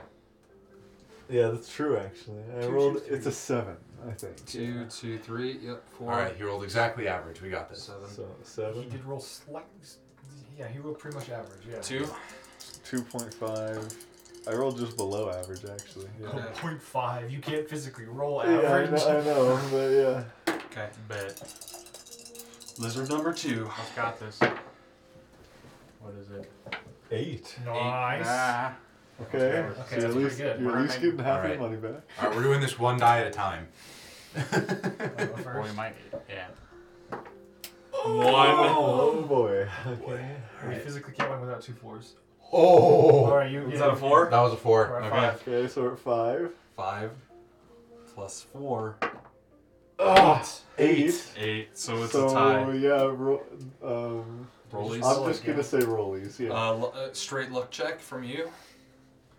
Speaker 1: Yeah, that's true. Actually, I
Speaker 4: Two,
Speaker 1: rolled.
Speaker 4: two,
Speaker 1: It's a seven, I think.
Speaker 4: Two, two, three. Yep, four,
Speaker 2: All right, he rolled exactly average. We got this.
Speaker 4: seven,
Speaker 1: So
Speaker 7: He
Speaker 1: seven,
Speaker 7: did roll slightly. s- Yeah, he rolled pretty much average. Yeah.
Speaker 4: two.
Speaker 1: two point five. I rolled just below average, actually. Yeah.
Speaker 7: Oh,
Speaker 4: Okay.
Speaker 7: 0.5. You can't physically roll
Speaker 1: Yeah, I,
Speaker 7: average.
Speaker 1: know, I know, but yeah.
Speaker 4: Okay. Bet. Lizard number two.
Speaker 5: I've got this. What is it?
Speaker 1: Eight.
Speaker 7: Nice.
Speaker 5: Ah,
Speaker 1: Okay.
Speaker 7: Okay,
Speaker 1: so you're
Speaker 7: that's
Speaker 1: at
Speaker 7: pretty
Speaker 1: least,
Speaker 7: good.
Speaker 1: You're at
Speaker 5: We're
Speaker 1: least
Speaker 5: making-
Speaker 1: getting half your
Speaker 2: Alright.
Speaker 1: money back.
Speaker 2: All right, we're doing this one die at a time.
Speaker 7: Wanna go
Speaker 5: boy,
Speaker 7: first?
Speaker 5: might. Yeah.
Speaker 1: Oh, boy. Okay.
Speaker 7: We physically can't win without two fours.
Speaker 2: Oh,
Speaker 7: Alright, you.
Speaker 4: Is
Speaker 7: yeah,
Speaker 4: that a
Speaker 7: you-
Speaker 4: four?
Speaker 2: that was a
Speaker 7: Or
Speaker 2: four.
Speaker 7: a
Speaker 2: Okay.
Speaker 7: five.
Speaker 1: Okay, so we're at five.
Speaker 4: Five plus four.
Speaker 1: Ugh, eight.
Speaker 4: Eight. So it's
Speaker 1: so
Speaker 4: a tie.
Speaker 1: yeah, ro- um,
Speaker 4: Rollies.
Speaker 1: I'm just
Speaker 7: yeah.
Speaker 1: gonna say rollies. Yeah,
Speaker 4: Uh, lu- uh, straight luck check from you.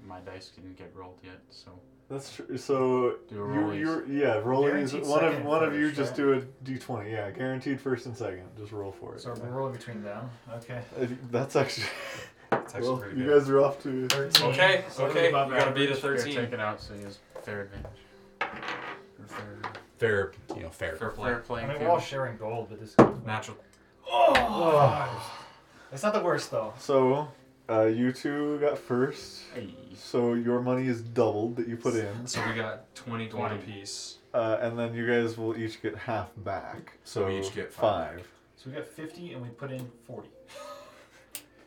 Speaker 5: My dice didn't get rolled yet, so
Speaker 1: that's true. So
Speaker 5: do a
Speaker 1: you,
Speaker 5: roll.
Speaker 1: you, yeah, rollies.
Speaker 7: Guaranteed
Speaker 1: One of
Speaker 7: second
Speaker 1: one of you
Speaker 7: first,
Speaker 1: just
Speaker 7: right?
Speaker 1: do a d20. Yeah, guaranteed first and second. Just roll for it.
Speaker 7: So we're rolling between them. Okay.
Speaker 1: I think that's actually.
Speaker 4: That's actually
Speaker 1: well,
Speaker 4: pretty
Speaker 1: you
Speaker 4: good.
Speaker 1: guys are off to.
Speaker 7: 13.
Speaker 4: Okay,
Speaker 7: So
Speaker 4: okay. You
Speaker 7: above
Speaker 4: gotta beat a
Speaker 7: average.
Speaker 5: Here,
Speaker 4: 13.
Speaker 5: take it out so he has fair advantage. Or fair,
Speaker 2: Fair, you know, fair.
Speaker 4: Fair play.
Speaker 5: fair
Speaker 7: I
Speaker 5: playing
Speaker 7: mean, we're
Speaker 5: field.
Speaker 7: all sharing gold, but this. Could...
Speaker 4: Natural.
Speaker 7: Oh, It's not the worst though.
Speaker 1: So, uh, you two got first.
Speaker 5: Hey.
Speaker 1: So your money is doubled that you put in,
Speaker 4: So we got 20 gold
Speaker 5: Twenty.
Speaker 4: apiece.
Speaker 1: uh, and then you guys will each get half back. So
Speaker 2: we each get five
Speaker 1: five.
Speaker 7: So we got 50 and we put in 40.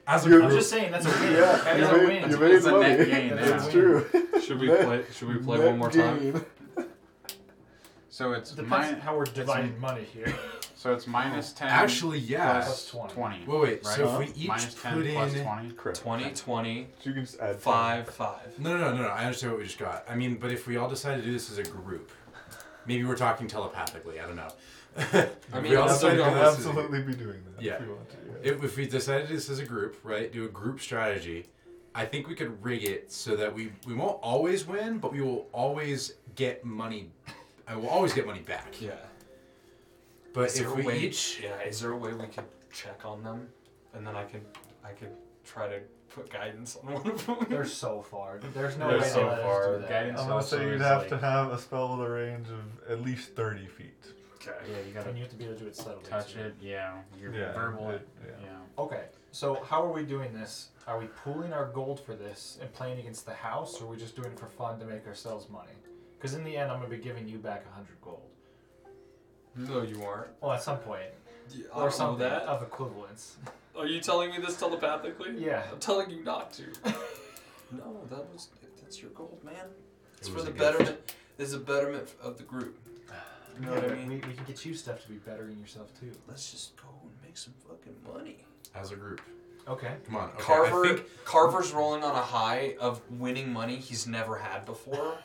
Speaker 2: As a
Speaker 1: You-
Speaker 7: I'm
Speaker 2: group,
Speaker 7: just saying that's a win.
Speaker 1: Yeah,
Speaker 7: that
Speaker 1: you
Speaker 7: is a win.
Speaker 1: made, you made
Speaker 5: It's a
Speaker 1: money.
Speaker 5: net gain,
Speaker 1: That's
Speaker 7: yeah.
Speaker 1: true.
Speaker 4: Should we play? Should we play one more time?
Speaker 5: So it's
Speaker 7: Depends
Speaker 5: min-
Speaker 7: how we're dividing money here.
Speaker 5: so it's minus ten.
Speaker 2: actually, yeah.
Speaker 7: Plus 20.
Speaker 5: twenty.
Speaker 2: Wait, wait. So
Speaker 1: Right.
Speaker 2: if we each
Speaker 5: minus ten
Speaker 2: put in,
Speaker 5: plus twenty.
Speaker 1: Correct.
Speaker 4: 20, 20,
Speaker 1: So you can just add
Speaker 4: 5, 5.
Speaker 2: No, no, no, no, no. I understand what we just got. I mean, but if we all decide to do this as a group, maybe we're talking telepathically. I don't know.
Speaker 4: I
Speaker 2: If
Speaker 4: mean,
Speaker 2: we
Speaker 1: Ten.
Speaker 2: all
Speaker 4: I'll
Speaker 2: decide
Speaker 4: still
Speaker 2: to
Speaker 1: You
Speaker 2: do
Speaker 1: can
Speaker 2: this as a-
Speaker 1: absolutely be doing that
Speaker 2: Yeah.
Speaker 1: if you want to. yeah.
Speaker 2: If, if we decided this as a group, right, do a group strategy, I think we could rig it so that we we won't always win, but we will always get money. I will always get money back.
Speaker 4: Yeah.
Speaker 2: But
Speaker 4: Is there
Speaker 2: if
Speaker 4: a
Speaker 2: we
Speaker 4: way,
Speaker 2: each,
Speaker 4: yeah, is there a way we could check on them, and then I could, I could try to put guidance on one of them.
Speaker 7: They're so far. There's no
Speaker 4: They're
Speaker 7: way
Speaker 4: so
Speaker 7: they let
Speaker 4: far.
Speaker 7: us do that.
Speaker 5: Guidance
Speaker 1: I'm gonna
Speaker 5: also
Speaker 1: say you'd
Speaker 5: is
Speaker 1: have
Speaker 5: like,
Speaker 1: to have a spell with a range of at least 30 feet.
Speaker 4: Okay.
Speaker 5: Yeah, you gotta
Speaker 7: And you have to be able to do it subtly.
Speaker 5: touch
Speaker 7: too.
Speaker 5: it. Yeah, you're
Speaker 1: Yeah,
Speaker 5: verbal.
Speaker 1: it-
Speaker 5: yeah.
Speaker 1: yeah.
Speaker 7: Okay, so how are we doing this? Are we pooling our gold for this and playing against the house, or are we just doing it for fun to make ourselves money? Because in the end, I'm gonna be giving you back 100 gold.
Speaker 4: No, you aren't.
Speaker 7: Well, at some point,
Speaker 4: I
Speaker 7: or
Speaker 4: don't know
Speaker 7: something
Speaker 4: that.
Speaker 7: of equivalence.
Speaker 4: Are you telling me this telepathically?
Speaker 7: Yeah.
Speaker 4: I'm telling you not to. no, that was that's your gold, man. It's
Speaker 2: It
Speaker 4: for
Speaker 2: was
Speaker 4: the
Speaker 2: a gift.
Speaker 4: betterment. There's a betterment of the group. You know
Speaker 7: Yeah,
Speaker 4: what I
Speaker 7: but
Speaker 4: mean?
Speaker 7: We, we can get you stuff to be bettering yourself too.
Speaker 4: Let's just go and make some fucking money.
Speaker 2: as a group,
Speaker 7: Okay.
Speaker 2: come on. Okay,
Speaker 4: Carver
Speaker 2: I think
Speaker 4: Carver's rolling on a high of winning money he's never had before.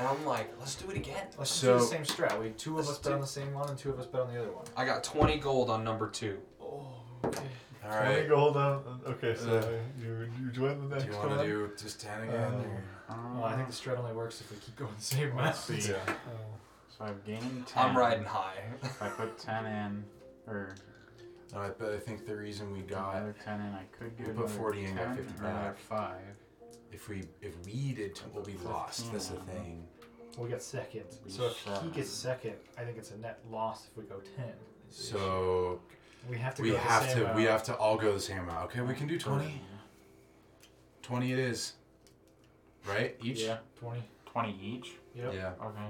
Speaker 4: And I'm like, let's do it again.
Speaker 7: Let's just
Speaker 2: So-
Speaker 7: do the same strat. We two of
Speaker 4: Let's
Speaker 7: us bet on
Speaker 4: do-
Speaker 7: the same one, and two of us bet on the other one.
Speaker 4: I got 20 gold on number two.
Speaker 7: Oh. Okay.
Speaker 2: all
Speaker 1: Let me
Speaker 2: right.
Speaker 1: go hold on. Okay, so
Speaker 2: Uh,
Speaker 1: you you join the
Speaker 2: Do
Speaker 1: next
Speaker 2: you
Speaker 1: one.
Speaker 2: want to do just ten again?
Speaker 1: Um,
Speaker 4: Oh.
Speaker 2: or-
Speaker 7: Well, I think the strat only works if we keep going the same amount.
Speaker 5: see.
Speaker 1: yeah. oh.
Speaker 5: So I've gained ten.
Speaker 4: I'm riding high.
Speaker 5: If I put ten in, or
Speaker 2: All right, but I think the reason we got
Speaker 5: another ten in, I could
Speaker 2: We
Speaker 5: do.
Speaker 2: put
Speaker 5: another
Speaker 2: 40 in, got
Speaker 5: 10,
Speaker 2: 50
Speaker 5: or another
Speaker 2: back.
Speaker 5: Five.
Speaker 2: if we if we did t- what we lost, that's the
Speaker 4: Mm-hmm.
Speaker 2: thing.
Speaker 7: We got second.
Speaker 5: We
Speaker 7: So if he
Speaker 5: suck.
Speaker 7: gets second, I think it's a net loss if we go ten.
Speaker 2: So
Speaker 7: We have to.
Speaker 2: we
Speaker 7: go
Speaker 2: have
Speaker 7: the same
Speaker 2: to
Speaker 7: amount.
Speaker 2: we have to all go the same amount. Okay, we can do twenty. Twenty it is. Right? Each?
Speaker 5: Yeah.
Speaker 7: twenty.
Speaker 5: Twenty each.
Speaker 7: Yep.
Speaker 2: Yeah.
Speaker 5: Okay.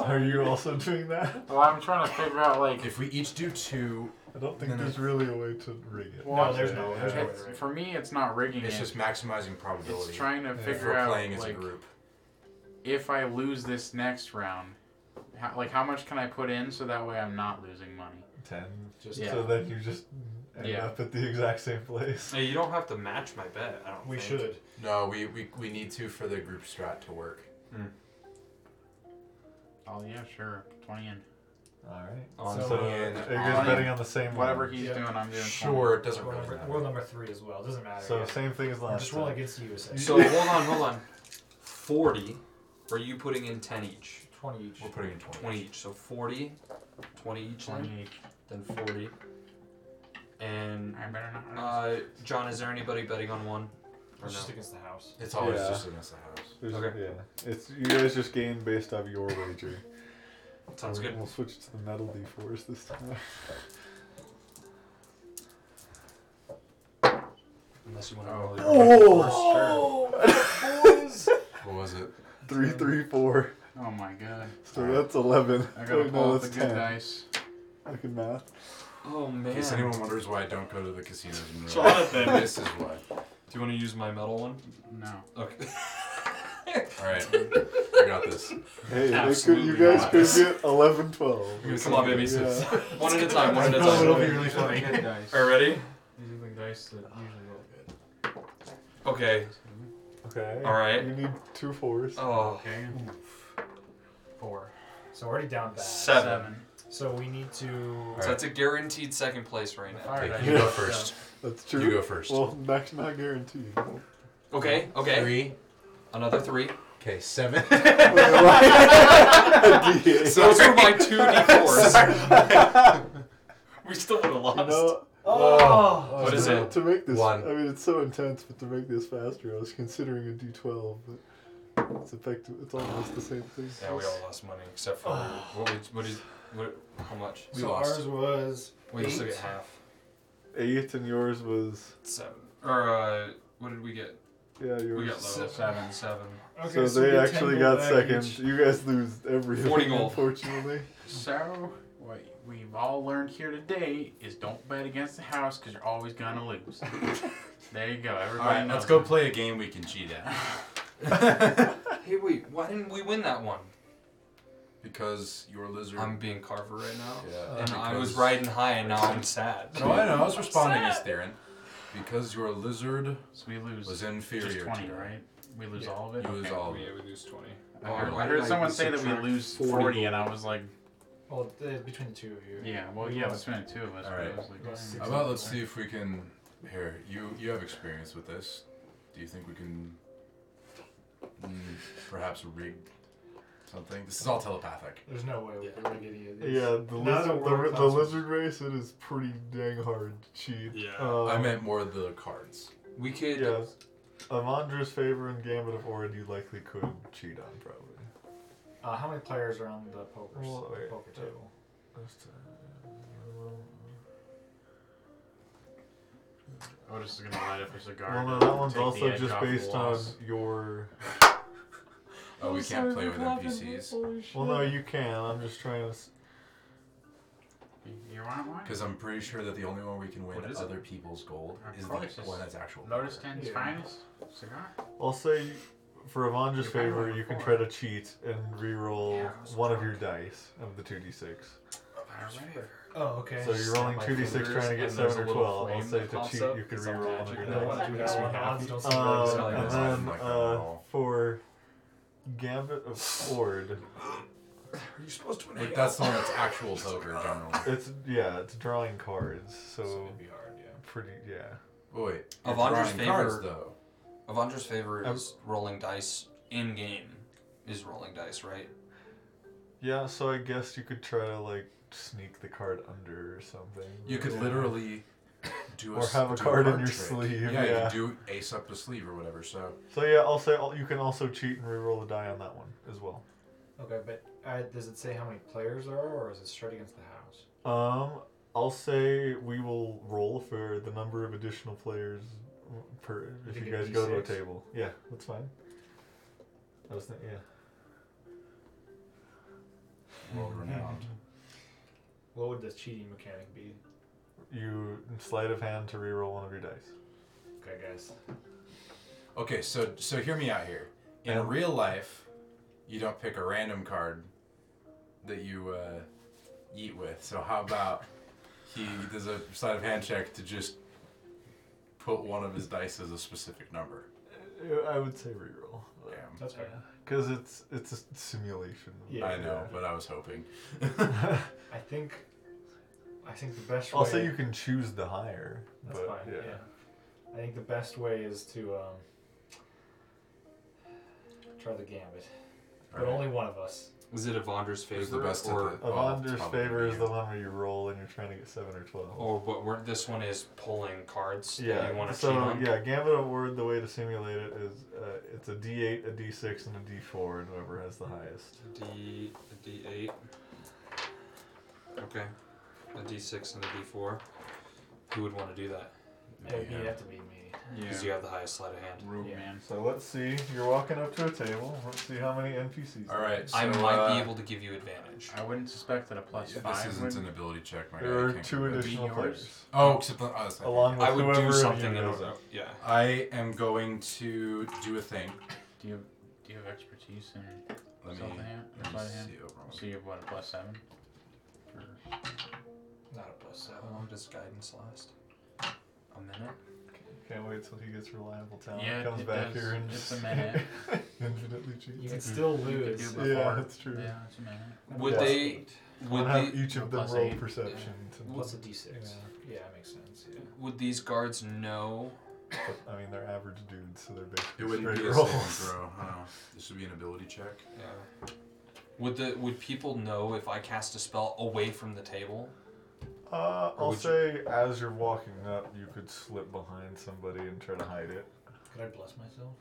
Speaker 1: Are you also doing that?
Speaker 5: Well, I'm trying to figure out like
Speaker 2: If we each do two
Speaker 1: I don't think
Speaker 2: No, no.
Speaker 1: there's really a way to rig it.
Speaker 5: Well,
Speaker 3: there's no- there's no way
Speaker 5: It's, for me, it's not rigging
Speaker 2: It's
Speaker 5: it.
Speaker 2: just maximizing probability.
Speaker 5: it's trying to
Speaker 2: if
Speaker 5: figure
Speaker 2: we're
Speaker 5: out
Speaker 2: playing as
Speaker 5: like
Speaker 2: a group.
Speaker 5: if I lose this next round, how, like how much can I put in so that way I'm not losing money?
Speaker 1: Ten. Just
Speaker 5: Yeah.
Speaker 1: so that you just end
Speaker 5: Yeah.
Speaker 1: up at the exact same place.
Speaker 4: Hey, you don't have to match my bet. I don't.
Speaker 3: We
Speaker 4: think.
Speaker 3: should.
Speaker 2: No, we, we, we need to for the group strat to work.
Speaker 5: Oh yeah, sure, twenty in.
Speaker 1: All right.
Speaker 8: On
Speaker 1: So,
Speaker 3: So, uh,
Speaker 2: and
Speaker 1: are you guys
Speaker 5: on-
Speaker 1: betting on the same
Speaker 5: Whatever
Speaker 1: one?
Speaker 5: he's
Speaker 3: Yeah.
Speaker 5: doing, I'm doing. 20.
Speaker 2: Sure, it doesn't
Speaker 3: We're
Speaker 2: really
Speaker 3: number,
Speaker 2: matter.
Speaker 3: we're number three as well. doesn't matter.
Speaker 1: So
Speaker 3: yeah.
Speaker 1: same thing as
Speaker 3: I'm
Speaker 1: last
Speaker 3: just
Speaker 1: time.
Speaker 3: rolling against you. Essentially.
Speaker 4: So hold on, hold on. Forty. Or you putting in ten each?
Speaker 3: twenty each.
Speaker 2: We're putting in 20.
Speaker 4: Twenty each. So 40, 20 each. Then,
Speaker 5: Twenty.
Speaker 4: then forty. And
Speaker 5: I better not.
Speaker 4: uh, John, is there anybody betting on one? Or
Speaker 3: It's
Speaker 4: no?
Speaker 3: just against the house.
Speaker 2: It's always
Speaker 1: Yeah.
Speaker 2: just against the house.
Speaker 1: There's-
Speaker 4: Okay.
Speaker 1: Yeah. It's you guys just gain based off your wager.
Speaker 4: Sounds
Speaker 1: We'll-
Speaker 4: good.
Speaker 1: We'll switch to the metal d4s this time.
Speaker 4: Unless you want to roll
Speaker 2: What was it?
Speaker 1: Three, three, four.
Speaker 5: oh my god.
Speaker 1: So that's eleven.
Speaker 5: I gotta
Speaker 1: Oh,
Speaker 5: pull
Speaker 1: no,
Speaker 5: up the
Speaker 1: that's
Speaker 5: good dice.
Speaker 1: I can math.
Speaker 4: Oh man.
Speaker 2: In case anyone wonders why I don't go to the casinos in real life,
Speaker 4: Jonathan.
Speaker 2: this is why.
Speaker 4: Do you want to use my metal one?
Speaker 5: No.
Speaker 4: Okay.
Speaker 2: Alright, I got this.
Speaker 1: Hey, they could,
Speaker 4: Absolutely
Speaker 1: you guys
Speaker 4: not.
Speaker 1: could get 11, 12.
Speaker 4: Come on, baby.
Speaker 1: Yeah.
Speaker 4: One at a time. One at a
Speaker 1: No, it'll
Speaker 4: time.
Speaker 1: be- really funny.
Speaker 5: Good dice.
Speaker 4: All right, ready?
Speaker 5: These are the dice that usually roll good.
Speaker 4: Okay.
Speaker 1: Okay.
Speaker 4: All right.
Speaker 1: You need two fours.
Speaker 4: Oh,
Speaker 5: Okay.
Speaker 3: Four. So already down bad.
Speaker 4: Seven.
Speaker 3: So we need to.
Speaker 4: so that's a guaranteed second place right
Speaker 5: The
Speaker 4: now.
Speaker 5: fire
Speaker 2: Okay,
Speaker 5: dice.
Speaker 2: you go first.
Speaker 1: That's true.
Speaker 2: You go first.
Speaker 1: Well, that's not guaranteed.
Speaker 4: Okay. Okay.
Speaker 2: Three.
Speaker 4: Another three.
Speaker 2: Okay, seven.
Speaker 4: Those are my two d4s. we still would have lost.
Speaker 1: You know, uh,
Speaker 3: Oh.
Speaker 4: What is
Speaker 1: to,
Speaker 4: it?
Speaker 1: To make this,
Speaker 2: One.
Speaker 1: I mean, it's so intense, but to make this faster, I was considering a D12, but it's effective. It's almost the same thing.
Speaker 4: Yeah, we all lost money except for what we, what is what? How much?
Speaker 2: We
Speaker 3: so
Speaker 2: lost.
Speaker 3: ours was.
Speaker 4: We still
Speaker 3: Eight.
Speaker 4: get half.
Speaker 1: Eight and yours was
Speaker 4: Seven. Or uh, what did we get?
Speaker 1: yeah
Speaker 4: We
Speaker 1: yours.
Speaker 4: got low.
Speaker 5: Seven.
Speaker 4: Seven.
Speaker 3: Okay,
Speaker 1: so,
Speaker 3: so
Speaker 1: they
Speaker 3: we get
Speaker 1: actually
Speaker 3: 10
Speaker 1: got
Speaker 3: back
Speaker 1: second.
Speaker 3: each.
Speaker 1: You guys lose everything,
Speaker 4: 40 gold.
Speaker 1: unfortunately.
Speaker 5: So, what we've all learned here today is don't bet against the house because you're always gonna lose. there you go. Everybody
Speaker 2: Alright,
Speaker 5: knows.
Speaker 2: let's go play a game we can cheat at.
Speaker 4: Hey, wait. Why didn't we win that one?
Speaker 2: Because your lizard.
Speaker 4: I'm being Carver right now.
Speaker 2: yeah,
Speaker 4: And I was
Speaker 2: because-
Speaker 4: riding high, and now I'm sad.
Speaker 2: No, I know. I was responding as Darren. Because your lizard
Speaker 5: So we lose
Speaker 2: was
Speaker 5: just
Speaker 2: inferior.
Speaker 5: twenty,
Speaker 2: to you.
Speaker 5: right? We lose
Speaker 4: Yeah.
Speaker 5: all of it.
Speaker 2: You lose
Speaker 5: Okay.
Speaker 2: all of
Speaker 4: yeah,
Speaker 2: it.
Speaker 4: we lose twenty.
Speaker 5: I heard,
Speaker 2: Oh,
Speaker 5: I heard
Speaker 2: like
Speaker 5: someone
Speaker 2: you
Speaker 5: say that we
Speaker 2: subtract
Speaker 5: lose 40,
Speaker 2: 40.
Speaker 5: and I was like,
Speaker 3: Well, uh, between the two of you.
Speaker 5: yeah, well,
Speaker 3: We
Speaker 5: yeah,
Speaker 3: lost-
Speaker 5: it's been two of us. but
Speaker 2: Alright.
Speaker 5: it was like,
Speaker 3: We lost
Speaker 2: How
Speaker 5: mm.
Speaker 3: six.
Speaker 2: about let's see if we can. Here, you you have experience with this. Do you think we can mm, perhaps rig something? This is all telepathic.
Speaker 3: There's no way we could rig any of these.
Speaker 1: Yeah, the
Speaker 3: Now that
Speaker 1: lizard,
Speaker 3: we're
Speaker 1: the, the
Speaker 3: closer-
Speaker 1: lizard race. It is pretty dang hard to cheat.
Speaker 4: Yeah.
Speaker 1: Um,
Speaker 2: I meant more the cards.
Speaker 4: We could.
Speaker 1: Yeah, Amandra's favor and Gambit of Ord, you likely could cheat on probably.
Speaker 3: Uh, how many players are on the poker, s-
Speaker 1: Well, wait,
Speaker 3: poker
Speaker 1: uh,
Speaker 3: table?
Speaker 5: Otis is gonna light up a cigar.
Speaker 1: Well, no,
Speaker 5: to
Speaker 1: that one's
Speaker 5: take the
Speaker 1: also
Speaker 5: edge
Speaker 1: just
Speaker 5: off the
Speaker 1: based on
Speaker 5: loss.
Speaker 1: your.
Speaker 2: Oh, we can't play with NPCs
Speaker 1: Well, no, you can. I'm just trying to. s-
Speaker 5: You want one?
Speaker 2: because I'm pretty sure that the only one we can win
Speaker 5: What is
Speaker 2: other people's gold
Speaker 5: Of
Speaker 2: is
Speaker 5: course,
Speaker 2: the
Speaker 5: it's
Speaker 2: one that's actual.
Speaker 5: Lotus
Speaker 2: poker.
Speaker 5: Ten's
Speaker 3: Yeah.
Speaker 5: finest cigar.
Speaker 1: I'll say, for Amandra's
Speaker 5: You're better
Speaker 1: favor,
Speaker 5: than
Speaker 1: you can
Speaker 5: before.
Speaker 1: try to cheat and re-roll
Speaker 5: Yeah, I was
Speaker 1: one of your dice of the two d6.
Speaker 5: I remember.
Speaker 3: Oh, okay.
Speaker 1: So you're rolling
Speaker 4: my
Speaker 1: two d6
Speaker 4: fingers
Speaker 1: trying to get
Speaker 4: and there's
Speaker 1: seven
Speaker 4: a
Speaker 1: or
Speaker 4: little
Speaker 1: twelve. I'll
Speaker 4: flame
Speaker 1: say
Speaker 4: that
Speaker 1: to
Speaker 4: pops
Speaker 1: cheat,
Speaker 4: up.
Speaker 1: you can
Speaker 4: It's all
Speaker 1: re-roll one of
Speaker 4: magic.
Speaker 1: your
Speaker 4: No,
Speaker 1: dice.
Speaker 4: what?
Speaker 3: That
Speaker 4: Makes me
Speaker 3: one odds
Speaker 4: happy.
Speaker 3: don't seem right.
Speaker 1: Um,
Speaker 4: Something like
Speaker 1: and
Speaker 4: that.
Speaker 1: then
Speaker 2: Like that
Speaker 1: uh,
Speaker 2: roll.
Speaker 1: for uh, Gambit of Ord,
Speaker 4: Are you supposed to
Speaker 2: Like that's the one that's actual poker generally.
Speaker 1: it's yeah, it's drawing cards, so
Speaker 3: It'd be hard, yeah.
Speaker 1: pretty yeah.
Speaker 2: Oh, wait,
Speaker 4: Of
Speaker 2: you're
Speaker 4: Andrew's
Speaker 2: drawing cards,
Speaker 4: favor-
Speaker 2: though.
Speaker 4: Avandra's favor
Speaker 1: Um,
Speaker 4: is rolling dice in game. Is rolling dice right?
Speaker 1: Yeah, so I guess you could try to like sneak the card under or something.
Speaker 2: You could
Speaker 1: Yeah.
Speaker 2: literally do a
Speaker 1: Or
Speaker 2: s-
Speaker 1: have a
Speaker 2: do
Speaker 1: card in your
Speaker 2: trick.
Speaker 1: sleeve,
Speaker 2: Yeah,
Speaker 1: yeah.
Speaker 2: you do ace up the sleeve or whatever. So
Speaker 1: So yeah, I'll say I'll- you can also cheat and re-roll the die on that one as well.
Speaker 3: Okay, but uh, does it say how many players there are, or is it straight against the house?
Speaker 1: Um, I'll say we will roll for the number of additional players uh, per if
Speaker 3: think
Speaker 1: you
Speaker 3: it'd
Speaker 1: guys
Speaker 3: be
Speaker 1: go to a
Speaker 3: six?
Speaker 1: table. Yeah, that's fine. I was thinking, yeah.
Speaker 2: world renowned.
Speaker 1: Mm-hmm.
Speaker 3: What would the cheating mechanic be?
Speaker 1: you sleight of hand to reroll one of your dice.
Speaker 7: Okay, guys.
Speaker 2: Okay, so so hear me out here. In
Speaker 1: Yeah.
Speaker 2: real life, you don't pick a random card that you uh, eat with. So how about he does a sleight of hand check to just put one of his dice as a specific number?
Speaker 1: Uh, I would say reroll.
Speaker 2: Damn,
Speaker 7: That's fair.
Speaker 1: Because it's it's a simulation.
Speaker 7: Yeah.
Speaker 2: I know, but I was hoping.
Speaker 7: I think. I think the best
Speaker 1: Also,
Speaker 7: way.
Speaker 1: you can choose the higher.
Speaker 7: That's
Speaker 1: but,
Speaker 7: fine. Yeah. I think the best way is to um, try the gambit, but
Speaker 2: Alright.
Speaker 7: only one of us.
Speaker 4: Is it Avandra's favor?
Speaker 2: Who's the best at
Speaker 4: or,
Speaker 2: the- Oh, it's
Speaker 1: Avander's
Speaker 2: probably
Speaker 1: favor is
Speaker 2: you.
Speaker 1: the one where you roll and you're trying to get seven or twelve.
Speaker 4: or what? Where this one is pulling cards that
Speaker 1: Yeah.
Speaker 4: Oh, you want to
Speaker 1: so
Speaker 4: cheat on.
Speaker 1: yeah, gambit award. The way to simulate it is uh, it's a D8, a D6, and a D4, and whoever has the highest.
Speaker 4: D a D eight. Okay. A D six and a D four. Who would want to do that?
Speaker 7: It would be-
Speaker 2: Yeah.
Speaker 7: have to be me.
Speaker 5: Yeah.
Speaker 4: Because you have the highest sleight of hand.
Speaker 5: Rude
Speaker 7: Yeah.
Speaker 5: man.
Speaker 1: So let's see. You're walking up to a table. Let's see how many NPCs.
Speaker 2: All right, so,
Speaker 4: I might
Speaker 2: uh,
Speaker 4: be able to give you advantage.
Speaker 5: I wouldn't suspect that a plus
Speaker 2: yeah,
Speaker 5: five
Speaker 2: This isn't
Speaker 5: would.
Speaker 2: an ability check, my
Speaker 1: There
Speaker 2: guy.
Speaker 1: are
Speaker 2: can't
Speaker 1: two
Speaker 2: give it.
Speaker 1: additional
Speaker 5: yours?
Speaker 1: players,
Speaker 2: Oh, except the, oh, that's not-
Speaker 1: along with
Speaker 4: I would
Speaker 1: whoever
Speaker 4: do something
Speaker 1: you
Speaker 4: in
Speaker 1: knows
Speaker 4: order.
Speaker 1: up.
Speaker 4: Yeah.
Speaker 2: I am going to do a thing.
Speaker 5: Do you do you have expertise in
Speaker 2: Let me,
Speaker 5: Sleight of hand?
Speaker 2: let me
Speaker 5: Sleight of hand?
Speaker 2: see. overall.
Speaker 5: so you have what a plus seven? Or-
Speaker 7: Not a plus
Speaker 4: How long does guidance last? A minute.
Speaker 1: Can't wait till he gets reliable talent.
Speaker 5: Yeah,
Speaker 1: comes
Speaker 5: it
Speaker 1: back
Speaker 5: does.
Speaker 1: here and
Speaker 5: It's
Speaker 1: just
Speaker 5: a minute.
Speaker 1: infinitely
Speaker 7: You
Speaker 1: cheats.
Speaker 7: could still
Speaker 5: You could
Speaker 7: lose.
Speaker 5: do
Speaker 1: Yeah,
Speaker 5: before.
Speaker 1: that's true.
Speaker 5: Yeah, it's a minute.
Speaker 4: Would
Speaker 1: Yeah.
Speaker 4: they?
Speaker 1: We'll
Speaker 4: Would
Speaker 1: have
Speaker 4: the,
Speaker 1: each of them
Speaker 5: Plus
Speaker 1: roll
Speaker 5: eight.
Speaker 1: perception.
Speaker 7: Plus a d6. Yeah,
Speaker 1: Yeah.
Speaker 7: that makes sense. Yeah.
Speaker 4: Would these guards know?
Speaker 1: To, but, I mean, they're average dudes, so they're
Speaker 2: It
Speaker 1: basically
Speaker 2: wouldn't be
Speaker 1: straight
Speaker 2: a
Speaker 1: rolls.
Speaker 2: saving throw. No, this would be an ability check.
Speaker 4: Yeah. Would the would people know if I cast a spell away from the table?
Speaker 1: Uh,
Speaker 4: Or
Speaker 1: I'll
Speaker 4: would you-
Speaker 1: say as you're walking up, you could slip behind somebody and try to hide it.
Speaker 7: Could I bless myself?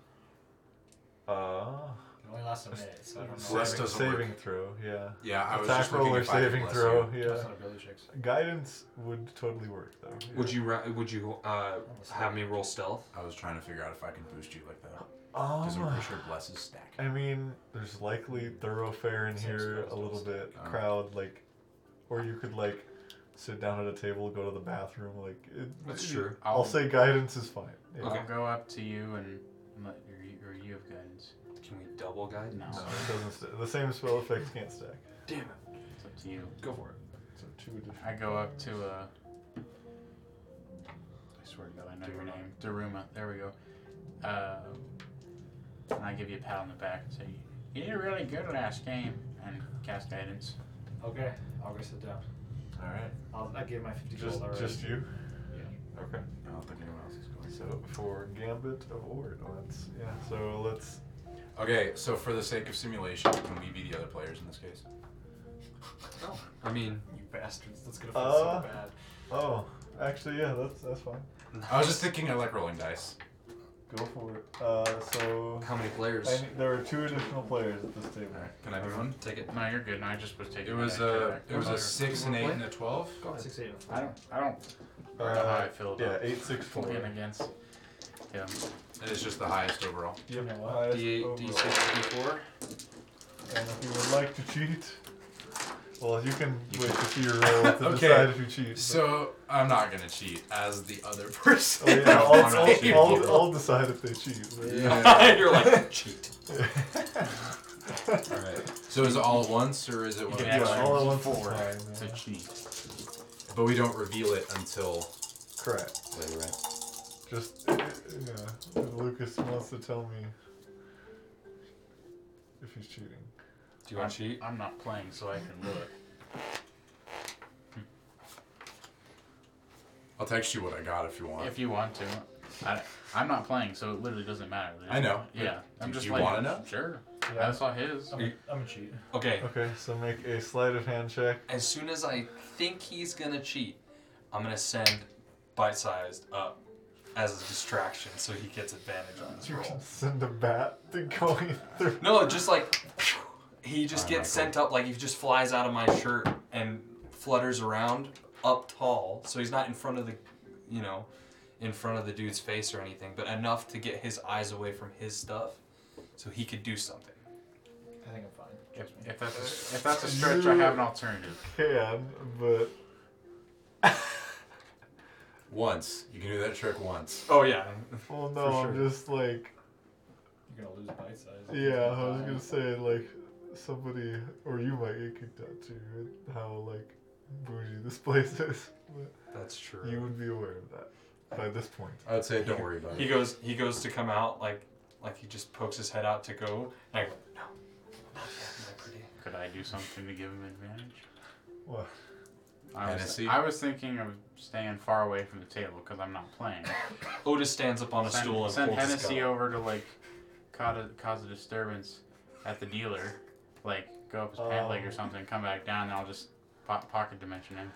Speaker 1: Uh,
Speaker 7: It only lasts a minute, so I don't know.
Speaker 2: Bless
Speaker 1: saving,
Speaker 2: doesn't
Speaker 1: saving throw, yeah.
Speaker 2: Yeah, I was
Speaker 1: Attack
Speaker 2: just
Speaker 1: roll
Speaker 2: looking
Speaker 1: or
Speaker 2: if I could
Speaker 1: saving
Speaker 2: bless
Speaker 1: throw,
Speaker 2: you.
Speaker 1: yeah.
Speaker 7: That's not ability checks.
Speaker 1: Guidance would totally work though. yeah.
Speaker 4: Would you ra- would you uh, have me roll stealth?
Speaker 2: I was trying to figure out if I could boost you like that because I'm
Speaker 1: Um,
Speaker 2: pretty sure bless is stack.
Speaker 1: I mean, there's likely thoroughfare in
Speaker 7: Same
Speaker 1: here
Speaker 7: spells
Speaker 1: a
Speaker 7: don't
Speaker 1: little
Speaker 7: stack.
Speaker 1: bit,
Speaker 2: Oh.
Speaker 1: crowd like, or you could like sit down at a table, go to the bathroom, like. It,
Speaker 4: That's
Speaker 1: it-
Speaker 4: true.
Speaker 1: I'll,
Speaker 5: I'll-
Speaker 1: say guidance is fine. Yeah.
Speaker 4: Okay.
Speaker 5: I'll go up to you and let or you, or you have guidance.
Speaker 4: Can we double guide?
Speaker 5: No,
Speaker 1: No, it doesn't st- the same spell effects can't stack.
Speaker 4: Damn it.
Speaker 5: it's up to you.
Speaker 4: Go for it.
Speaker 1: So two additional.
Speaker 5: I go up to uh I swear to God, I know your name. Daruma. There we go. Uh, and I give you a pat on the back and say, "You did really good last game." And cast guidance.
Speaker 7: Okay, I'll go sit down.
Speaker 1: All right.
Speaker 7: I'll, I give my 50
Speaker 1: Just,
Speaker 7: gold already.
Speaker 1: just you.
Speaker 7: Yeah.
Speaker 1: Okay.
Speaker 2: I don't think anyone else is going.
Speaker 1: So for Gambit of Ord, oh, that's yeah. So let's.
Speaker 2: Okay, so for the sake of simulation, can we be the other players in this case?
Speaker 4: I mean,
Speaker 7: You bastards, that's gonna feel
Speaker 1: Uh,
Speaker 7: so bad.
Speaker 1: Oh, actually, yeah, that's that's fine.
Speaker 2: I was just thinking I like rolling dice.
Speaker 1: Go for it. Uh, so
Speaker 4: how many players?
Speaker 1: I need- there are two additional players at this table.
Speaker 2: Can I be one?
Speaker 4: Take it.
Speaker 5: No, you're good. And I just was taking.
Speaker 2: It was
Speaker 5: my extra
Speaker 2: a
Speaker 5: back.
Speaker 2: it was
Speaker 5: Oh,
Speaker 2: a
Speaker 5: you're-
Speaker 2: six and eight and a twelve.
Speaker 7: Six, eight, and four.
Speaker 5: I don't. I don't. I don't know how I
Speaker 1: Uh,
Speaker 5: feel about
Speaker 1: yeah, eight six four.
Speaker 5: playing against them.
Speaker 2: And it's just the highest overall.
Speaker 1: Yep.
Speaker 7: know what?
Speaker 1: highest
Speaker 4: D8,
Speaker 1: overall.
Speaker 4: D6, D4.
Speaker 1: And if you would like to cheat, well, you can wait to see your roll to
Speaker 2: Okay.
Speaker 1: decide if you cheat. but-
Speaker 2: So I'm not gonna cheat as the other person.
Speaker 1: Oh, yeah, I'll,
Speaker 2: on the
Speaker 1: I'll, I'll-
Speaker 2: table.
Speaker 1: I'll decide if they cheat. but-
Speaker 4: You're like, cheat.
Speaker 2: All right. So is it all at once or is it one?
Speaker 5: can
Speaker 2: at a
Speaker 1: Yeah,
Speaker 5: actually-
Speaker 2: time?
Speaker 1: all at once is
Speaker 5: Four.
Speaker 1: fine,
Speaker 5: It's
Speaker 1: yeah.
Speaker 5: a cheat.
Speaker 2: But we don't reveal it until
Speaker 1: Correct.
Speaker 2: later, right?
Speaker 1: Just uh, yeah. if Lucas wants to tell me if he's cheating.
Speaker 4: Do you want to cheat?
Speaker 5: I'm not playing, so I can look.
Speaker 2: I'll text you what I got if you want.
Speaker 5: If you want to. I, I'm not playing, so it literally doesn't matter.
Speaker 2: I know.
Speaker 5: Yeah. I'm
Speaker 2: Do
Speaker 5: just
Speaker 2: you
Speaker 5: like,
Speaker 2: wanna know?
Speaker 5: Sure.
Speaker 7: Yeah.
Speaker 5: I saw his.
Speaker 7: I'm, a, I'm a cheat.
Speaker 4: Okay.
Speaker 1: Okay, so make a sleight of hand check.
Speaker 4: As soon as I think he's gonna cheat, I'm gonna send bite sized up as a distraction so he gets advantage on this
Speaker 1: You
Speaker 4: roll.
Speaker 1: can send a bat to go in through.
Speaker 4: No, just like he just
Speaker 2: Alright,
Speaker 4: gets
Speaker 2: Michael.
Speaker 4: sent up like he just flies out of my shirt and flutters around up tall, so he's not in front of the, you know, in front of the dude's face or anything, but enough to get his eyes away from his stuff, so he could do something.
Speaker 7: I think I'm fine.
Speaker 5: If, if, that's a, if that's a stretch, I have an alternative.
Speaker 1: Can, but
Speaker 2: Once. You can do that trick once.
Speaker 4: Oh yeah.
Speaker 1: Well, no, I'm just like,
Speaker 7: You're gonna lose bite size.
Speaker 1: yeah, I was gonna say like somebody or you might get kicked out too. with How like bougie this place is. But
Speaker 4: That's true.
Speaker 1: you would be aware of that by this point.
Speaker 2: I would say don't worry about
Speaker 4: He
Speaker 2: it.
Speaker 4: goes. He goes to come out like, like he just pokes his head out to go. And I go, no, not yet, my pretty.
Speaker 5: Could I do something to give him advantage?
Speaker 1: What?
Speaker 5: I was,
Speaker 2: Hennessy?
Speaker 5: I was thinking of staying far away from the table because I'm not playing.
Speaker 4: Otis stands up on a
Speaker 5: send
Speaker 4: stool and
Speaker 5: send
Speaker 4: pulls his
Speaker 5: Hennessy
Speaker 4: gun.
Speaker 5: over to like cause a, cause a disturbance at the dealer, like go up his pant leg or
Speaker 1: Oh.
Speaker 5: something, come back down, and I'll just po- pocket dimension him.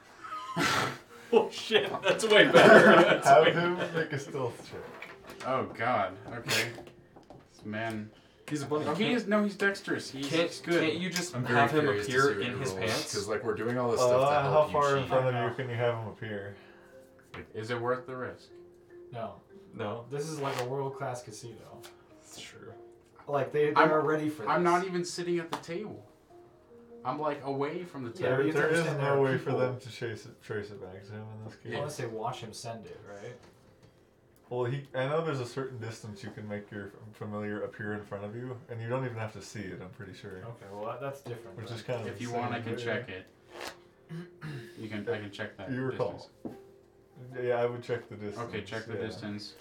Speaker 4: Oh shit, that's way better. That's
Speaker 1: Have
Speaker 4: way-
Speaker 1: him make a stealth check.
Speaker 5: Oh God. Okay. This man.
Speaker 4: He's a bunny.
Speaker 5: Oh, he
Speaker 4: Can't-
Speaker 5: is no. He's dexterous. He's, he's
Speaker 4: Can't,
Speaker 5: good.
Speaker 4: can't you just have him appear in his
Speaker 2: Because
Speaker 4: pants?
Speaker 2: like we're doing all this stuff
Speaker 1: Uh,
Speaker 2: to help
Speaker 1: how
Speaker 2: you
Speaker 1: far in
Speaker 2: cheat.
Speaker 1: front of you can you have him appear?
Speaker 5: Is it worth the risk?
Speaker 7: No,
Speaker 4: No,
Speaker 7: this is like a world class casino.
Speaker 4: it's true.
Speaker 7: Like they, they
Speaker 5: I'm-
Speaker 7: are ready for this.
Speaker 5: I'm not even sitting at the table. I'm like away from the
Speaker 7: Yeah,
Speaker 5: table.
Speaker 7: but
Speaker 1: There,
Speaker 7: you have to
Speaker 1: there is
Speaker 7: understand there
Speaker 1: no
Speaker 7: are
Speaker 1: way for
Speaker 7: people-
Speaker 1: them to chase it, trace it back to him in this case.
Speaker 7: Unless they watch him send it, right?
Speaker 1: Well, he, I know there's a certain distance you can make your familiar appear in front of you, and you don't even have to see it. I'm pretty sure,
Speaker 7: Okay, well that, that's different.
Speaker 1: which
Speaker 7: then.
Speaker 1: is kind of
Speaker 5: If you
Speaker 1: insane,
Speaker 5: want, I can
Speaker 1: but yeah.
Speaker 5: check it. You can. I can check that.
Speaker 1: Your call.
Speaker 5: distance.
Speaker 1: Yeah, I would check the distance.
Speaker 5: Okay, check the
Speaker 1: yeah.
Speaker 5: distance.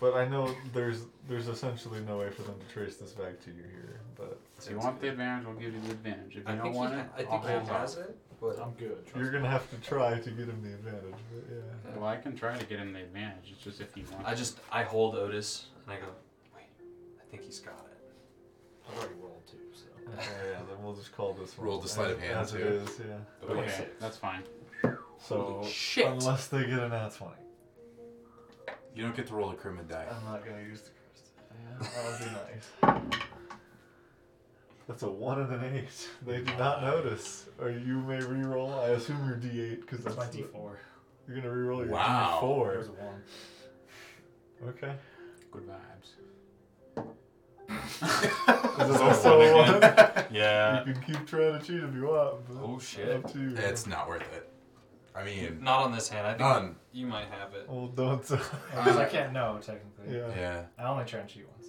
Speaker 1: But I know there's there's essentially no way for them to trace this back to you here. But
Speaker 5: If you want the advantage, I'll give you the advantage. If you
Speaker 4: I
Speaker 5: don't
Speaker 4: think, he,
Speaker 5: want
Speaker 4: ha-
Speaker 5: it,
Speaker 4: I
Speaker 5: I'll
Speaker 4: think
Speaker 5: hold
Speaker 4: he has
Speaker 5: off.
Speaker 4: it, but
Speaker 7: I'm good. Trust
Speaker 1: you're gonna have to try to get him the advantage. But yeah,
Speaker 5: Well, I can try to get him the advantage. It's just if he wants.
Speaker 4: I just I hold Otis and I go, wait, I think he's got it.
Speaker 7: me. I've already rolled two, so.
Speaker 1: okay, yeah. Then we'll just call this one.
Speaker 2: Roll the sleight of hand,
Speaker 1: as, as it
Speaker 2: too.
Speaker 1: is. Yeah.
Speaker 5: it. Okay, that's fine.
Speaker 1: So
Speaker 4: Holy shit.
Speaker 1: unless they get an at twenty,
Speaker 2: You don't get to roll a crimin die.
Speaker 1: I'm not gonna use the curse. Yeah, that would be nice. That's a one and an eight. They did not notice. Or you may re-roll. I assume your D8 because that's
Speaker 7: That's my
Speaker 1: the-
Speaker 7: D4.
Speaker 1: You're gonna re-roll your
Speaker 2: Wow.
Speaker 7: There's
Speaker 1: D4.
Speaker 7: one.
Speaker 1: Okay.
Speaker 5: Good vibes.
Speaker 1: Is this
Speaker 4: So
Speaker 1: also a one?
Speaker 4: one Yeah.
Speaker 1: you can keep trying to cheat if you want. But
Speaker 4: Uh, Oh,
Speaker 1: it's
Speaker 4: shit.
Speaker 1: Up to you.
Speaker 2: It's not worth it. I mean,
Speaker 4: Not on this hand. I think
Speaker 2: none.
Speaker 4: you might have it.
Speaker 1: Well, don't.
Speaker 7: Because I can't know technically.
Speaker 1: yeah.
Speaker 2: Yeah.
Speaker 7: I only try and cheat once.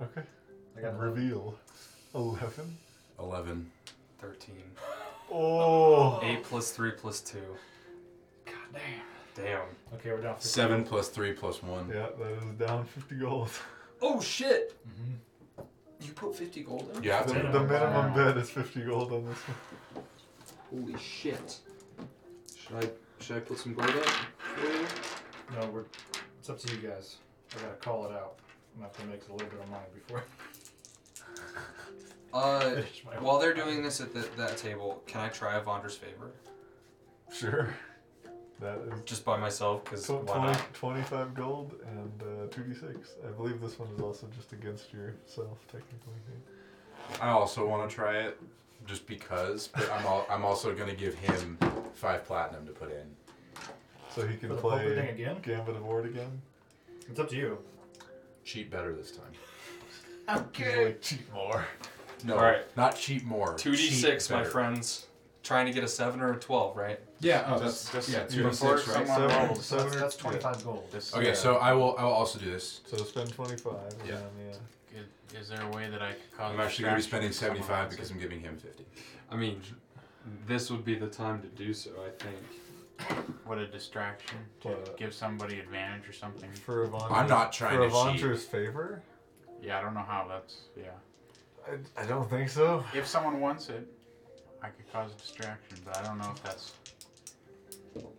Speaker 1: Okay.
Speaker 7: I got
Speaker 1: Reveal. Eleven.
Speaker 2: 11.
Speaker 4: Thirteen.
Speaker 1: Oh.
Speaker 4: Eight plus three plus two.
Speaker 7: God damn.
Speaker 4: Damn.
Speaker 7: Okay, we're down.
Speaker 2: 7 plus 3 plus 1.
Speaker 1: Yeah, that is down fifty gold.
Speaker 4: Oh shit!
Speaker 7: Mm-hmm.
Speaker 4: You put fifty gold in?
Speaker 2: You have
Speaker 1: the
Speaker 2: to.
Speaker 7: Minimum.
Speaker 1: minimum
Speaker 7: Wow.
Speaker 1: bet is fifty gold on this one.
Speaker 4: Holy shit.
Speaker 8: Should I should I put some gold up? for you?
Speaker 7: No, we're. It's up to you guys. I gotta call it out. I'm gonna have to make a little bit of money before I
Speaker 4: Uh,
Speaker 7: finish my.
Speaker 4: while they're doing this at the, that table, can I try Vondra's favor
Speaker 1: Sure. That is
Speaker 4: just by myself? Because
Speaker 1: So
Speaker 4: why
Speaker 1: 20,
Speaker 4: not?
Speaker 1: 25 gold and uh, 2d6. I believe this one is also just against yourself, technically.
Speaker 2: I also want to try it just because, but I'm, al- I'm also going to give him 5 platinum to put in.
Speaker 1: So he
Speaker 7: For
Speaker 1: can
Speaker 7: the poker thing
Speaker 1: play
Speaker 7: again?
Speaker 1: Gambit of Ward again.
Speaker 7: It's up to you.
Speaker 2: Cheat better this time.
Speaker 1: Okay. Like, cheat more.
Speaker 2: No,
Speaker 4: Alright.
Speaker 2: not cheat more.
Speaker 4: Two d six,
Speaker 2: cheat
Speaker 4: my
Speaker 2: better.
Speaker 4: friends. Trying to get a seven or a twelve, right?
Speaker 2: Yeah, oh,
Speaker 5: Just-
Speaker 2: that's,
Speaker 5: just
Speaker 2: yeah, 2 d
Speaker 5: before
Speaker 2: 6, right?
Speaker 5: someone
Speaker 1: Seven.
Speaker 5: rolls.
Speaker 1: So
Speaker 7: that's,
Speaker 1: we're-
Speaker 7: that's 25 gold.
Speaker 5: This,
Speaker 2: Okay, so I will I will also do this.
Speaker 1: So spend 25. And
Speaker 2: Yeah.
Speaker 1: Then, yeah.
Speaker 5: Is- Is there a way that I could cause?
Speaker 2: I'm actually going to be spending
Speaker 5: distraction for
Speaker 2: 75
Speaker 5: someone else?
Speaker 2: because I'm giving him 50.
Speaker 8: I mean, this would be the time to do so. I think.
Speaker 5: What a distraction to
Speaker 1: But-
Speaker 5: give somebody advantage or something.
Speaker 1: For Avantras,
Speaker 2: I'm not trying
Speaker 1: for
Speaker 2: to cheat.
Speaker 1: Avantra's favor?
Speaker 5: Yeah, I don't know how that's. Yeah.
Speaker 1: I, I don't think so.
Speaker 5: If someone wants it, I could cause a distraction, but I don't know if that's.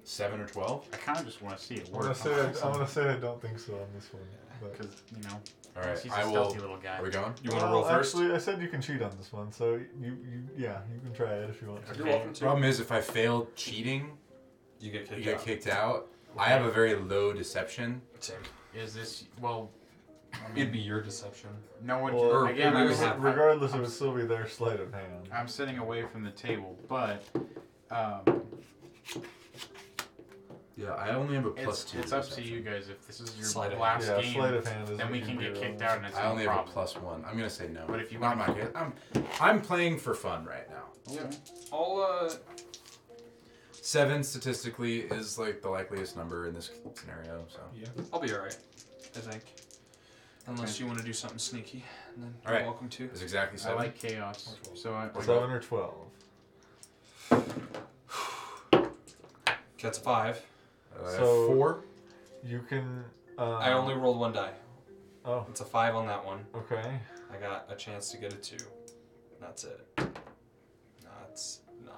Speaker 2: 7 or 12?
Speaker 5: I kind of just want to see it
Speaker 1: I'm gonna,
Speaker 5: work.
Speaker 1: say I, I'm gonna say I don't think so on this one. But.
Speaker 5: Because you know,
Speaker 2: Alright,
Speaker 5: he's a
Speaker 2: I will.
Speaker 5: stealthy little guy.
Speaker 2: Are we going?
Speaker 4: You want to
Speaker 1: Well,
Speaker 4: roll first?
Speaker 1: Actually, I said you can cheat on this one, so you, you yeah, you can try it if you want to.
Speaker 4: You're welcome to.
Speaker 2: Problem is, if I fail cheating,
Speaker 4: You get
Speaker 2: you
Speaker 4: kicked
Speaker 2: get
Speaker 4: out.
Speaker 2: kicked out. I have a very low deception.
Speaker 4: Same.
Speaker 5: Is this well? I mean,
Speaker 4: It'd be your deception.
Speaker 5: no one.
Speaker 1: Well,
Speaker 5: can,
Speaker 1: or-
Speaker 5: again,
Speaker 4: we
Speaker 5: I'm,
Speaker 4: would
Speaker 5: sit-
Speaker 4: have-
Speaker 5: I-
Speaker 1: Regardless, it would still be their sleight of hand.
Speaker 5: I'm sitting away from the table, but um,
Speaker 2: Yeah, I only have a plus
Speaker 5: it's,
Speaker 2: two.
Speaker 5: it's up to
Speaker 2: deception.
Speaker 5: you guys. If this is your
Speaker 4: Sleight of
Speaker 5: last
Speaker 1: Yeah,
Speaker 5: game,
Speaker 1: sleight of hand is
Speaker 5: then
Speaker 1: what
Speaker 5: we
Speaker 1: you
Speaker 5: can
Speaker 1: do
Speaker 5: get
Speaker 1: on
Speaker 5: kicked
Speaker 1: that.
Speaker 5: out, and it's
Speaker 2: I
Speaker 5: no
Speaker 2: only have a
Speaker 5: problem.
Speaker 2: plus one. I'm gonna say no.
Speaker 5: But if you
Speaker 2: I'm
Speaker 5: want-
Speaker 2: not gonna- I'm, I'm playing for fun right now.
Speaker 4: Yeah. I'll uh
Speaker 2: Seven statistically is like the likeliest number in this scenario. So
Speaker 7: Yeah.
Speaker 4: I'll be alright, I think. Unless you want to do something sneaky, and then you're
Speaker 2: Alright.
Speaker 4: welcome to.
Speaker 2: it's exactly
Speaker 5: I
Speaker 2: seven.
Speaker 5: like chaos. So I,
Speaker 1: Seven or twelve.
Speaker 4: That's a five.
Speaker 2: Uh,
Speaker 1: So-
Speaker 2: four.
Speaker 1: You can. Uh,
Speaker 4: I
Speaker 7: Um,
Speaker 4: only rolled one die.
Speaker 1: Oh,
Speaker 4: It's a five on that one.
Speaker 1: okay.
Speaker 4: I got a chance to get a two. And That's it. No, it's nine.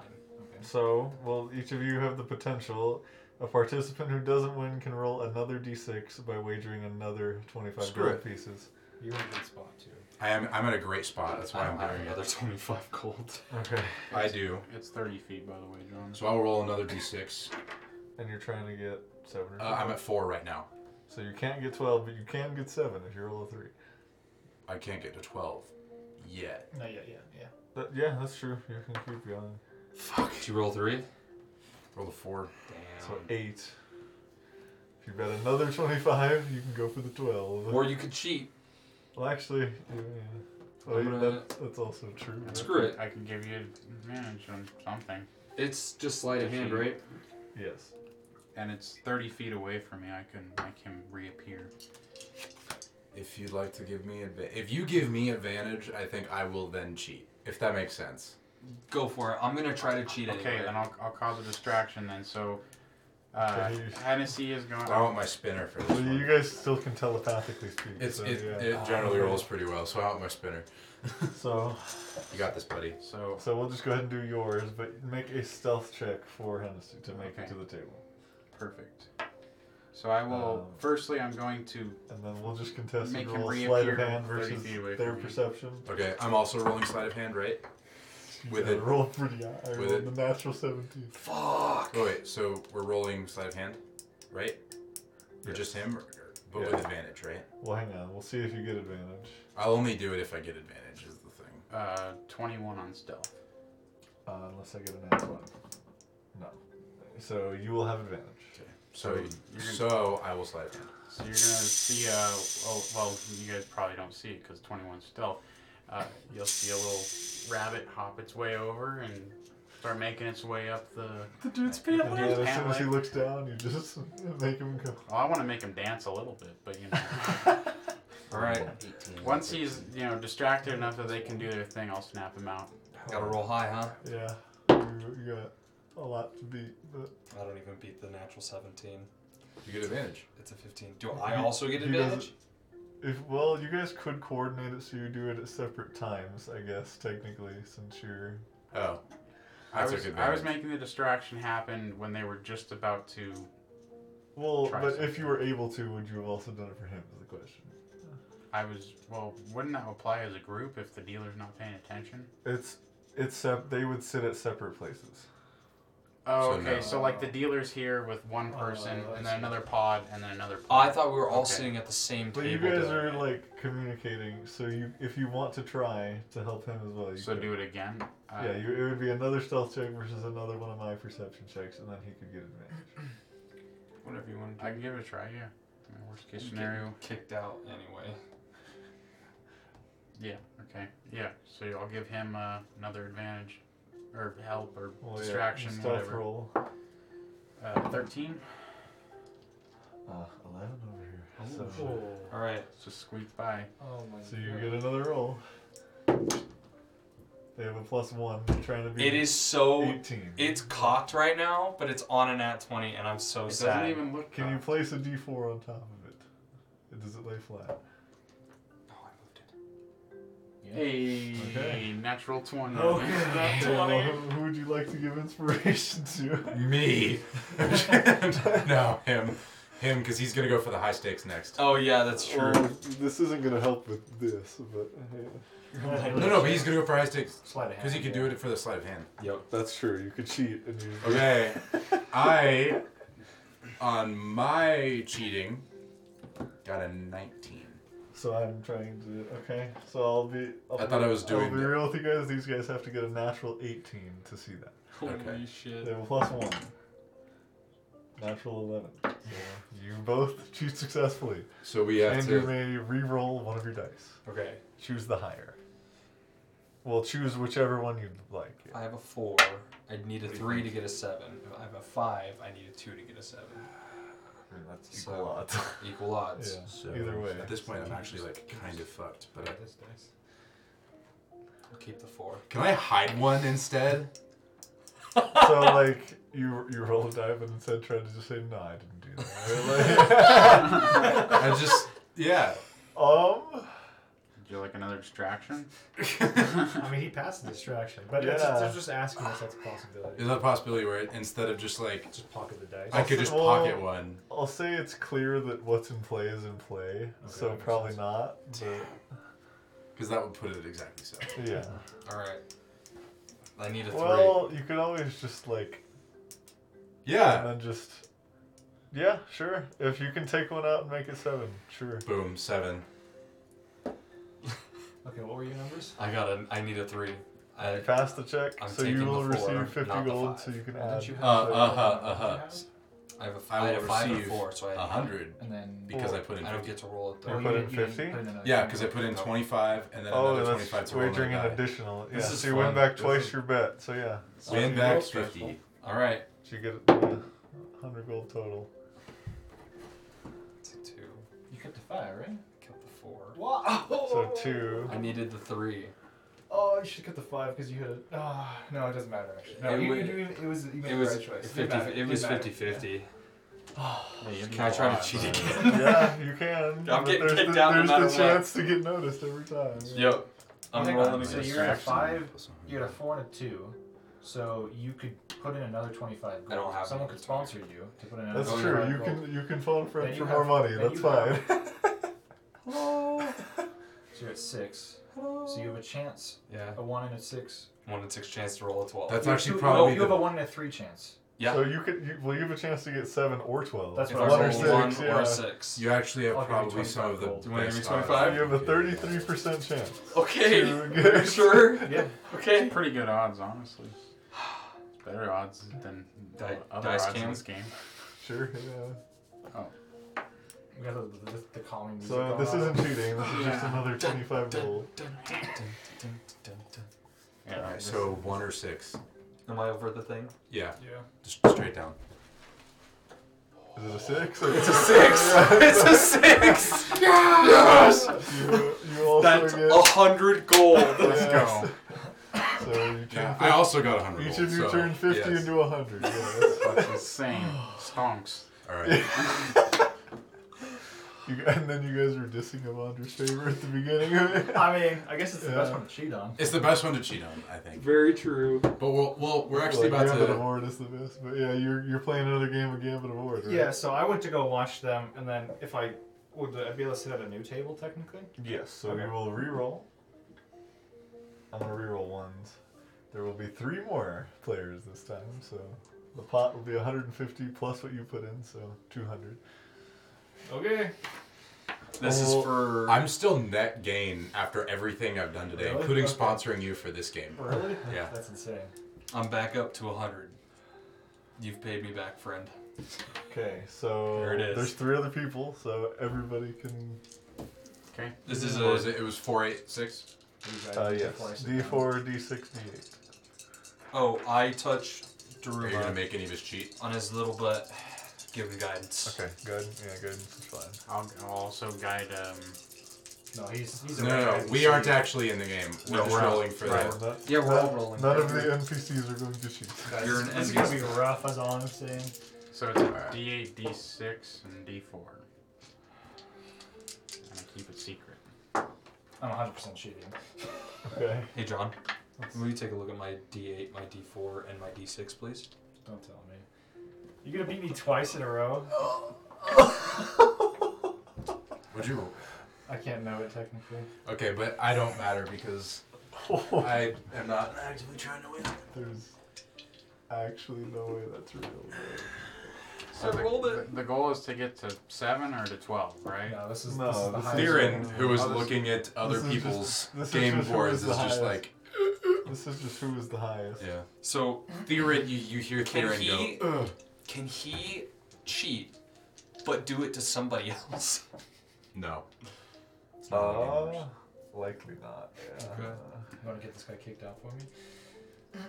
Speaker 1: So, well, each of you have the potential. A participant who doesn't win can roll another d6 by wagering another 25
Speaker 2: Screw
Speaker 1: gold
Speaker 2: it.
Speaker 1: pieces.
Speaker 7: You're in a good spot too.
Speaker 2: I am. I'm at a great spot. That's why
Speaker 4: I don't have
Speaker 2: I'm doing it.
Speaker 4: another 25 gold.
Speaker 1: Okay.
Speaker 2: I do.
Speaker 5: it's 30 feet, by the way, John.
Speaker 2: So I'll roll another d6.
Speaker 1: And you're trying to get seven or
Speaker 2: Uh,
Speaker 1: 12.
Speaker 2: I'm at four right now.
Speaker 1: so you can't get 12, but you can get seven if you roll a three.
Speaker 2: I can't get to twelve yet.
Speaker 7: Not yet, yeah, yeah.
Speaker 1: That, yeah, that's true. You can keep going.
Speaker 2: Fuck.
Speaker 4: Did you roll three?
Speaker 2: Roll a four.
Speaker 4: Damn.
Speaker 1: So eight. If you bet another 25, you can go for the 12.
Speaker 4: Or you could cheat.
Speaker 1: well, actually, yeah. Well,
Speaker 4: I'm gonna-
Speaker 1: that, that's also true.
Speaker 4: Screw it.
Speaker 5: I can give you advantage on something.
Speaker 9: It's just sleight of hand,
Speaker 5: Fifteen.
Speaker 9: right?
Speaker 1: Yes.
Speaker 5: And it's 30 feet away from me. I can make him reappear.
Speaker 2: If you'd like to give me advantage, if you give me advantage, I think I will then cheat. If that makes sense.
Speaker 4: Go for it. I'm gonna try to cheat
Speaker 5: Okay,
Speaker 4: anyway.
Speaker 5: then I'll, I'll cause a distraction then. So, uh,
Speaker 1: Okay, you-
Speaker 5: Hennessy is going.
Speaker 2: I want my spinner for this
Speaker 1: Well,
Speaker 2: one.
Speaker 1: you guys still can telepathically speak.
Speaker 2: It's
Speaker 1: so,
Speaker 2: it,
Speaker 1: yeah.
Speaker 2: it generally rolls pretty well, so I want my spinner.
Speaker 1: so,
Speaker 2: You got this, buddy.
Speaker 5: So,
Speaker 1: so we'll just go ahead and do yours, but make a stealth check for Hennessy to make
Speaker 5: Okay.
Speaker 1: it to the table,
Speaker 5: perfect. So I will.
Speaker 1: Um,
Speaker 5: firstly, I'm going to.
Speaker 1: and then we'll just contest
Speaker 5: Make
Speaker 1: and
Speaker 5: him
Speaker 1: roll sleight of
Speaker 5: reappear
Speaker 1: hand
Speaker 5: 30
Speaker 1: versus
Speaker 5: feet away
Speaker 1: their
Speaker 5: from me.
Speaker 1: perception.
Speaker 2: Okay, I'm also rolling sleight of hand, right? With
Speaker 1: yeah,
Speaker 2: it.
Speaker 1: roll pretty high. I
Speaker 2: With
Speaker 1: rolled
Speaker 2: it.
Speaker 1: the natural seventeen.
Speaker 2: Oh wait, so we're rolling sleight of hand, right? Or just him, or, or- but
Speaker 1: Yeah.
Speaker 2: with advantage, right?
Speaker 1: Well, hang on. We'll see if you get advantage.
Speaker 2: I'll only do it if I get advantage. Is the thing.
Speaker 5: Uh, 21 on stealth.
Speaker 1: Uh, unless I get an natural one. No. So you will have advantage.
Speaker 2: Okay. So
Speaker 5: you're gonna-
Speaker 2: so I will sleight of hand.
Speaker 5: So you're gonna see. Uh, oh, well, you guys probably don't see it because 21 stealth. Uh, you'll see a little rabbit hop its way over and start making its way up the.
Speaker 1: The dude's
Speaker 5: peanut
Speaker 1: And
Speaker 5: butter
Speaker 1: then
Speaker 5: is
Speaker 1: as soon as he
Speaker 5: pant-like.
Speaker 1: looks down, you just make him go.
Speaker 5: Well, I want to make him dance a little bit, but you know.
Speaker 4: All right.
Speaker 5: Once he's you know distracted enough that they can do their thing, I'll snap him out.
Speaker 4: Gotta roll high, huh?
Speaker 1: Yeah. You, you got a lot to beat, but
Speaker 4: I don't even beat the natural 17.
Speaker 2: You get advantage.
Speaker 4: It's a 15. Do I also get
Speaker 1: He doesn't-
Speaker 4: advantage?
Speaker 1: If well, you guys could coordinate it so you do it at separate times, I guess technically, since you're.
Speaker 2: Oh, I,
Speaker 5: I
Speaker 2: took
Speaker 5: was,
Speaker 2: advantage.
Speaker 5: I was making the distraction happen when they were just about to.
Speaker 1: Well,
Speaker 5: Try
Speaker 1: but if you were able to, would you have also done it for him? Is the question.
Speaker 5: I was well. Wouldn't that apply as a group if the dealer's not paying attention?
Speaker 1: It's it's sep- they would sit at separate places.
Speaker 2: So
Speaker 5: Oh, okay.
Speaker 2: no.
Speaker 5: So like the dealer's here with one person,
Speaker 7: Oh, I
Speaker 5: and
Speaker 7: see.
Speaker 5: then another pod, and then another.
Speaker 4: Oh, I
Speaker 5: Pod.
Speaker 4: thought we were all
Speaker 5: Okay.
Speaker 4: sitting at the same
Speaker 1: But you
Speaker 4: table.
Speaker 1: guys
Speaker 4: doing
Speaker 1: are
Speaker 4: it.
Speaker 1: like communicating, so you if you want to try to help him as well, you
Speaker 5: so
Speaker 1: could.
Speaker 5: do it again. Uh,
Speaker 1: yeah, you, it would be another stealth check versus another one of my perception checks, and then he could get advantage.
Speaker 9: Whatever you want to
Speaker 5: I
Speaker 9: do.
Speaker 5: can give it a try. Yeah. I mean, worst case
Speaker 4: Getting
Speaker 5: scenario.
Speaker 4: Kicked out anyway.
Speaker 5: Yeah. Okay. Yeah. So I'll give him uh, another advantage, or help, or
Speaker 1: Well, yeah,
Speaker 5: distraction,
Speaker 1: stealth
Speaker 5: whatever.
Speaker 1: roll.
Speaker 5: Uh, Thirteen.
Speaker 1: Uh, eleven over here. So,
Speaker 4: All right.
Speaker 5: Just squeaked by.
Speaker 7: Oh my
Speaker 1: so you get another roll. They have a plus one trying to be.
Speaker 4: It is so.
Speaker 1: 18.
Speaker 4: It's cocked right now, but it's on an at 20, and I'm so
Speaker 5: It
Speaker 4: sad.
Speaker 5: doesn't even look.
Speaker 1: Can you place a d4 on top of it? It- Does it lay flat?
Speaker 4: Oh, I moved it.
Speaker 5: Hey,
Speaker 1: Okay.
Speaker 5: natural 20.
Speaker 1: Well, who, who would you like to give inspiration to?
Speaker 2: Me. no, him. Him, because he's going to go for the high stakes next.
Speaker 4: Oh, yeah, that's true.
Speaker 1: Well, this isn't going to help with this, but yeah.
Speaker 2: No, no, but he's going to go for high stakes
Speaker 7: Sleight of
Speaker 2: because he
Speaker 7: hand,
Speaker 2: can do it for the sleight of hand.
Speaker 1: that's true. You could cheat and use.
Speaker 2: Okay. I, on my cheating, got a 19.
Speaker 1: So I'm trying to. Okay, so I'll be. I'll
Speaker 2: I thought I was doing
Speaker 1: I'll be
Speaker 2: that.
Speaker 1: real with you guys. These guys have to get a natural 18 to see that.
Speaker 2: Okay.
Speaker 4: Holy shit.
Speaker 1: They have a plus one. Natural 11. So you both cheat successfully.
Speaker 2: So we have
Speaker 1: and you
Speaker 2: to.
Speaker 1: may re-roll one of your dice.
Speaker 4: Okay.
Speaker 1: Choose the higher. Well, choose whichever one you'd like.
Speaker 4: I have a four. I'd need a three to get a seven. If I have a five. I need a two to get a seven.
Speaker 1: I mean, that's
Speaker 4: So-
Speaker 1: equal odds.
Speaker 4: Equal odds.
Speaker 1: Yeah.
Speaker 2: So
Speaker 1: Either way.
Speaker 2: at this point, I'm actually like kind of fucked. But I,
Speaker 7: This dice.
Speaker 4: I'll keep the four.
Speaker 2: can I hide one instead?
Speaker 1: so like you you roll a die, but instead try to just say no, I didn't do that. Like,
Speaker 2: I just yeah.
Speaker 1: um,
Speaker 5: Would you like another distraction?
Speaker 10: I mean, he passed the distraction, but it's,
Speaker 1: Yeah.
Speaker 10: they're just asking if that's a possibility.
Speaker 2: Is that a possibility where it, instead of just like
Speaker 10: Just pocket the dice.
Speaker 2: I could just
Speaker 1: Well-
Speaker 2: pocket one?
Speaker 1: I'll say it's clear that what's in play is in play, so
Speaker 10: makes
Speaker 1: probably
Speaker 10: sense.
Speaker 1: not.
Speaker 2: Because that would put it exactly so.
Speaker 1: But yeah.
Speaker 4: All right. I need a three.
Speaker 1: Well, you could always just like and
Speaker 2: Yeah.
Speaker 1: then just yeah, sure. If you can take one out and make it seven, sure.
Speaker 2: Boom. Seven.
Speaker 7: Okay, what were your numbers?
Speaker 4: I got a. I need a three. I,
Speaker 1: Pass the check,
Speaker 4: Uh, I'm
Speaker 1: so you
Speaker 4: taking
Speaker 1: will
Speaker 4: the four,
Speaker 1: receive fifty
Speaker 4: not the
Speaker 1: gold,
Speaker 4: five.
Speaker 1: so you can
Speaker 7: Well,
Speaker 1: add.
Speaker 7: didn't you
Speaker 2: Uh
Speaker 7: have
Speaker 2: uh
Speaker 7: the-
Speaker 2: huh uh
Speaker 7: you
Speaker 2: huh.
Speaker 7: have?
Speaker 4: I have a.
Speaker 2: I
Speaker 4: I had a
Speaker 2: will
Speaker 4: five and a
Speaker 2: receive
Speaker 4: four, so I
Speaker 2: A
Speaker 4: had
Speaker 2: hundred
Speaker 7: And then
Speaker 2: because I put in.
Speaker 4: I don't
Speaker 2: 50.
Speaker 4: get to roll it
Speaker 1: You
Speaker 4: though.
Speaker 1: put
Speaker 7: you
Speaker 1: in
Speaker 7: didn't
Speaker 1: 50?
Speaker 7: put in another
Speaker 2: Yeah,
Speaker 7: thing.
Speaker 2: because I put in twenty five and then
Speaker 1: Oh,
Speaker 2: another twenty five
Speaker 1: that's
Speaker 2: to roll
Speaker 1: wagering an
Speaker 2: another die.
Speaker 1: additional. Yeah,
Speaker 4: This is
Speaker 1: so you
Speaker 4: fun.
Speaker 1: win back
Speaker 4: This
Speaker 1: twice
Speaker 4: is-
Speaker 1: your bet. So yeah,
Speaker 2: Win
Speaker 1: you
Speaker 2: back
Speaker 1: roll
Speaker 2: fifty.
Speaker 4: All right.
Speaker 1: so you get uh, hundred gold total.
Speaker 4: Two, two.
Speaker 7: You kept the five, right?
Speaker 4: Kept the four.
Speaker 7: Wow.
Speaker 1: So two.
Speaker 4: I needed the three.
Speaker 7: Oh, you should cut the five because you hit it. Ah, no, it doesn't matter actually. No,
Speaker 4: It
Speaker 7: you,
Speaker 4: wa-
Speaker 7: you, you- it was you made
Speaker 4: It was
Speaker 7: the right choice.
Speaker 4: 50.
Speaker 7: matter.
Speaker 4: It was
Speaker 7: matter.
Speaker 4: 50 50.
Speaker 5: Hey,
Speaker 4: Can I try to cheat again?
Speaker 1: yeah, you can.
Speaker 4: I'm
Speaker 1: but
Speaker 4: getting
Speaker 1: there's
Speaker 4: kicked
Speaker 1: the,
Speaker 4: out no
Speaker 1: There's
Speaker 4: matter
Speaker 1: the
Speaker 4: what.
Speaker 1: chance to get noticed every time.
Speaker 4: Yep. I'm
Speaker 7: Hang on,
Speaker 4: rolling
Speaker 7: so
Speaker 4: again.
Speaker 7: you're at a five. You had a four and a two, so you could put in another twenty-five. Gold.
Speaker 4: I don't have
Speaker 7: Someone
Speaker 4: any.
Speaker 7: could sponsor you to put in another.
Speaker 1: That's
Speaker 4: Oh,
Speaker 1: true.
Speaker 4: yeah.
Speaker 1: You can you can phone a friend
Speaker 7: Then
Speaker 1: for
Speaker 7: you
Speaker 1: more
Speaker 7: have-
Speaker 1: money.
Speaker 7: then
Speaker 1: That's
Speaker 7: you have-
Speaker 1: fine.
Speaker 7: So you're at six. So you have a chance,
Speaker 4: Yeah.
Speaker 7: a one and a six.
Speaker 4: One in six chance to roll a 12.
Speaker 2: That's
Speaker 7: You have
Speaker 2: actually
Speaker 7: two-
Speaker 2: probably
Speaker 7: No, you have
Speaker 2: the-
Speaker 7: a one and a three chance.
Speaker 4: Yeah.
Speaker 1: So you could you, well you have a chance to get seven or twelve.
Speaker 7: That's
Speaker 4: if
Speaker 7: what
Speaker 4: I
Speaker 7: I'm
Speaker 4: roll
Speaker 1: one
Speaker 4: a
Speaker 1: or
Speaker 7: saying.
Speaker 1: six.
Speaker 4: one
Speaker 1: yeah.
Speaker 4: or a six.
Speaker 2: You actually have
Speaker 7: I'll give you
Speaker 2: probably some of the.
Speaker 7: 25
Speaker 4: Do you wanna give me
Speaker 2: best
Speaker 4: 25?
Speaker 2: odds.
Speaker 1: you have a thirty-three percent chance.
Speaker 4: Okay.
Speaker 1: to get-
Speaker 4: Are you sure?
Speaker 7: Yeah.
Speaker 4: Okay.
Speaker 5: Pretty good odds, honestly. It's better odds than the
Speaker 4: Di-
Speaker 5: other
Speaker 4: dice
Speaker 5: odds in
Speaker 4: cam?
Speaker 5: this game.
Speaker 1: Sure. Yeah.
Speaker 7: We got the, the, the calming music.
Speaker 1: So
Speaker 7: going
Speaker 1: this
Speaker 7: on.
Speaker 1: isn't cheating. This is just
Speaker 5: Yeah.
Speaker 1: another twenty-five gold.
Speaker 4: Dun, dun, dun, dun, dun.
Speaker 5: Yeah,
Speaker 2: Alright,
Speaker 5: this-
Speaker 2: so one or six.
Speaker 4: Am I over the thing?
Speaker 2: Yeah,
Speaker 7: Yeah.
Speaker 2: just straight down.
Speaker 1: Is it a six? Or it's a
Speaker 4: Six! it's a six! Yes!
Speaker 1: You, you also
Speaker 4: That's
Speaker 1: get.
Speaker 4: a hundred gold.
Speaker 5: let's go.
Speaker 1: So you turn.
Speaker 2: Yeah, I
Speaker 1: fif-
Speaker 2: also got a hundred.
Speaker 1: each of you turn fifty into a hundred. Yeah, that's fine.
Speaker 5: That's insane. Stonks.
Speaker 2: All right.
Speaker 1: You, and then you guys were dissing Amandra's favor at the beginning of it.
Speaker 7: I mean, I guess it's the best
Speaker 1: Yeah.
Speaker 7: one to cheat on.
Speaker 2: It's the best one to cheat on, I think.
Speaker 8: Very true.
Speaker 2: But we'll, we'll we're actually
Speaker 1: like,
Speaker 2: about
Speaker 1: Gambit of
Speaker 2: to.
Speaker 1: Ward is the best, but yeah, you're you're playing another game of Gambit of Ward, right?
Speaker 10: Yeah, so I went to go watch them, and then if I would I be able to sit at a new table technically?
Speaker 1: Yes. So we will re-roll. I'm gonna re-roll ones. There will be three more players this time, so the pot will be 150 plus what you put in, so 200.
Speaker 10: Okay.
Speaker 4: This is
Speaker 1: Well,
Speaker 4: for.
Speaker 2: I'm still net gain after everything I've done today,
Speaker 7: Really?
Speaker 2: including
Speaker 7: Okay.
Speaker 2: sponsoring you for this game.
Speaker 7: Really?
Speaker 2: Yeah.
Speaker 7: That's insane.
Speaker 4: I'm back up to a hundred. You've paid me back, friend.
Speaker 1: Okay, so
Speaker 4: There it is.
Speaker 1: there's three other people, so everybody can.
Speaker 5: Okay.
Speaker 4: This is
Speaker 2: What was
Speaker 4: a.
Speaker 2: it? It was four eight six.
Speaker 7: You guys
Speaker 1: Uh,
Speaker 7: need to
Speaker 1: yes.
Speaker 7: place it down.
Speaker 1: D4, D6, D8.
Speaker 4: Oh, I touch
Speaker 2: Are you gonna
Speaker 4: Daruma
Speaker 2: make any of us cheat?
Speaker 4: on his little butt. Give him guidance.
Speaker 1: Okay, good. Yeah, good. It's fine.
Speaker 5: I'll, I'll also guide. Um,
Speaker 7: No, he's he's a
Speaker 2: No, no, no,
Speaker 7: red.
Speaker 2: we aren't actually in the game. We're
Speaker 5: No,
Speaker 2: just
Speaker 5: we're out.
Speaker 2: rolling for
Speaker 1: Right.
Speaker 2: that.
Speaker 4: Yeah, we're all rolling.
Speaker 1: None of the NPCs are going to cheat.
Speaker 7: Guys,
Speaker 4: You're an
Speaker 7: This is
Speaker 4: envious-
Speaker 7: gonna be rough. That's all I'm saying.
Speaker 5: so it's a
Speaker 2: Alright.
Speaker 5: D8, D6, and D4. And I keep it secret.
Speaker 7: I'm 100 percent cheating.
Speaker 1: Okay.
Speaker 4: Hey, John. Will you take a look at my D8, my D4, and my D6, please?
Speaker 7: Don't tell me. You're gonna beat me twice in a row.
Speaker 2: Would you?
Speaker 7: I can't know it technically.
Speaker 2: Okay, but I don't matter because I am not actively trying to win.
Speaker 1: There's actually no way that's real.
Speaker 5: So the, the, the goal is to get to 7 or to 12, right?
Speaker 7: No, this is
Speaker 1: No,
Speaker 7: this is the
Speaker 1: this
Speaker 7: highest.
Speaker 2: Liren,
Speaker 7: one.
Speaker 2: who was
Speaker 1: Oh, this-
Speaker 2: looking at other
Speaker 1: this is
Speaker 2: people's
Speaker 1: just- this is
Speaker 2: game
Speaker 1: just who
Speaker 2: boards,
Speaker 1: is
Speaker 2: is
Speaker 1: the
Speaker 2: just
Speaker 1: highest.
Speaker 2: like,
Speaker 1: This is just who was the highest.
Speaker 2: yeah.
Speaker 4: So,
Speaker 2: Theorin, you, you hear
Speaker 4: can
Speaker 2: Theorin
Speaker 4: he,
Speaker 2: go,
Speaker 4: can he cheat, but do it to somebody else?
Speaker 2: no. It's not how the game
Speaker 1: Uh,
Speaker 2: works.
Speaker 1: Likely not. Yeah.
Speaker 7: Okay. You want to get this guy kicked out for me?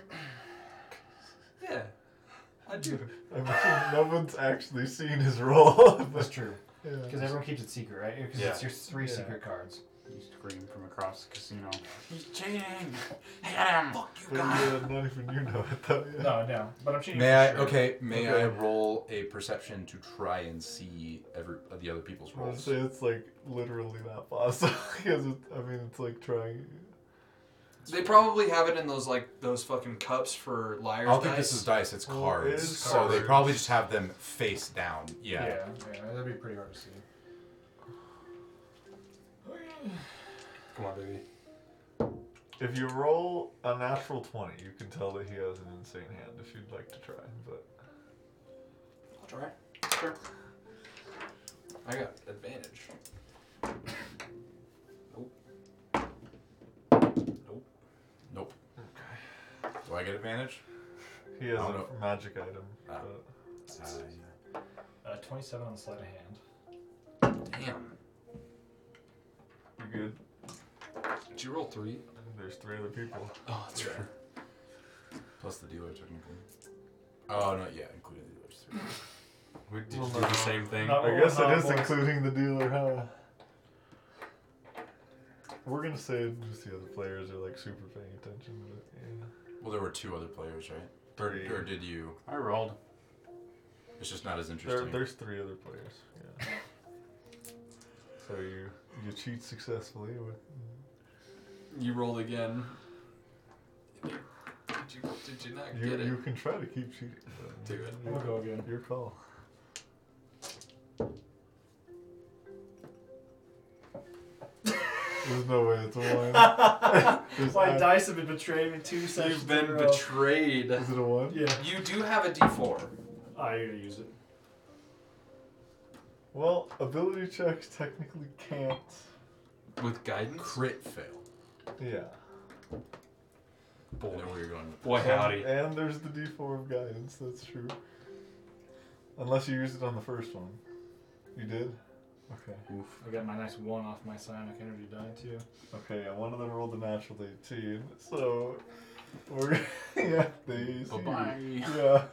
Speaker 4: Yeah, I do.
Speaker 1: I'm assuming no one's actually seen his roll.
Speaker 7: That's true.
Speaker 1: yeah.
Speaker 7: Because everyone keeps it secret, right? Because
Speaker 4: Yeah.
Speaker 7: it's your three
Speaker 1: Yeah.
Speaker 7: secret cards.
Speaker 5: You scream from across the casino. He's cheating! Get him!
Speaker 4: Fuck you
Speaker 1: But,
Speaker 4: guys.
Speaker 1: yeah, not even you know it though. Yeah.
Speaker 7: No, no. But I'm cheating.
Speaker 2: May
Speaker 7: for
Speaker 2: I?
Speaker 7: sure.
Speaker 2: Okay. May I
Speaker 1: Okay.
Speaker 2: roll a perception to try and see every uh, the other people's
Speaker 1: I would
Speaker 2: rolls?
Speaker 1: say it's like literally not possible because it, I mean it's like trying.
Speaker 4: They probably have it in those like those fucking cups for
Speaker 2: I
Speaker 4: liars.
Speaker 2: don't think
Speaker 4: dice.
Speaker 2: this is dice. It's
Speaker 1: Well, it
Speaker 2: cards.
Speaker 1: is
Speaker 2: So they
Speaker 1: cards.
Speaker 2: probably just have them face down. Yeah.
Speaker 7: Yeah. yeah, that'd be pretty hard to see.
Speaker 4: Come on, baby.
Speaker 1: If you roll a natural twenty, you can tell that he has an insane hand. If you'd like to try, but
Speaker 4: I'll try. Sure. I got advantage. Nope. Nope.
Speaker 2: Nope. Do I get advantage?
Speaker 1: he has
Speaker 2: I
Speaker 1: a
Speaker 2: don't
Speaker 1: magic item.
Speaker 2: Ah.
Speaker 1: but-
Speaker 7: Uh, 27 on the sleight of hand.
Speaker 4: Damn.
Speaker 1: You're good.
Speaker 4: Did you roll three?
Speaker 1: There's three other people.
Speaker 4: Oh, that's right.
Speaker 2: Plus the dealer technically. Oh no, yeah, including the dealer's three.
Speaker 8: We did
Speaker 1: Well,
Speaker 8: you do
Speaker 1: no.
Speaker 8: the same thing.
Speaker 7: No.
Speaker 1: I
Speaker 7: Oh,
Speaker 1: guess
Speaker 7: no,
Speaker 1: it is
Speaker 7: well-
Speaker 1: including the dealer, huh? We're gonna say just the other players are like super paying attention, but yeah.
Speaker 2: Well, there were two other players, right? Or,
Speaker 1: Three.
Speaker 2: or did you?
Speaker 5: I rolled.
Speaker 2: It's just not as
Speaker 1: There,
Speaker 2: interesting.
Speaker 1: there's three other players. Yeah. so you you cheat successfully with
Speaker 4: You rolled again. Did you, did you not
Speaker 1: you.
Speaker 4: get it?
Speaker 1: You can try to keep cheating. but
Speaker 4: Do it.
Speaker 7: I'm gonna go again.
Speaker 1: Your call. There's no way it's a one. There's
Speaker 10: My
Speaker 1: ab-
Speaker 10: dice have been betraying me two sessions.
Speaker 4: You've
Speaker 10: in
Speaker 4: been
Speaker 10: a row.
Speaker 4: betrayed.
Speaker 1: Is it a one?
Speaker 10: Yeah,
Speaker 4: You do have a d4.
Speaker 10: I use it.
Speaker 1: Well, ability checks technically can't.
Speaker 4: With guidance?
Speaker 2: Crit fail.
Speaker 1: Yeah.
Speaker 2: I know where you're going.
Speaker 8: Boy,
Speaker 1: And-
Speaker 8: howdy.
Speaker 1: And, there's the D4 of guidance, that's true. Unless you used it on the first one. You did? Okay.
Speaker 7: I got my nice one off my psionic energy die too.
Speaker 1: Okay, and one of them rolled a natural 18, so. We're. yeah, they. see you.
Speaker 7: Oh,
Speaker 5: Bye bye.
Speaker 1: Yeah.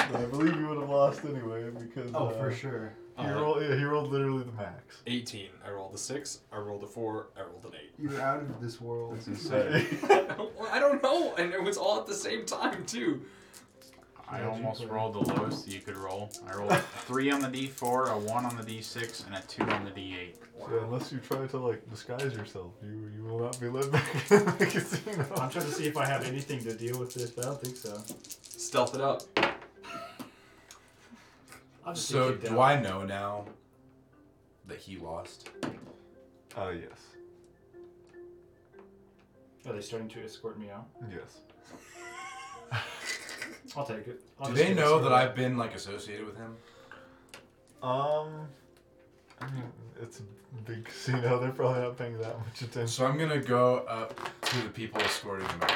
Speaker 1: And I believe you would have lost anyway because.
Speaker 7: Oh,
Speaker 1: uh,
Speaker 7: for sure.
Speaker 1: He, rolled, yeah, he rolled literally the max.
Speaker 4: 18. I rolled a 6. I rolled a 4. I rolled an 8.
Speaker 7: You're out of this world.
Speaker 8: That's insane.
Speaker 4: Well, I don't know, and it was all at the same time too.
Speaker 5: I almost rolled the lowest you could roll. I rolled a 3 on the d4, a 1 on the d6, and a 2 on the d8.
Speaker 1: Yeah, unless you try to like disguise yourself, you you will not be let back in the casino.
Speaker 10: I'm trying to see if I have anything to deal with this, but I don't think so.
Speaker 4: Stealth it up.
Speaker 10: I'm just
Speaker 2: So
Speaker 10: gonna keep
Speaker 2: do
Speaker 10: down.
Speaker 2: I know now that he lost?
Speaker 1: Oh yes,
Speaker 10: Are they Oh, starting to escort me out?
Speaker 1: yes.
Speaker 10: I'll take it. I'll
Speaker 2: Do
Speaker 10: just
Speaker 2: they
Speaker 10: get
Speaker 2: know that
Speaker 10: escorted.
Speaker 2: I've been like associated with him?
Speaker 1: Um, I mean it's a big casino. They're probably not paying that much attention.
Speaker 2: So I'm gonna go up to the people escorting him out.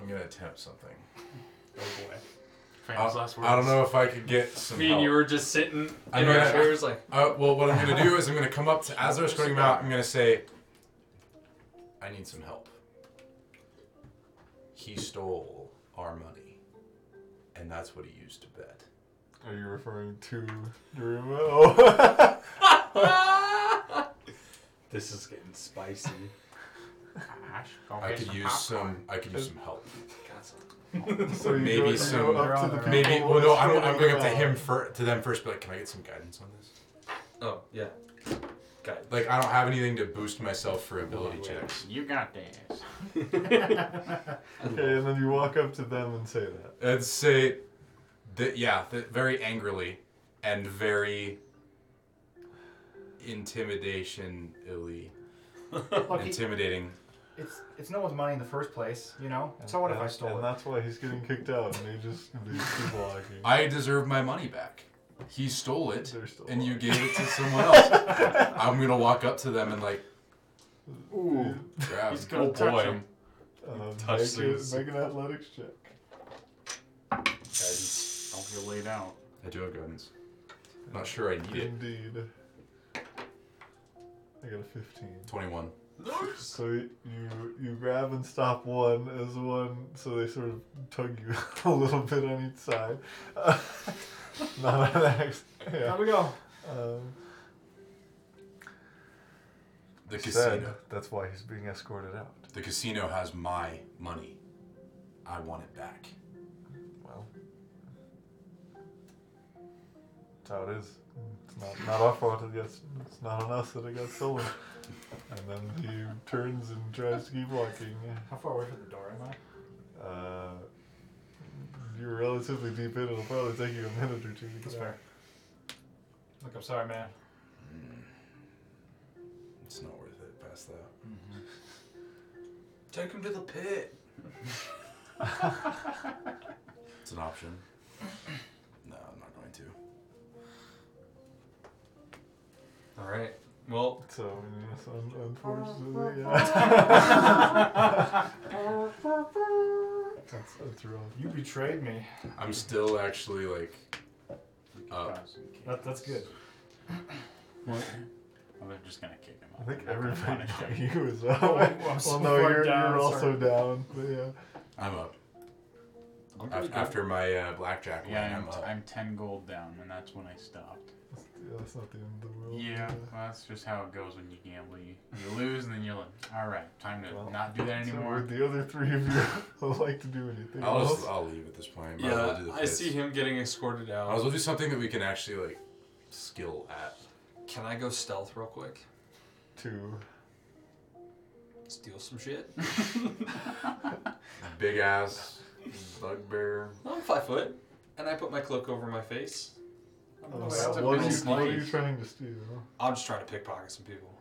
Speaker 2: I'm gonna attempt something.
Speaker 4: Oh boy.
Speaker 5: Famous
Speaker 2: I-
Speaker 5: last words.
Speaker 2: I don't know if I could get some.
Speaker 4: Me and you
Speaker 2: help.
Speaker 4: were just sitting
Speaker 2: I
Speaker 4: in
Speaker 2: know
Speaker 4: our
Speaker 2: that-
Speaker 4: chairs like,
Speaker 2: Uh, well, what I'm gonna do is I'm gonna come up to as they're escorting him out. I'm gonna say, "I need some help. He stole our money, and that's what he used to bet."
Speaker 1: Are you referring to Daruma? Oh,
Speaker 4: This is getting spicy.
Speaker 5: Ash, go
Speaker 2: I
Speaker 5: get
Speaker 2: could
Speaker 5: some
Speaker 2: use some. I could use some help.
Speaker 1: so you
Speaker 2: Maybe
Speaker 1: go, you go
Speaker 2: some-
Speaker 1: up to the people
Speaker 2: Maybe. Well, no. I'm, I'm going up to
Speaker 1: escorting
Speaker 2: him
Speaker 1: out.
Speaker 2: for to them first. But like, can I get some guidance on this?
Speaker 4: oh, yeah. Got it.
Speaker 2: Like, I don't have anything to boost myself for ability checks.
Speaker 5: You got this.
Speaker 1: Okay, and then you walk up to them and say that.
Speaker 2: I'd say, that yeah, that very angrily, and very intimidationally.
Speaker 10: Look, he-
Speaker 2: intimidating.
Speaker 10: it's it's no one's money in the first place, you know. So what if I
Speaker 1: And-
Speaker 10: stole
Speaker 1: And
Speaker 10: it?
Speaker 1: that's why he's getting kicked out, and he just leaves people walking.
Speaker 2: I deserve my money back. He stole it,
Speaker 1: They're still
Speaker 2: and you
Speaker 1: alive.
Speaker 2: gave it to someone else. I'm gonna walk up to them and like
Speaker 5: Ooh.
Speaker 2: grab.
Speaker 5: He's gonna touch him.
Speaker 1: Um,
Speaker 8: Touch
Speaker 1: make, a,
Speaker 8: things.
Speaker 1: make an athletics check.
Speaker 5: Don't get laid out.
Speaker 2: I do have guidance. I'm not sure I need it.
Speaker 1: Indeed. I got a 15.
Speaker 2: 21.
Speaker 1: So y- you you grab and stop one as one, so they sort of tug you a little bit on each side. Not an axe. Yeah.
Speaker 10: we go.
Speaker 1: Um,
Speaker 2: The
Speaker 1: said,
Speaker 2: casino.
Speaker 1: that's why he's being escorted out.
Speaker 2: The casino has my money. I want it back.
Speaker 1: Well, that's how it is. It's not, not our fault. It gets, it's not on us that it got stolen. and then he turns and tries to keep walking.
Speaker 10: How far away from the door am I?
Speaker 1: Uh, you're relatively deep in. It'll probably take you a minute or two to
Speaker 10: That's
Speaker 1: get out.
Speaker 10: fair. Look, I'm sorry, man.
Speaker 5: Mm.
Speaker 2: It's not worth it past that.
Speaker 4: Take him to the pit.
Speaker 2: It's an option. No, I'm not going to.
Speaker 4: All right. Well,
Speaker 1: So yes, un- unfortunately, yeah. that's, that's rough.
Speaker 10: You betrayed me.
Speaker 2: I'm still actually like up.
Speaker 10: That, that's good.
Speaker 5: Well, they're just gonna kick him
Speaker 1: I
Speaker 5: out.
Speaker 1: think
Speaker 5: They're not gonna
Speaker 1: everybody
Speaker 5: punish
Speaker 1: but
Speaker 5: him.
Speaker 1: you is up.
Speaker 10: Oh, I'm
Speaker 1: well,
Speaker 10: so
Speaker 1: no,
Speaker 10: far
Speaker 1: you're,
Speaker 10: down,
Speaker 1: you're also
Speaker 10: sorry.
Speaker 1: down. But yeah.
Speaker 2: I'm up.
Speaker 5: I'm
Speaker 2: Af-
Speaker 5: pretty good.
Speaker 2: after my uh, blackjack
Speaker 5: Yeah,
Speaker 2: win,
Speaker 5: I'm,
Speaker 2: I'm up.
Speaker 5: I'm 10 gold down, and that's when I stopped.
Speaker 1: That's, yeah, that's not the end of the world.
Speaker 5: Yeah, well, that's just how it goes when you gamble. You, you lose, and then you're like, all right, time to
Speaker 1: Well,
Speaker 5: not do that
Speaker 1: So
Speaker 5: anymore.
Speaker 1: would the other three of you would like to do anything
Speaker 2: I'll
Speaker 1: else?
Speaker 2: just, I'll leave at this point. Might as well
Speaker 4: yeah,
Speaker 2: do the
Speaker 4: I
Speaker 2: pits.
Speaker 4: see him getting escorted out.
Speaker 2: Might as well do something that we can actually like skill at.
Speaker 4: Can I go stealth real quick?
Speaker 1: Two.
Speaker 4: Steal some shit.
Speaker 2: Big ass bugbear.
Speaker 4: I'm five foot, and I put my cloak over my face.
Speaker 1: Uh,
Speaker 5: that's a
Speaker 1: what, are
Speaker 5: big
Speaker 1: you, what are you
Speaker 5: sneeze.
Speaker 1: trying to steal?
Speaker 4: I'm just trying to pickpocket some people.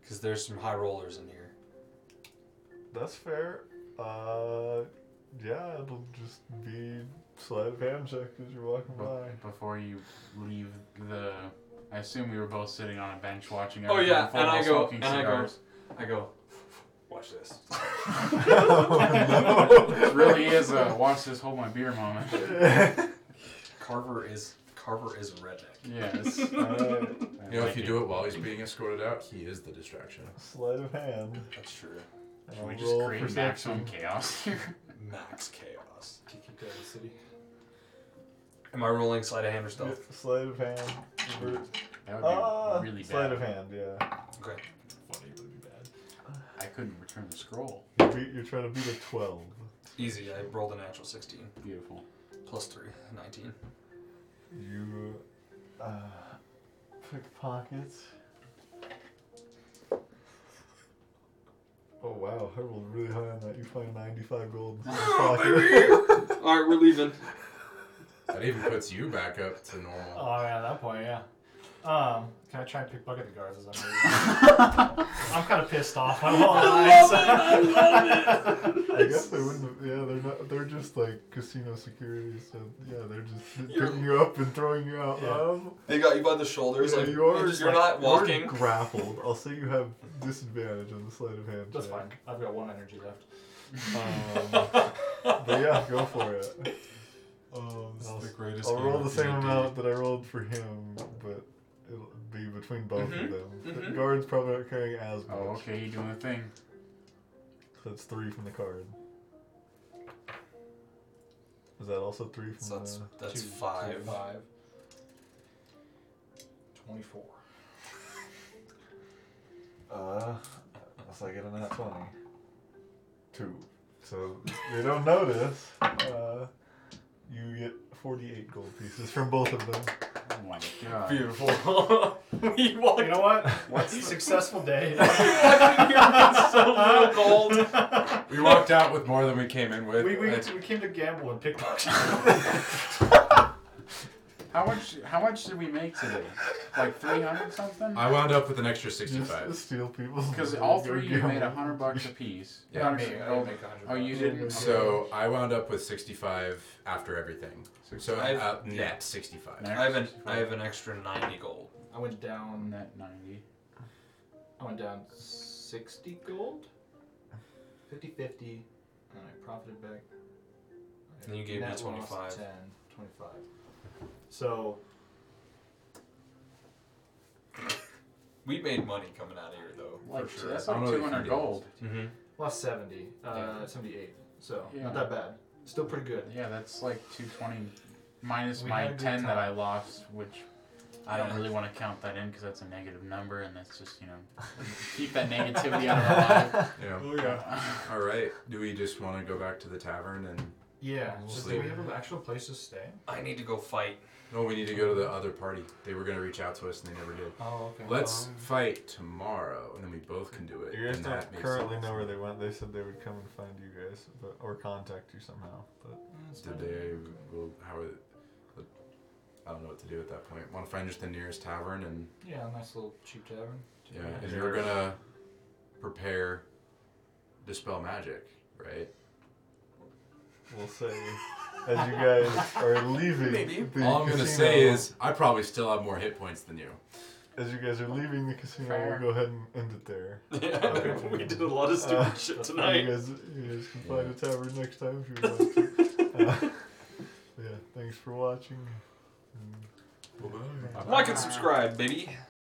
Speaker 4: Because there's some high rollers in here.
Speaker 1: That's fair. Uh, yeah, it'll just be sleight of hand check as you're walking by.
Speaker 5: But before you leave the. I assume we were both sitting on a bench watching
Speaker 4: Oh,
Speaker 5: everything
Speaker 4: yeah,
Speaker 5: fall
Speaker 4: and I
Speaker 5: while
Speaker 4: go-
Speaker 5: smoking
Speaker 4: and I go-
Speaker 5: cigars.
Speaker 4: I go, watch this.
Speaker 5: It really is a watch this hold my beer moment.
Speaker 4: Carver is Carver is a redneck.
Speaker 5: Yes.
Speaker 1: Alright,
Speaker 2: You know, if you do it while he's being escorted out, he is the distraction.
Speaker 1: sleight of hand.
Speaker 4: That's true.
Speaker 1: And
Speaker 5: Should we
Speaker 1: I'll
Speaker 5: just
Speaker 1: roll
Speaker 5: create maximum
Speaker 1: perception.
Speaker 5: chaos here?
Speaker 4: Max chaos.
Speaker 10: Kiki Dead City.
Speaker 4: Am I rolling sleight of hand or
Speaker 1: Yeah,
Speaker 4: stealth?
Speaker 1: Sleight of hand. Revert.
Speaker 5: That would be
Speaker 1: Ah,
Speaker 5: really
Speaker 1: sleight
Speaker 5: bad.
Speaker 1: of hand, yeah.
Speaker 4: Okay.
Speaker 10: Funny, but it'd be bad.
Speaker 5: I couldn't return the scroll.
Speaker 1: You beat, you're trying to beat a 12.
Speaker 4: Easy. I rolled a natural 16.
Speaker 5: Beautiful.
Speaker 4: Plus 3. 19.
Speaker 1: You uh, pickpockets. Oh wow, I rolled really high on that. You find 95 gold in
Speaker 5: Oh,
Speaker 1: the pocket.
Speaker 4: Alright, we're leaving.
Speaker 2: That even puts you back up to normal.
Speaker 10: Oh yeah, at that point, yeah. Um, can I try and pick bucket the guards as I'm leaving? I'm kind of pissed off. I'm all
Speaker 1: I guess they wouldn't. Have, yeah, they're not. They're just like casino security. So yeah, they're just
Speaker 4: You're-
Speaker 1: picking you up and throwing you out.
Speaker 10: Yeah.
Speaker 1: Um,
Speaker 4: They got you by the shoulders.
Speaker 1: yeah,
Speaker 4: like,
Speaker 1: you are.
Speaker 4: you're
Speaker 1: like,
Speaker 4: not
Speaker 1: you are
Speaker 4: walking.
Speaker 1: grappled. I'll say you have disadvantage on the sleight of hand.
Speaker 10: That's
Speaker 1: check.
Speaker 10: fine. I've got one energy left.
Speaker 1: Um, but yeah, go for it.
Speaker 2: Oh,
Speaker 1: this is the
Speaker 2: greatest
Speaker 1: I'll roll the same amount that I rolled for him, but it'll be between both
Speaker 4: Mhm,
Speaker 1: of them. The
Speaker 4: mhm.
Speaker 1: guard's probably not carrying as much.
Speaker 5: Oh, okay, you're doing the thing.
Speaker 1: So that's three from the card. Is that also three from
Speaker 4: So that's,
Speaker 1: the?
Speaker 4: that's
Speaker 10: Two, two,
Speaker 4: 5.
Speaker 10: five. Twenty-four.
Speaker 1: Uh, unless I get a nat twenty. Two. So they don't notice. Uh, you get forty-eight gold pieces from both of them.
Speaker 5: Oh my god.
Speaker 4: Beautiful. we walked
Speaker 10: You know what? What's a successful day?
Speaker 4: so little gold.
Speaker 2: We walked out with more than we came in with.
Speaker 10: we, we,
Speaker 2: That's-
Speaker 10: we came to gamble and pickpocket.
Speaker 5: How much how much did we make today? Like three hundred something?
Speaker 2: I wound up with an extra
Speaker 1: Just
Speaker 2: 65.
Speaker 1: steal people's.
Speaker 5: Because
Speaker 1: money,
Speaker 5: all
Speaker 1: go
Speaker 5: three of you made
Speaker 1: gamble.
Speaker 5: a hundred bucks apiece.
Speaker 2: Yeah.
Speaker 5: Hundred gold. Oh, you didn't?
Speaker 2: So I wound up with 65 after everything. So
Speaker 4: I've-
Speaker 2: uh, net 65.
Speaker 5: Net.
Speaker 4: I have, an, I have an extra 90 gold.
Speaker 10: I went down.
Speaker 5: Net 90.
Speaker 10: I went down sixty gold. 50-50. and I profited back.
Speaker 4: And you gave me
Speaker 10: Net loss,
Speaker 4: 25.
Speaker 10: 10, 25. So
Speaker 4: we made money coming out of here though,
Speaker 5: Like,
Speaker 4: for sure.
Speaker 5: That's
Speaker 2: I don't
Speaker 5: like
Speaker 2: know if you
Speaker 5: 200
Speaker 2: did.
Speaker 5: gold.
Speaker 2: Mm-hmm.
Speaker 10: Lost 70, uh,
Speaker 5: Yeah.
Speaker 10: 78. So,
Speaker 5: Yeah.
Speaker 10: not that bad. Still pretty good.
Speaker 5: Yeah, that's like 220 minus
Speaker 7: We
Speaker 5: my
Speaker 7: had a good
Speaker 5: 10 that
Speaker 7: time.
Speaker 5: I lost, which I
Speaker 4: Yeah.
Speaker 5: don't really want to count that in because that's a negative number, and that's just, you know, keep that negativity out of our life.
Speaker 2: Yeah.
Speaker 5: Oh, yeah.
Speaker 2: All right. Do we just want to go back to the tavern and?
Speaker 3: Yeah.
Speaker 2: We'll
Speaker 3: Just,
Speaker 2: see.
Speaker 3: do we have an actual place to stay?
Speaker 4: I need to go fight.
Speaker 2: No, we need to go to the other party. They were gonna reach out to us and they never did.
Speaker 3: Oh, okay.
Speaker 2: Let's fight tomorrow, and then we both can do it.
Speaker 1: Um, You guys
Speaker 2: and
Speaker 1: don't
Speaker 2: that makes
Speaker 1: currently
Speaker 2: sense.
Speaker 1: know where they went. They said they would come and find you guys, but or contact you somehow. But
Speaker 2: Did they? Well, how? Are they, I don't know what to do at that point. Want to find just the nearest tavern, and
Speaker 3: Yeah, a nice little cheap tavern.
Speaker 2: yeah, and you're gonna prepare dispel magic, right?
Speaker 1: we'll say as you guys are leaving.
Speaker 4: Maybe.
Speaker 1: the
Speaker 2: All I'm gonna
Speaker 1: casino-
Speaker 2: say is I probably still have more hit points than you.
Speaker 1: as you guys are leaving the casino,
Speaker 5: Fair.
Speaker 1: we'll go ahead and end it there.
Speaker 4: Yeah, we did a lot of stupid
Speaker 1: Uh,
Speaker 4: shit
Speaker 1: You
Speaker 4: tonight.
Speaker 1: guys, you guys can find a tavern next time if you would like to. Uh, yeah, thanks for watching.
Speaker 2: Well,
Speaker 4: Like and subscribe, baby.